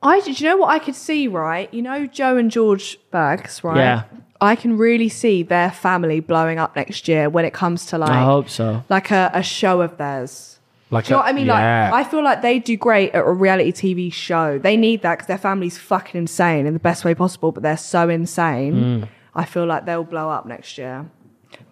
S4: I do you know what I could see, right? You know Joe and George Bags, right?
S2: Yeah.
S4: I can really see their family blowing up next year when it comes to like
S2: I hope so.
S4: like a, a show of theirs.
S6: Like,
S4: Do you know what I mean? Like I feel like they do great at a reality TV show. They need that because their family's fucking insane in the best way possible, but they're so insane.
S2: Mm.
S4: I feel like they'll blow up next year.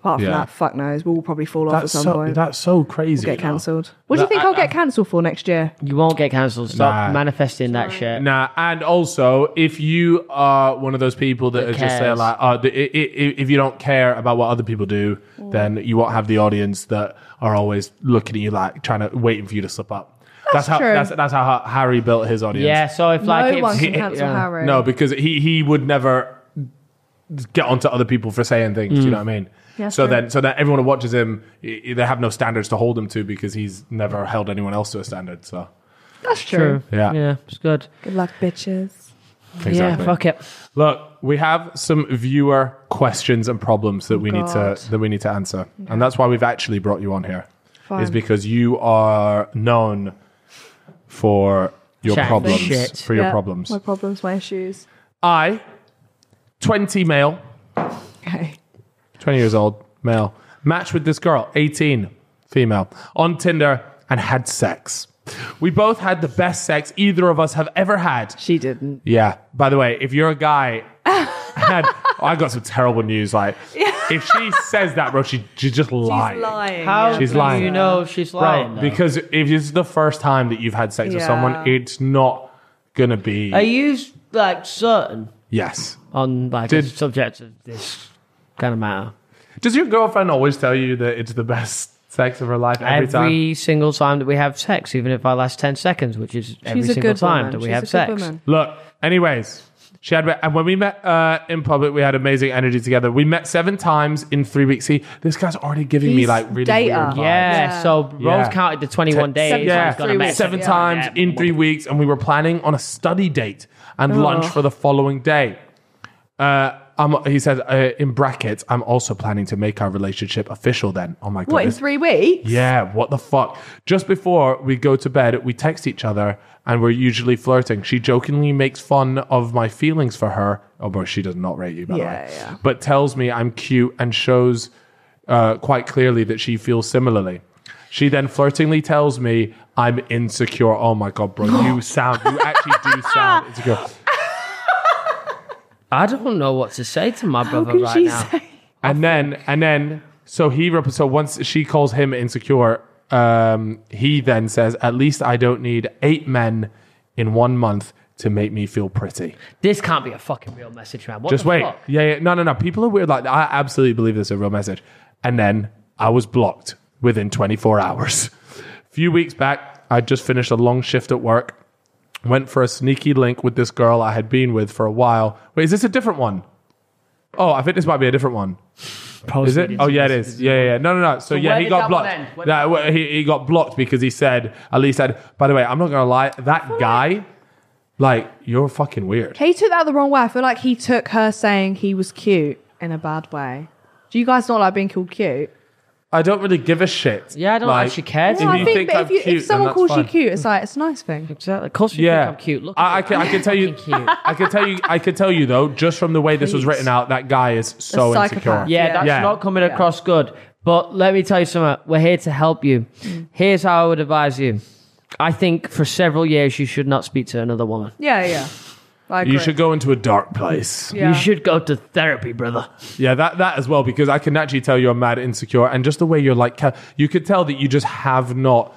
S4: Apart from
S6: Yeah.
S4: that, fuck knows. We'll probably fall off at
S6: that's
S4: some
S6: so
S4: point.
S6: that's so crazy.
S4: get
S6: you know?
S4: cancelled. What do you
S6: No,
S4: think
S6: I-
S4: I, will get cancelled for next year?
S2: You won't get cancelled. Stop
S6: Nah.
S2: manifesting that shit.
S6: Nah, and also if you are one of those people that,
S2: That
S6: are just there
S2: cares.
S6: like, uh, the, i- i- if you don't care about what other people do, then you won't have the audience that are always looking at you like trying to waiting for you to slip up. That's, how
S4: true.
S6: that's that's how Ha- Harry built his audience.
S2: Yeah, so if like
S4: no
S2: if-
S4: one
S6: <laughs>
S4: can
S2: yeah.
S4: cancel Harry.
S6: No, because he he would never get onto other people for saying things.
S4: Mm.
S6: Do you know what I mean?
S4: Yes,
S6: so
S4: true.
S6: then, so that everyone who watches him, i- i- they have no standards to hold him to because he's never held anyone else to a standard. So
S4: that's true.
S2: True.
S6: <laughs> Yeah.
S2: Yeah, it's good.
S4: Good luck, bitches.
S2: Yeah, fuck it.
S6: Look, we have some viewer questions and problems that we
S4: Oh God.
S6: need to that we need to answer, and that's why we've actually brought you on here. Is
S4: Fine.
S6: because you are known for your
S2: Chatting
S6: problems,
S2: shit.
S6: for your
S4: Yeah,
S6: problems.
S4: My problems, my issues.
S6: I, twenty male,
S4: Okay.
S6: 20 years old, male. Matched with this girl, 18, female, on Tinder and had sex. We both had the best sex either of us have ever had.
S4: She didn't.
S6: Yeah. By the way, if you're a <laughs> guy, and I got some terrible news. Like, if she says that, bro, she, she's just lying.
S2: How
S6: She's
S2: do
S6: lying.
S2: you know she's lying?
S6: Bro,
S2: though?
S6: because if this is the first time that you've had sex with
S4: Yeah.
S6: someone, it's not gonna be
S2: Are you like certain
S6: yes.
S2: on like
S6: Did-
S2: the subject of this kind of matter?
S6: Does your girlfriend always tell you that it's the best sex of her life every,
S2: every
S6: time?
S2: single time that we have sex, even if I last ten seconds, which is every
S4: She's a
S2: single
S4: good
S2: time
S4: woman.
S2: that we
S4: She's
S2: have
S4: a good
S2: sex.
S4: woman.
S6: Look, anyways, she had, and when we met uh, in public, we had amazing energy together. We met seven times in three weeks. See, this guy's already giving me
S4: He's
S6: like really
S4: data.
S6: weird vibes.
S2: Yeah,
S4: Yeah.
S2: so Rose
S6: Yeah.
S2: counted the twenty-one days.
S4: Seven
S2: I
S6: Yeah,
S2: was gonna
S4: Three
S2: make
S4: weeks.
S6: seven
S2: it.
S6: times
S2: Yeah. Oh.
S6: in three weeks, and we were planning on a study date and lunch for the following day. Uh, I'm, he said uh, in brackets, I'm also planning to make our relationship official. Then, oh my god,
S4: What in
S6: this-
S4: three weeks?
S6: yeah, what the fuck? Just before we go to bed, we text each other and we're usually flirting. She jokingly makes fun of my feelings for her. Oh, but she does not rate you, by
S4: Yeah,
S6: the way.
S4: yeah.
S6: But tells me I'm cute and shows uh, quite clearly that she feels similarly. She then flirtingly tells me I'm insecure. Oh my God, bro,
S4: <laughs>
S6: you sound, you actually do sound insecure.
S2: I don't know what to say to my
S4: How
S2: brother
S4: can
S2: right
S4: she
S2: now.
S4: say?
S6: And then, and then, so he, rep- so once she calls him insecure, um, he then says, "At least I don't need eight men in one month." To make me feel pretty.
S2: This can't be a fucking real message, man. What
S6: Just
S2: the
S6: wait.
S2: fuck?
S6: Yeah, yeah. No, no, no. People are weird. Like, I absolutely believe this is a real message. And then I was blocked within 24 hours. <laughs> A few weeks back, I just finished a long shift at work, went for a sneaky link with this girl I had been with for a while. Wait, is this a different one? Oh, I think this might be a different one. Is it? Oh yeah, it is. Yeah, yeah. yeah. No, no, no. So, yeah,
S2: where
S6: he
S2: did
S6: got
S2: that one end?
S6: blocked.
S2: Where
S6: That- well, he, he got blocked because he said at least. I'd, by the way, I'm not gonna lie. That guy, like, you're fucking weird.
S4: He took that the wrong way. I feel like he took her saying he was cute in a bad way. Do you guys not like being called cute?
S6: I don't really give a shit.
S2: Yeah, I don't
S6: Like,
S2: actually care.
S6: If
S4: No, I
S6: you
S4: think,
S6: think
S4: but
S6: I'm
S4: if, you,
S6: cute, then
S4: if someone
S6: that's
S4: calls you
S6: fine.
S4: cute, it's like it's a nice thing.
S2: Exactly. Of course you
S6: Yeah,
S2: think I'm cute. Look, at
S6: I, I
S2: me.
S6: can, I can tell you,
S2: Fucking cute.
S6: <laughs> I can tell you, I can tell you though, just from the way this was
S2: Please.
S6: written out, that guy is so
S4: A
S6: insecure.
S4: psychopath.
S2: Yeah,
S4: Yeah.
S2: that's
S6: Yeah.
S2: not coming across good. But let me tell you something. We're here to help you.
S4: Mm.
S2: Here's how I would advise you. I think for several years you should not speak to another woman.
S4: Yeah, yeah. I agree.
S6: You should go into a dark place.
S4: Yeah.
S2: You should go to therapy, brother.
S6: Yeah, that that as well because I can actually tell you're mad insecure, and just the way you're like, ca- you could tell that you just have not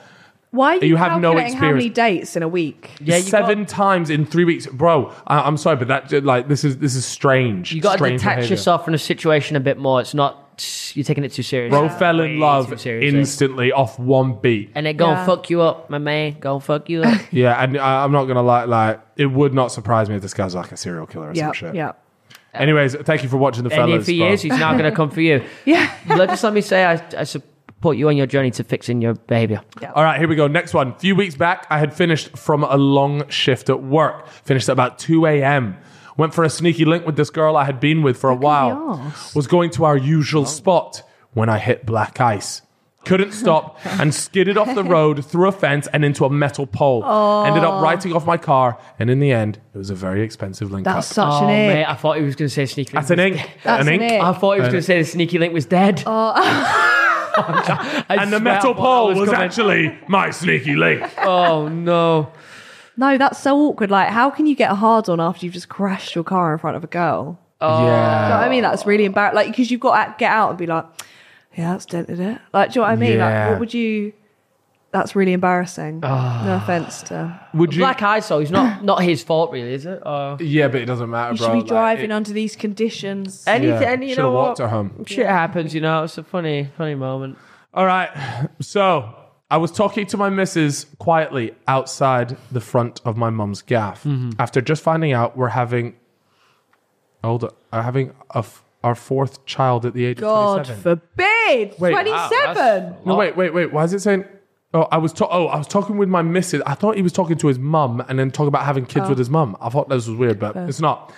S4: Why are you,
S6: You have no
S4: calculating How many
S6: experience.
S4: dates in a week?
S2: Yeah, you
S6: seven
S2: Got,
S6: times in three weeks, bro. I, I'm sorry, but that like this is this is strange.
S2: you got to
S6: strange
S2: detach
S6: behavior.
S2: yourself from the situation a bit more. It's not you're taking it too seriously.
S6: Bro fell
S2: Way
S6: in
S2: too
S6: love
S2: seriously.
S6: instantly off one beat.
S2: and they go
S4: Yeah.
S2: and fuck you up, my man. Go and fuck you up.
S6: <laughs> Yeah, and I, I'm not gonna lie, like it would not surprise me if this guy's like a serial killer or
S4: Yeah,
S6: some shit.
S4: yeah.
S6: Anyways, thank you for watching the
S2: and
S6: fellas.
S2: if he
S6: bro.
S2: is, he's now going to come for <laughs> you.
S4: Yeah.
S2: Let, just let me say, I, I support you on your journey to fixing your behavior.
S6: All right, here we go. Next one. A few weeks back, I had finished from a long shift at work. Finished at about 2 a.m. Went for a sneaky link with this girl I had been with for a while. Was going to our usual spot when I hit black ice.
S4: <laughs>
S6: Couldn't stop and skidded off the road through a fence and into a metal pole. Ended up writing off my car, and in the end, it was a very expensive link
S4: That's
S6: up.
S4: such
S2: Oh,
S4: an ick.
S2: mate, I thought he was going to say sneaky.
S6: That's an
S2: link.
S6: ink.
S4: That's an ick.
S2: I thought he was going to say the sneaky link was dead. <laughs> I
S6: And the
S2: swear
S6: metal
S2: I thought that
S6: pole was,
S2: coming.
S6: actually my
S4: <laughs>
S6: sneaky link.
S2: Oh no!
S4: No, that's so awkward. Like, how can you get a hard on after you've just crashed your car in front of a girl?
S6: yeah.
S4: Do you know what I mean? That's really embarrassing. Like, because you've got to get out and be like, yeah, that's dented it. Like, do you know what I mean?
S6: Yeah.
S4: Like, what would you. That's really embarrassing. No offense to.
S6: Would you?
S2: Black eye, so he's not not his fault, really, is it? Oh. Or
S6: yeah, but it doesn't matter,
S4: You
S6: bro.
S4: should be
S6: Like,
S4: driving
S6: it-
S4: under these conditions.
S2: any,
S6: Yeah.
S2: any you
S6: Shoulda
S2: know
S6: walked
S2: what?
S6: her home.
S2: Shit happens, you know. It's a funny, funny moment.
S6: All right. So I was talking to my missus quietly outside the front of my mum's gaff after just finding out we're having hold on, are having a f- our fourth child at the age
S4: God
S6: of 27.
S4: forbid!
S6: Wait, wow,
S4: 27!
S6: no, wait, wait, wait. Why is it saying Oh, I was ta- oh, I was talking with my missus. I thought he was talking to his mum and then talking about having kids with his mum. I thought this was weird, but it's not.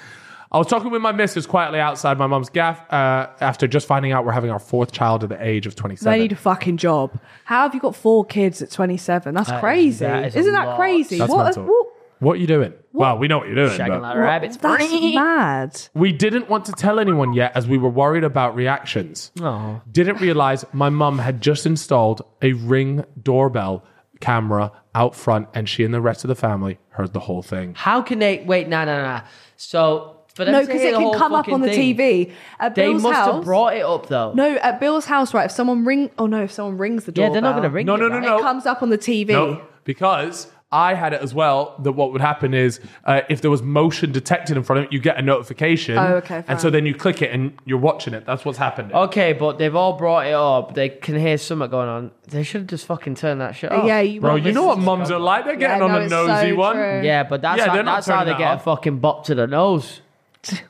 S6: I was talking with my missus quietly outside my mum's gaff uh, after just finding out we're having our fourth child at the age of 27.
S4: they need a fucking job. How have you got four kids at 27? That's
S2: That is-
S4: crazy.
S2: that is a
S4: Isn't that
S2: lot.
S4: crazy?
S6: That's
S4: what, a-
S6: mental.
S4: what-
S6: What are you doing? Well, we know what you're doing.
S2: Shagging
S6: but-
S2: like a rabbit.
S4: That's
S2: <laughs>
S4: mad.
S6: We didn't want to tell anyone yet as we were worried about reactions.
S2: Oh.
S6: Didn't realize my mum had just installed a ring doorbell camera out front and she and the rest of the family heard the whole thing.
S2: How can they? Wait, no, no, no. So for them
S4: No,
S2: to
S4: because
S2: hear
S4: it
S2: the
S4: can
S2: whole
S4: come up on the
S2: fucking thing,
S4: TV. At
S2: They
S4: Bill's
S2: must
S4: house,
S2: have brought it up though.
S4: No, at Bill's house, right? If someone ring, oh no, if someone rings the
S2: yeah,
S4: doorbell,
S2: they're not going to ring.
S6: No,
S2: you,
S6: no, no,
S2: right?
S6: no.
S4: It comes up on the TV.
S6: No, because I had it as well that what would happen is uh, if there was motion detected in front of it, you get a notification.
S4: Oh, okay,
S6: And
S4: fine. Oh,
S6: so then you click it and you're watching it. That's what's happened.
S2: Okay, but they've all brought it up. They can hear something going on. They should have just fucking turned that shit off.
S4: Uh, Yeah, you
S6: Bro,
S4: won't
S6: you know
S4: listen
S6: what
S4: to-
S6: mums are like? They're getting
S4: Yeah, no,
S6: on a
S4: it's so
S6: nosy one.
S4: true.
S2: Yeah, but that's
S6: Yeah,
S2: how,
S6: they're not
S2: that's how
S6: turning
S2: they
S6: that
S2: get
S6: off.
S2: a fucking bop to the nose.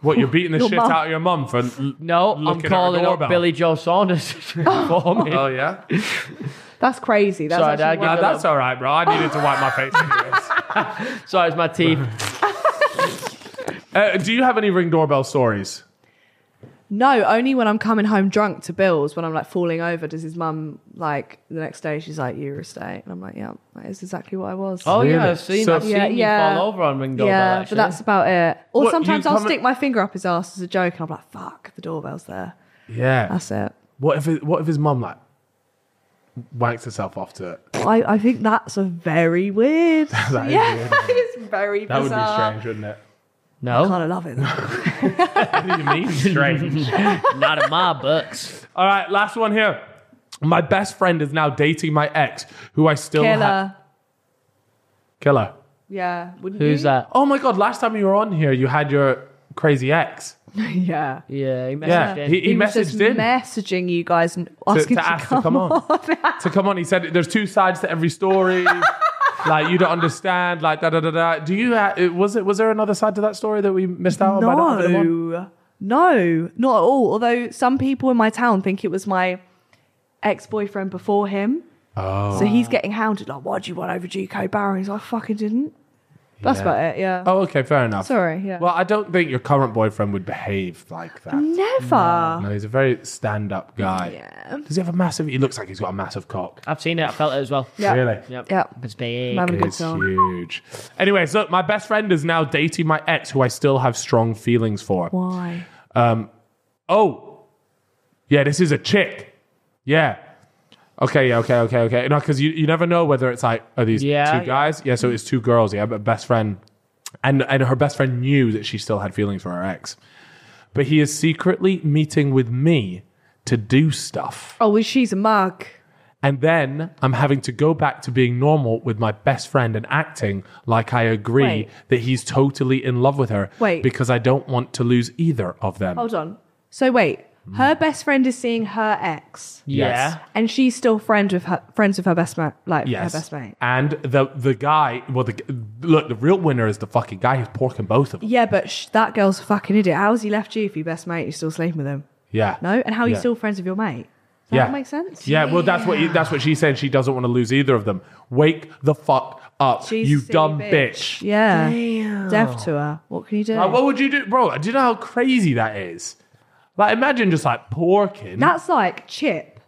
S6: What, you're beating the
S4: Your
S6: shit
S4: mum.
S6: out of your
S4: <laughs>
S6: mum for l-
S2: No,
S6: looking
S2: I'm
S6: at her
S2: calling
S6: doorbell?
S2: up Billy Joe Saunders <laughs> for me.
S6: Oh, yeah?
S4: That's crazy. That's
S2: Sorry,
S4: actually
S2: Dad,
S6: Nah,
S4: wild.
S2: give
S6: that's all right, bro. I needed to wipe my
S4: <laughs>
S6: face. Anyways.
S2: Sorry, it's my teeth.
S6: Uh, do you have any ring doorbell stories?
S4: No, only when I'm coming home drunk to Bill's, when I'm like falling over, does his mum like the next day? She's like, "You were a state," and I'm like, "Yeah, that is exactly what I was."
S2: Oh yeah, I've seen,
S6: So-
S2: I've seen
S4: Yeah,
S2: you
S4: yeah.
S2: fall over on ring doorbell.
S4: yeah,
S2: actually.
S4: but that's about it. Or
S6: What, you
S4: sometimes I'll
S6: come-
S4: stick my finger up his ass as a joke, and I'm like, "Fuck, the doorbell's there."
S6: Yeah.
S4: That's it.
S6: what if it, what if his mum like wanks herself off to it?
S4: I, I think that's a very weird.
S6: <laughs> That is
S4: yeah,
S6: weird.
S4: it's very
S6: That would be
S2: uh,
S4: bizarre.
S6: strange, wouldn't it?
S2: no,
S4: Kind of love it. though.
S2: <laughs>
S6: What do you mean strange?
S2: not in my books.
S6: All right, last one here. My best friend is now dating my ex, who I still ha-
S4: Killer.
S6: killer.
S4: Yeah. Wouldn't
S2: Who's
S4: <laughs> you?
S2: that?
S6: Oh my god! Last time you were on here, you had your crazy ex.
S4: <laughs> yeah.
S2: Yeah, he messaged
S6: Yeah,
S2: in.
S6: he, he,
S4: was
S6: messaged
S4: just
S6: in
S4: messaging you guys and
S6: to,
S4: asking
S6: to
S4: to,
S6: ask
S4: come, <laughs>
S6: to come on. to come on, he said there's two sides to every story. like you don't understand. Like da da da da. Do you? Ha- it- was it? Was there another side to that story that we missed out on? by not having him on?
S4: No, no, not at all. Although some people in my town think it was my ex-boyfriend before him. Oh. So he's getting hounded. Like, why'd you run over GK Barron? He's like, I fucking didn't. That's about it. Yeah.
S6: Oh, okay, fair enough.
S4: Sorry. Yeah.
S6: Well, I don't think your current boyfriend would behave like that.
S4: Never.
S6: No, he's a very stand-up guy.
S4: Yeah.
S6: Does he have a massive? He looks like he's got a massive cock.
S2: I've seen it. I felt it as well.
S4: Yeah.
S6: Really?
S2: Yep.
S4: Yeah.
S2: It's big.
S4: I'm having a good
S6: It's
S4: time.
S6: huge. Anyway, so my best friend is now dating my ex, who I still have strong feelings for.
S4: Why?
S6: Oh, yeah, this is a chick. Yeah. Okay, yeah, okay, okay, okay. No, because you, you never know whether it's like, are these
S2: Yeah, yeah.
S6: two guys? Yeah. so it's two girls, yeah, but best friend. And, and her best friend knew that she still had feelings for her ex. But he is secretly meeting with me to do stuff.
S4: Oh, well, she's a mug.
S6: And then I'm having to go back to being normal with my best friend and acting like I agree
S4: Wait.
S6: that he's totally in love with her.
S4: Wait.
S6: Because I don't want to lose either of them.
S4: Hold on. So wait,
S6: Hmm.
S4: her best friend is seeing her ex,
S2: Yeah.
S4: and she's still friend with her friends with her best mate, like
S6: Yes.
S4: her best mate.
S6: And the the guy, well, the look, the real winner is the fucking guy who's porking both of them.
S4: Yeah, but sh- that girl's a fucking idiot. How's he left you if your best mate is still sleeping with him?
S6: Yeah.
S4: No, and how are you
S6: Yeah.
S4: still friends with your mate? Does that
S6: Yeah.
S4: make sense?
S6: Yeah. Well, that's what he, that's what she's saying. She doesn't want to lose either of them. Wake the fuck up,
S4: She's
S6: you
S4: a silly
S6: dumb bitch.
S4: Yeah. Deaf to her. What can you do?
S6: Like, what would you do, bro? Do you know how crazy that is? Like, imagine just like porking.
S4: that's like Chip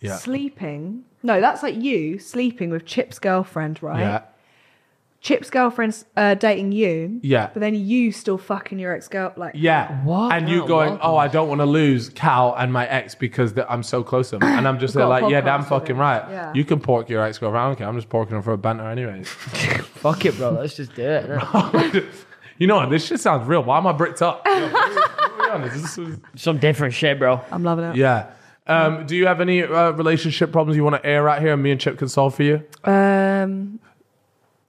S6: yeah.
S4: sleeping. No, that's like you sleeping with Chip's girlfriend, right?
S6: Yeah.
S4: Chip's girlfriend's uh, dating you.
S6: Yeah.
S4: But then you still fucking your ex girl. Like,
S6: Yeah.
S2: What?
S6: And you
S2: Wow,
S6: going,
S2: what?
S6: oh, I don't want to lose Cal and my ex because th- I'm so close to them. And I'm just
S4: We've
S6: there
S4: got a
S6: like, yeah,
S4: podcast
S6: damn
S4: with
S6: fucking
S4: it.
S6: right.
S4: Yeah.
S6: You can pork your ex girlfriend. I don't care. I'm just porking her for a banter, anyways.
S2: Fuck it, bro. Let's just do it.
S6: <laughs> you know what? This shit sounds real. Why am I bricked up? <laughs> Yo, let's be honest, this is-
S2: Some different shit, bro.
S4: I'm loving it.
S6: yeah. Um, do you have any uh, relationship problems you want to air out here and me and Chip can solve for you?
S4: Um,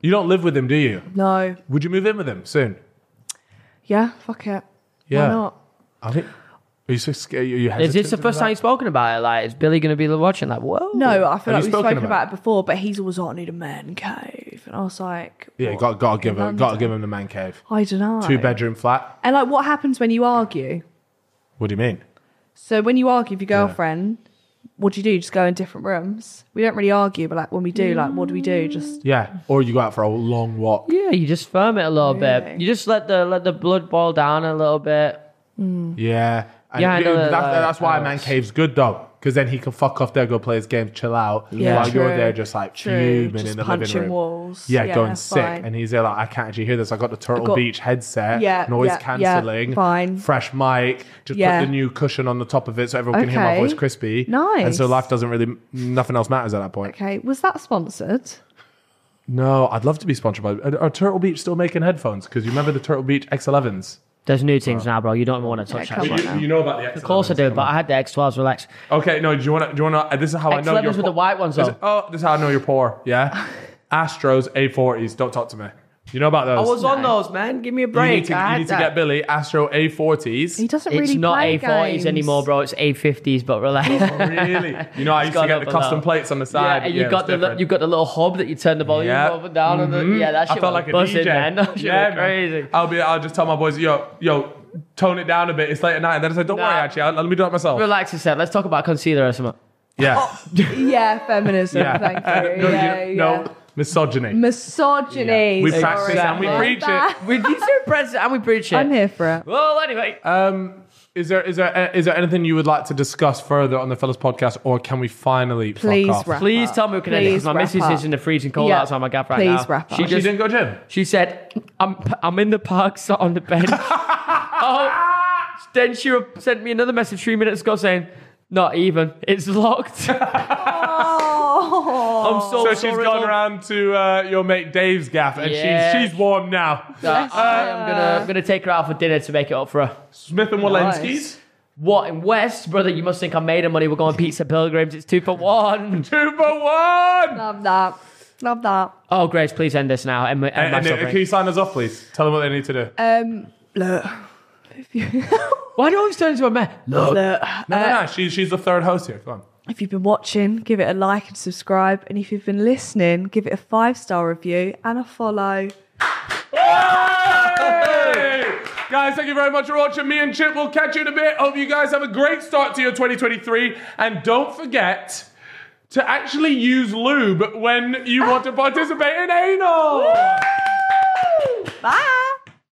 S6: You don't live with him, do you?
S4: no.
S6: Would you move in with him soon?
S4: Yeah, fuck it.
S6: Yeah.
S4: Why not?
S6: I think. Are you so scared? Are you
S2: Is
S6: hesitant
S2: this the
S6: about
S2: first
S6: that?
S2: time you've spoken about it? Like, is Billy going to be watching? Like, whoa.
S4: No, I feel
S6: Have
S4: like
S6: you
S4: we've
S6: spoken
S4: spoken
S6: about
S4: about, it before, but he's always like, I need a man cave. And I was like,
S6: Yeah, you got got to give him got to give him the man cave,
S4: I don't know.
S6: two bedroom flat.
S4: And like, what happens when you argue?
S6: What do you mean?
S4: So when you argue with your girlfriend, what do you do? You Just go in different rooms. We don't really argue, but like when we do, like what do we do? Just
S6: Yeah, or you go out for a long walk.
S2: Yeah, you just firm it a little bit.
S4: Really?
S2: You just let the let the blood boil down a little bit.
S6: Yeah. And
S2: Yeah, I know
S6: dude,
S2: that,
S6: that's,
S2: like,
S6: that's why
S2: I
S6: a man
S2: was-
S6: cave's good though, because then he can fuck off there, go play his game, chill out,
S4: Yeah,
S6: while you're
S4: true.
S6: there just like
S4: true,
S6: fuming in
S4: just
S6: the living
S4: punching
S6: room.
S4: walls.
S6: Yeah, going
S4: that's
S6: sick,
S4: fine.
S6: and he's there like, I can't actually hear this. I got the Turtle
S4: got-
S6: Beach headset,
S4: Yeah,
S6: noise
S4: yeah, yeah,
S6: cancelling,
S4: fine.
S6: fresh mic. Just
S4: Yeah.
S6: put the new cushion on the top of it so everyone can hear my
S4: Okay.
S6: voice crispy. and so
S4: Nice.
S6: life doesn't really, nothing else matters at that point.
S4: okay, was that sponsored?
S6: No, I'd love to be sponsored by. Are, are Turtle Beach still making headphones? Because you remember the Turtle Beach X11s.
S2: There's new things now, bro. You don't even want to touch
S4: Yeah,
S2: that.
S4: come
S2: shit.
S4: on. now.
S6: know about the X11s.
S2: Of course I do, but I had the X12s. Relax.
S6: Okay, no. Do you want to? Do you want to? This is
S2: Oh,
S6: how I know you're
S2: X11s with the white ones
S6: This-
S2: on.
S6: oh, this is how I know you're poor.
S4: <laughs>
S6: Yeah, Astros A40s. Don't talk to me. You know about
S2: I
S6: those?
S2: was on those, man. Give me a
S6: you
S2: break.
S6: need to,
S2: I
S6: you
S2: had
S6: need to
S2: that.
S6: get Billy Astro
S4: He
S6: A40s.
S4: doesn't
S2: it's
S4: really
S2: not
S4: play
S2: A40s
S4: games.
S2: anymore, bro. It's A50s, but relax.
S6: really? You know, I
S2: It's
S6: used to
S2: gone
S6: get
S2: up
S6: the
S2: and
S6: custom
S2: up.
S6: plates on the
S2: Yeah,
S6: side.
S2: and you
S6: it
S2: got
S6: was
S2: the li-
S6: different.
S2: you got the little hob that you turn the volume
S6: Yeah.
S2: up and down. on the,
S6: Mhm.
S2: yeah, that shit
S6: I felt
S2: was
S6: like a
S2: buzzing,
S6: DJ.
S2: man. <laughs> That shit
S6: yeah,
S2: was
S6: man.
S2: crazy.
S6: I'll be. I'll just tell my boys, yo, yo, tone it down a bit. It's late at night, and then I say, don't
S2: Nah.
S6: worry. Actually, I'll, let me do it myself.
S2: Relax yourself. Let's talk about concealer or something.
S6: Yeah.
S2: Oh,
S4: Yeah, feminism.
S6: yeah.
S4: Thank you.
S6: <laughs> no, you-
S4: yeah,
S6: no,
S4: yeah.
S6: misogyny.
S4: Misogyny.
S6: We
S4: sorry.
S6: practice and we
S4: Love
S6: preach it.
S4: that.
S2: We these <laughs> are present and we preach it.
S4: I'm here for it.
S2: Well, anyway,
S6: Um, is there is there is there anything you would like to discuss further on the Fellas podcast, or can we finally
S4: Please
S6: fuck off?
S4: wrap
S2: please
S4: up.
S2: tell me we can end it
S4: Please
S2: because my
S4: wrap
S2: missus
S4: up.
S2: is in the freezing cold
S4: Yeah.
S2: outside my gaff right
S4: Please
S2: now.
S4: wrap
S2: She
S4: up.
S6: She
S2: just
S6: didn't go gym.
S2: she said, "I'm I'm in the park, sat on the
S6: <laughs>
S2: bench." oh, then she re- sent me another message three minutes ago saying. Not even. It's
S6: <laughs>
S2: locked. I'm
S4: Oh,
S2: so,
S6: So
S2: sorry.
S6: she's gone
S2: Mum.
S6: around to uh, your mate Dave's gaff, and
S2: Yeah.
S6: she's she's warm now.
S2: Uh, I'm gonna I'm gonna take her out for dinner to make it up for her.
S6: Smith and Wolenski's.
S2: What in West, brother? You must think I made the money. We're
S6: <laughs>
S2: going pizza pilgrims. It's two for one.
S6: Two for one.
S4: Love that. Love that.
S2: Oh, Grace, please end this now. End, my- end my
S6: And, uh,
S2: suffering.
S6: can you sign us off, please? Tell them what they need to do.
S4: Um, look. If you, <laughs>
S2: Why do I always turn into a man? Look,
S4: look.
S6: no,
S4: uh,
S6: no, no. She, she's the third host here. Come on.
S4: If you've been watching, give it a like and subscribe. And if you've been listening, give it a five star review and a follow.
S6: Hey! Guys, thank you very much for watching. Me and Chip will catch you in a bit. Hope you guys have a great start to your 2023. And don't forget to actually use lube when you want to participate in anal.
S4: Bye.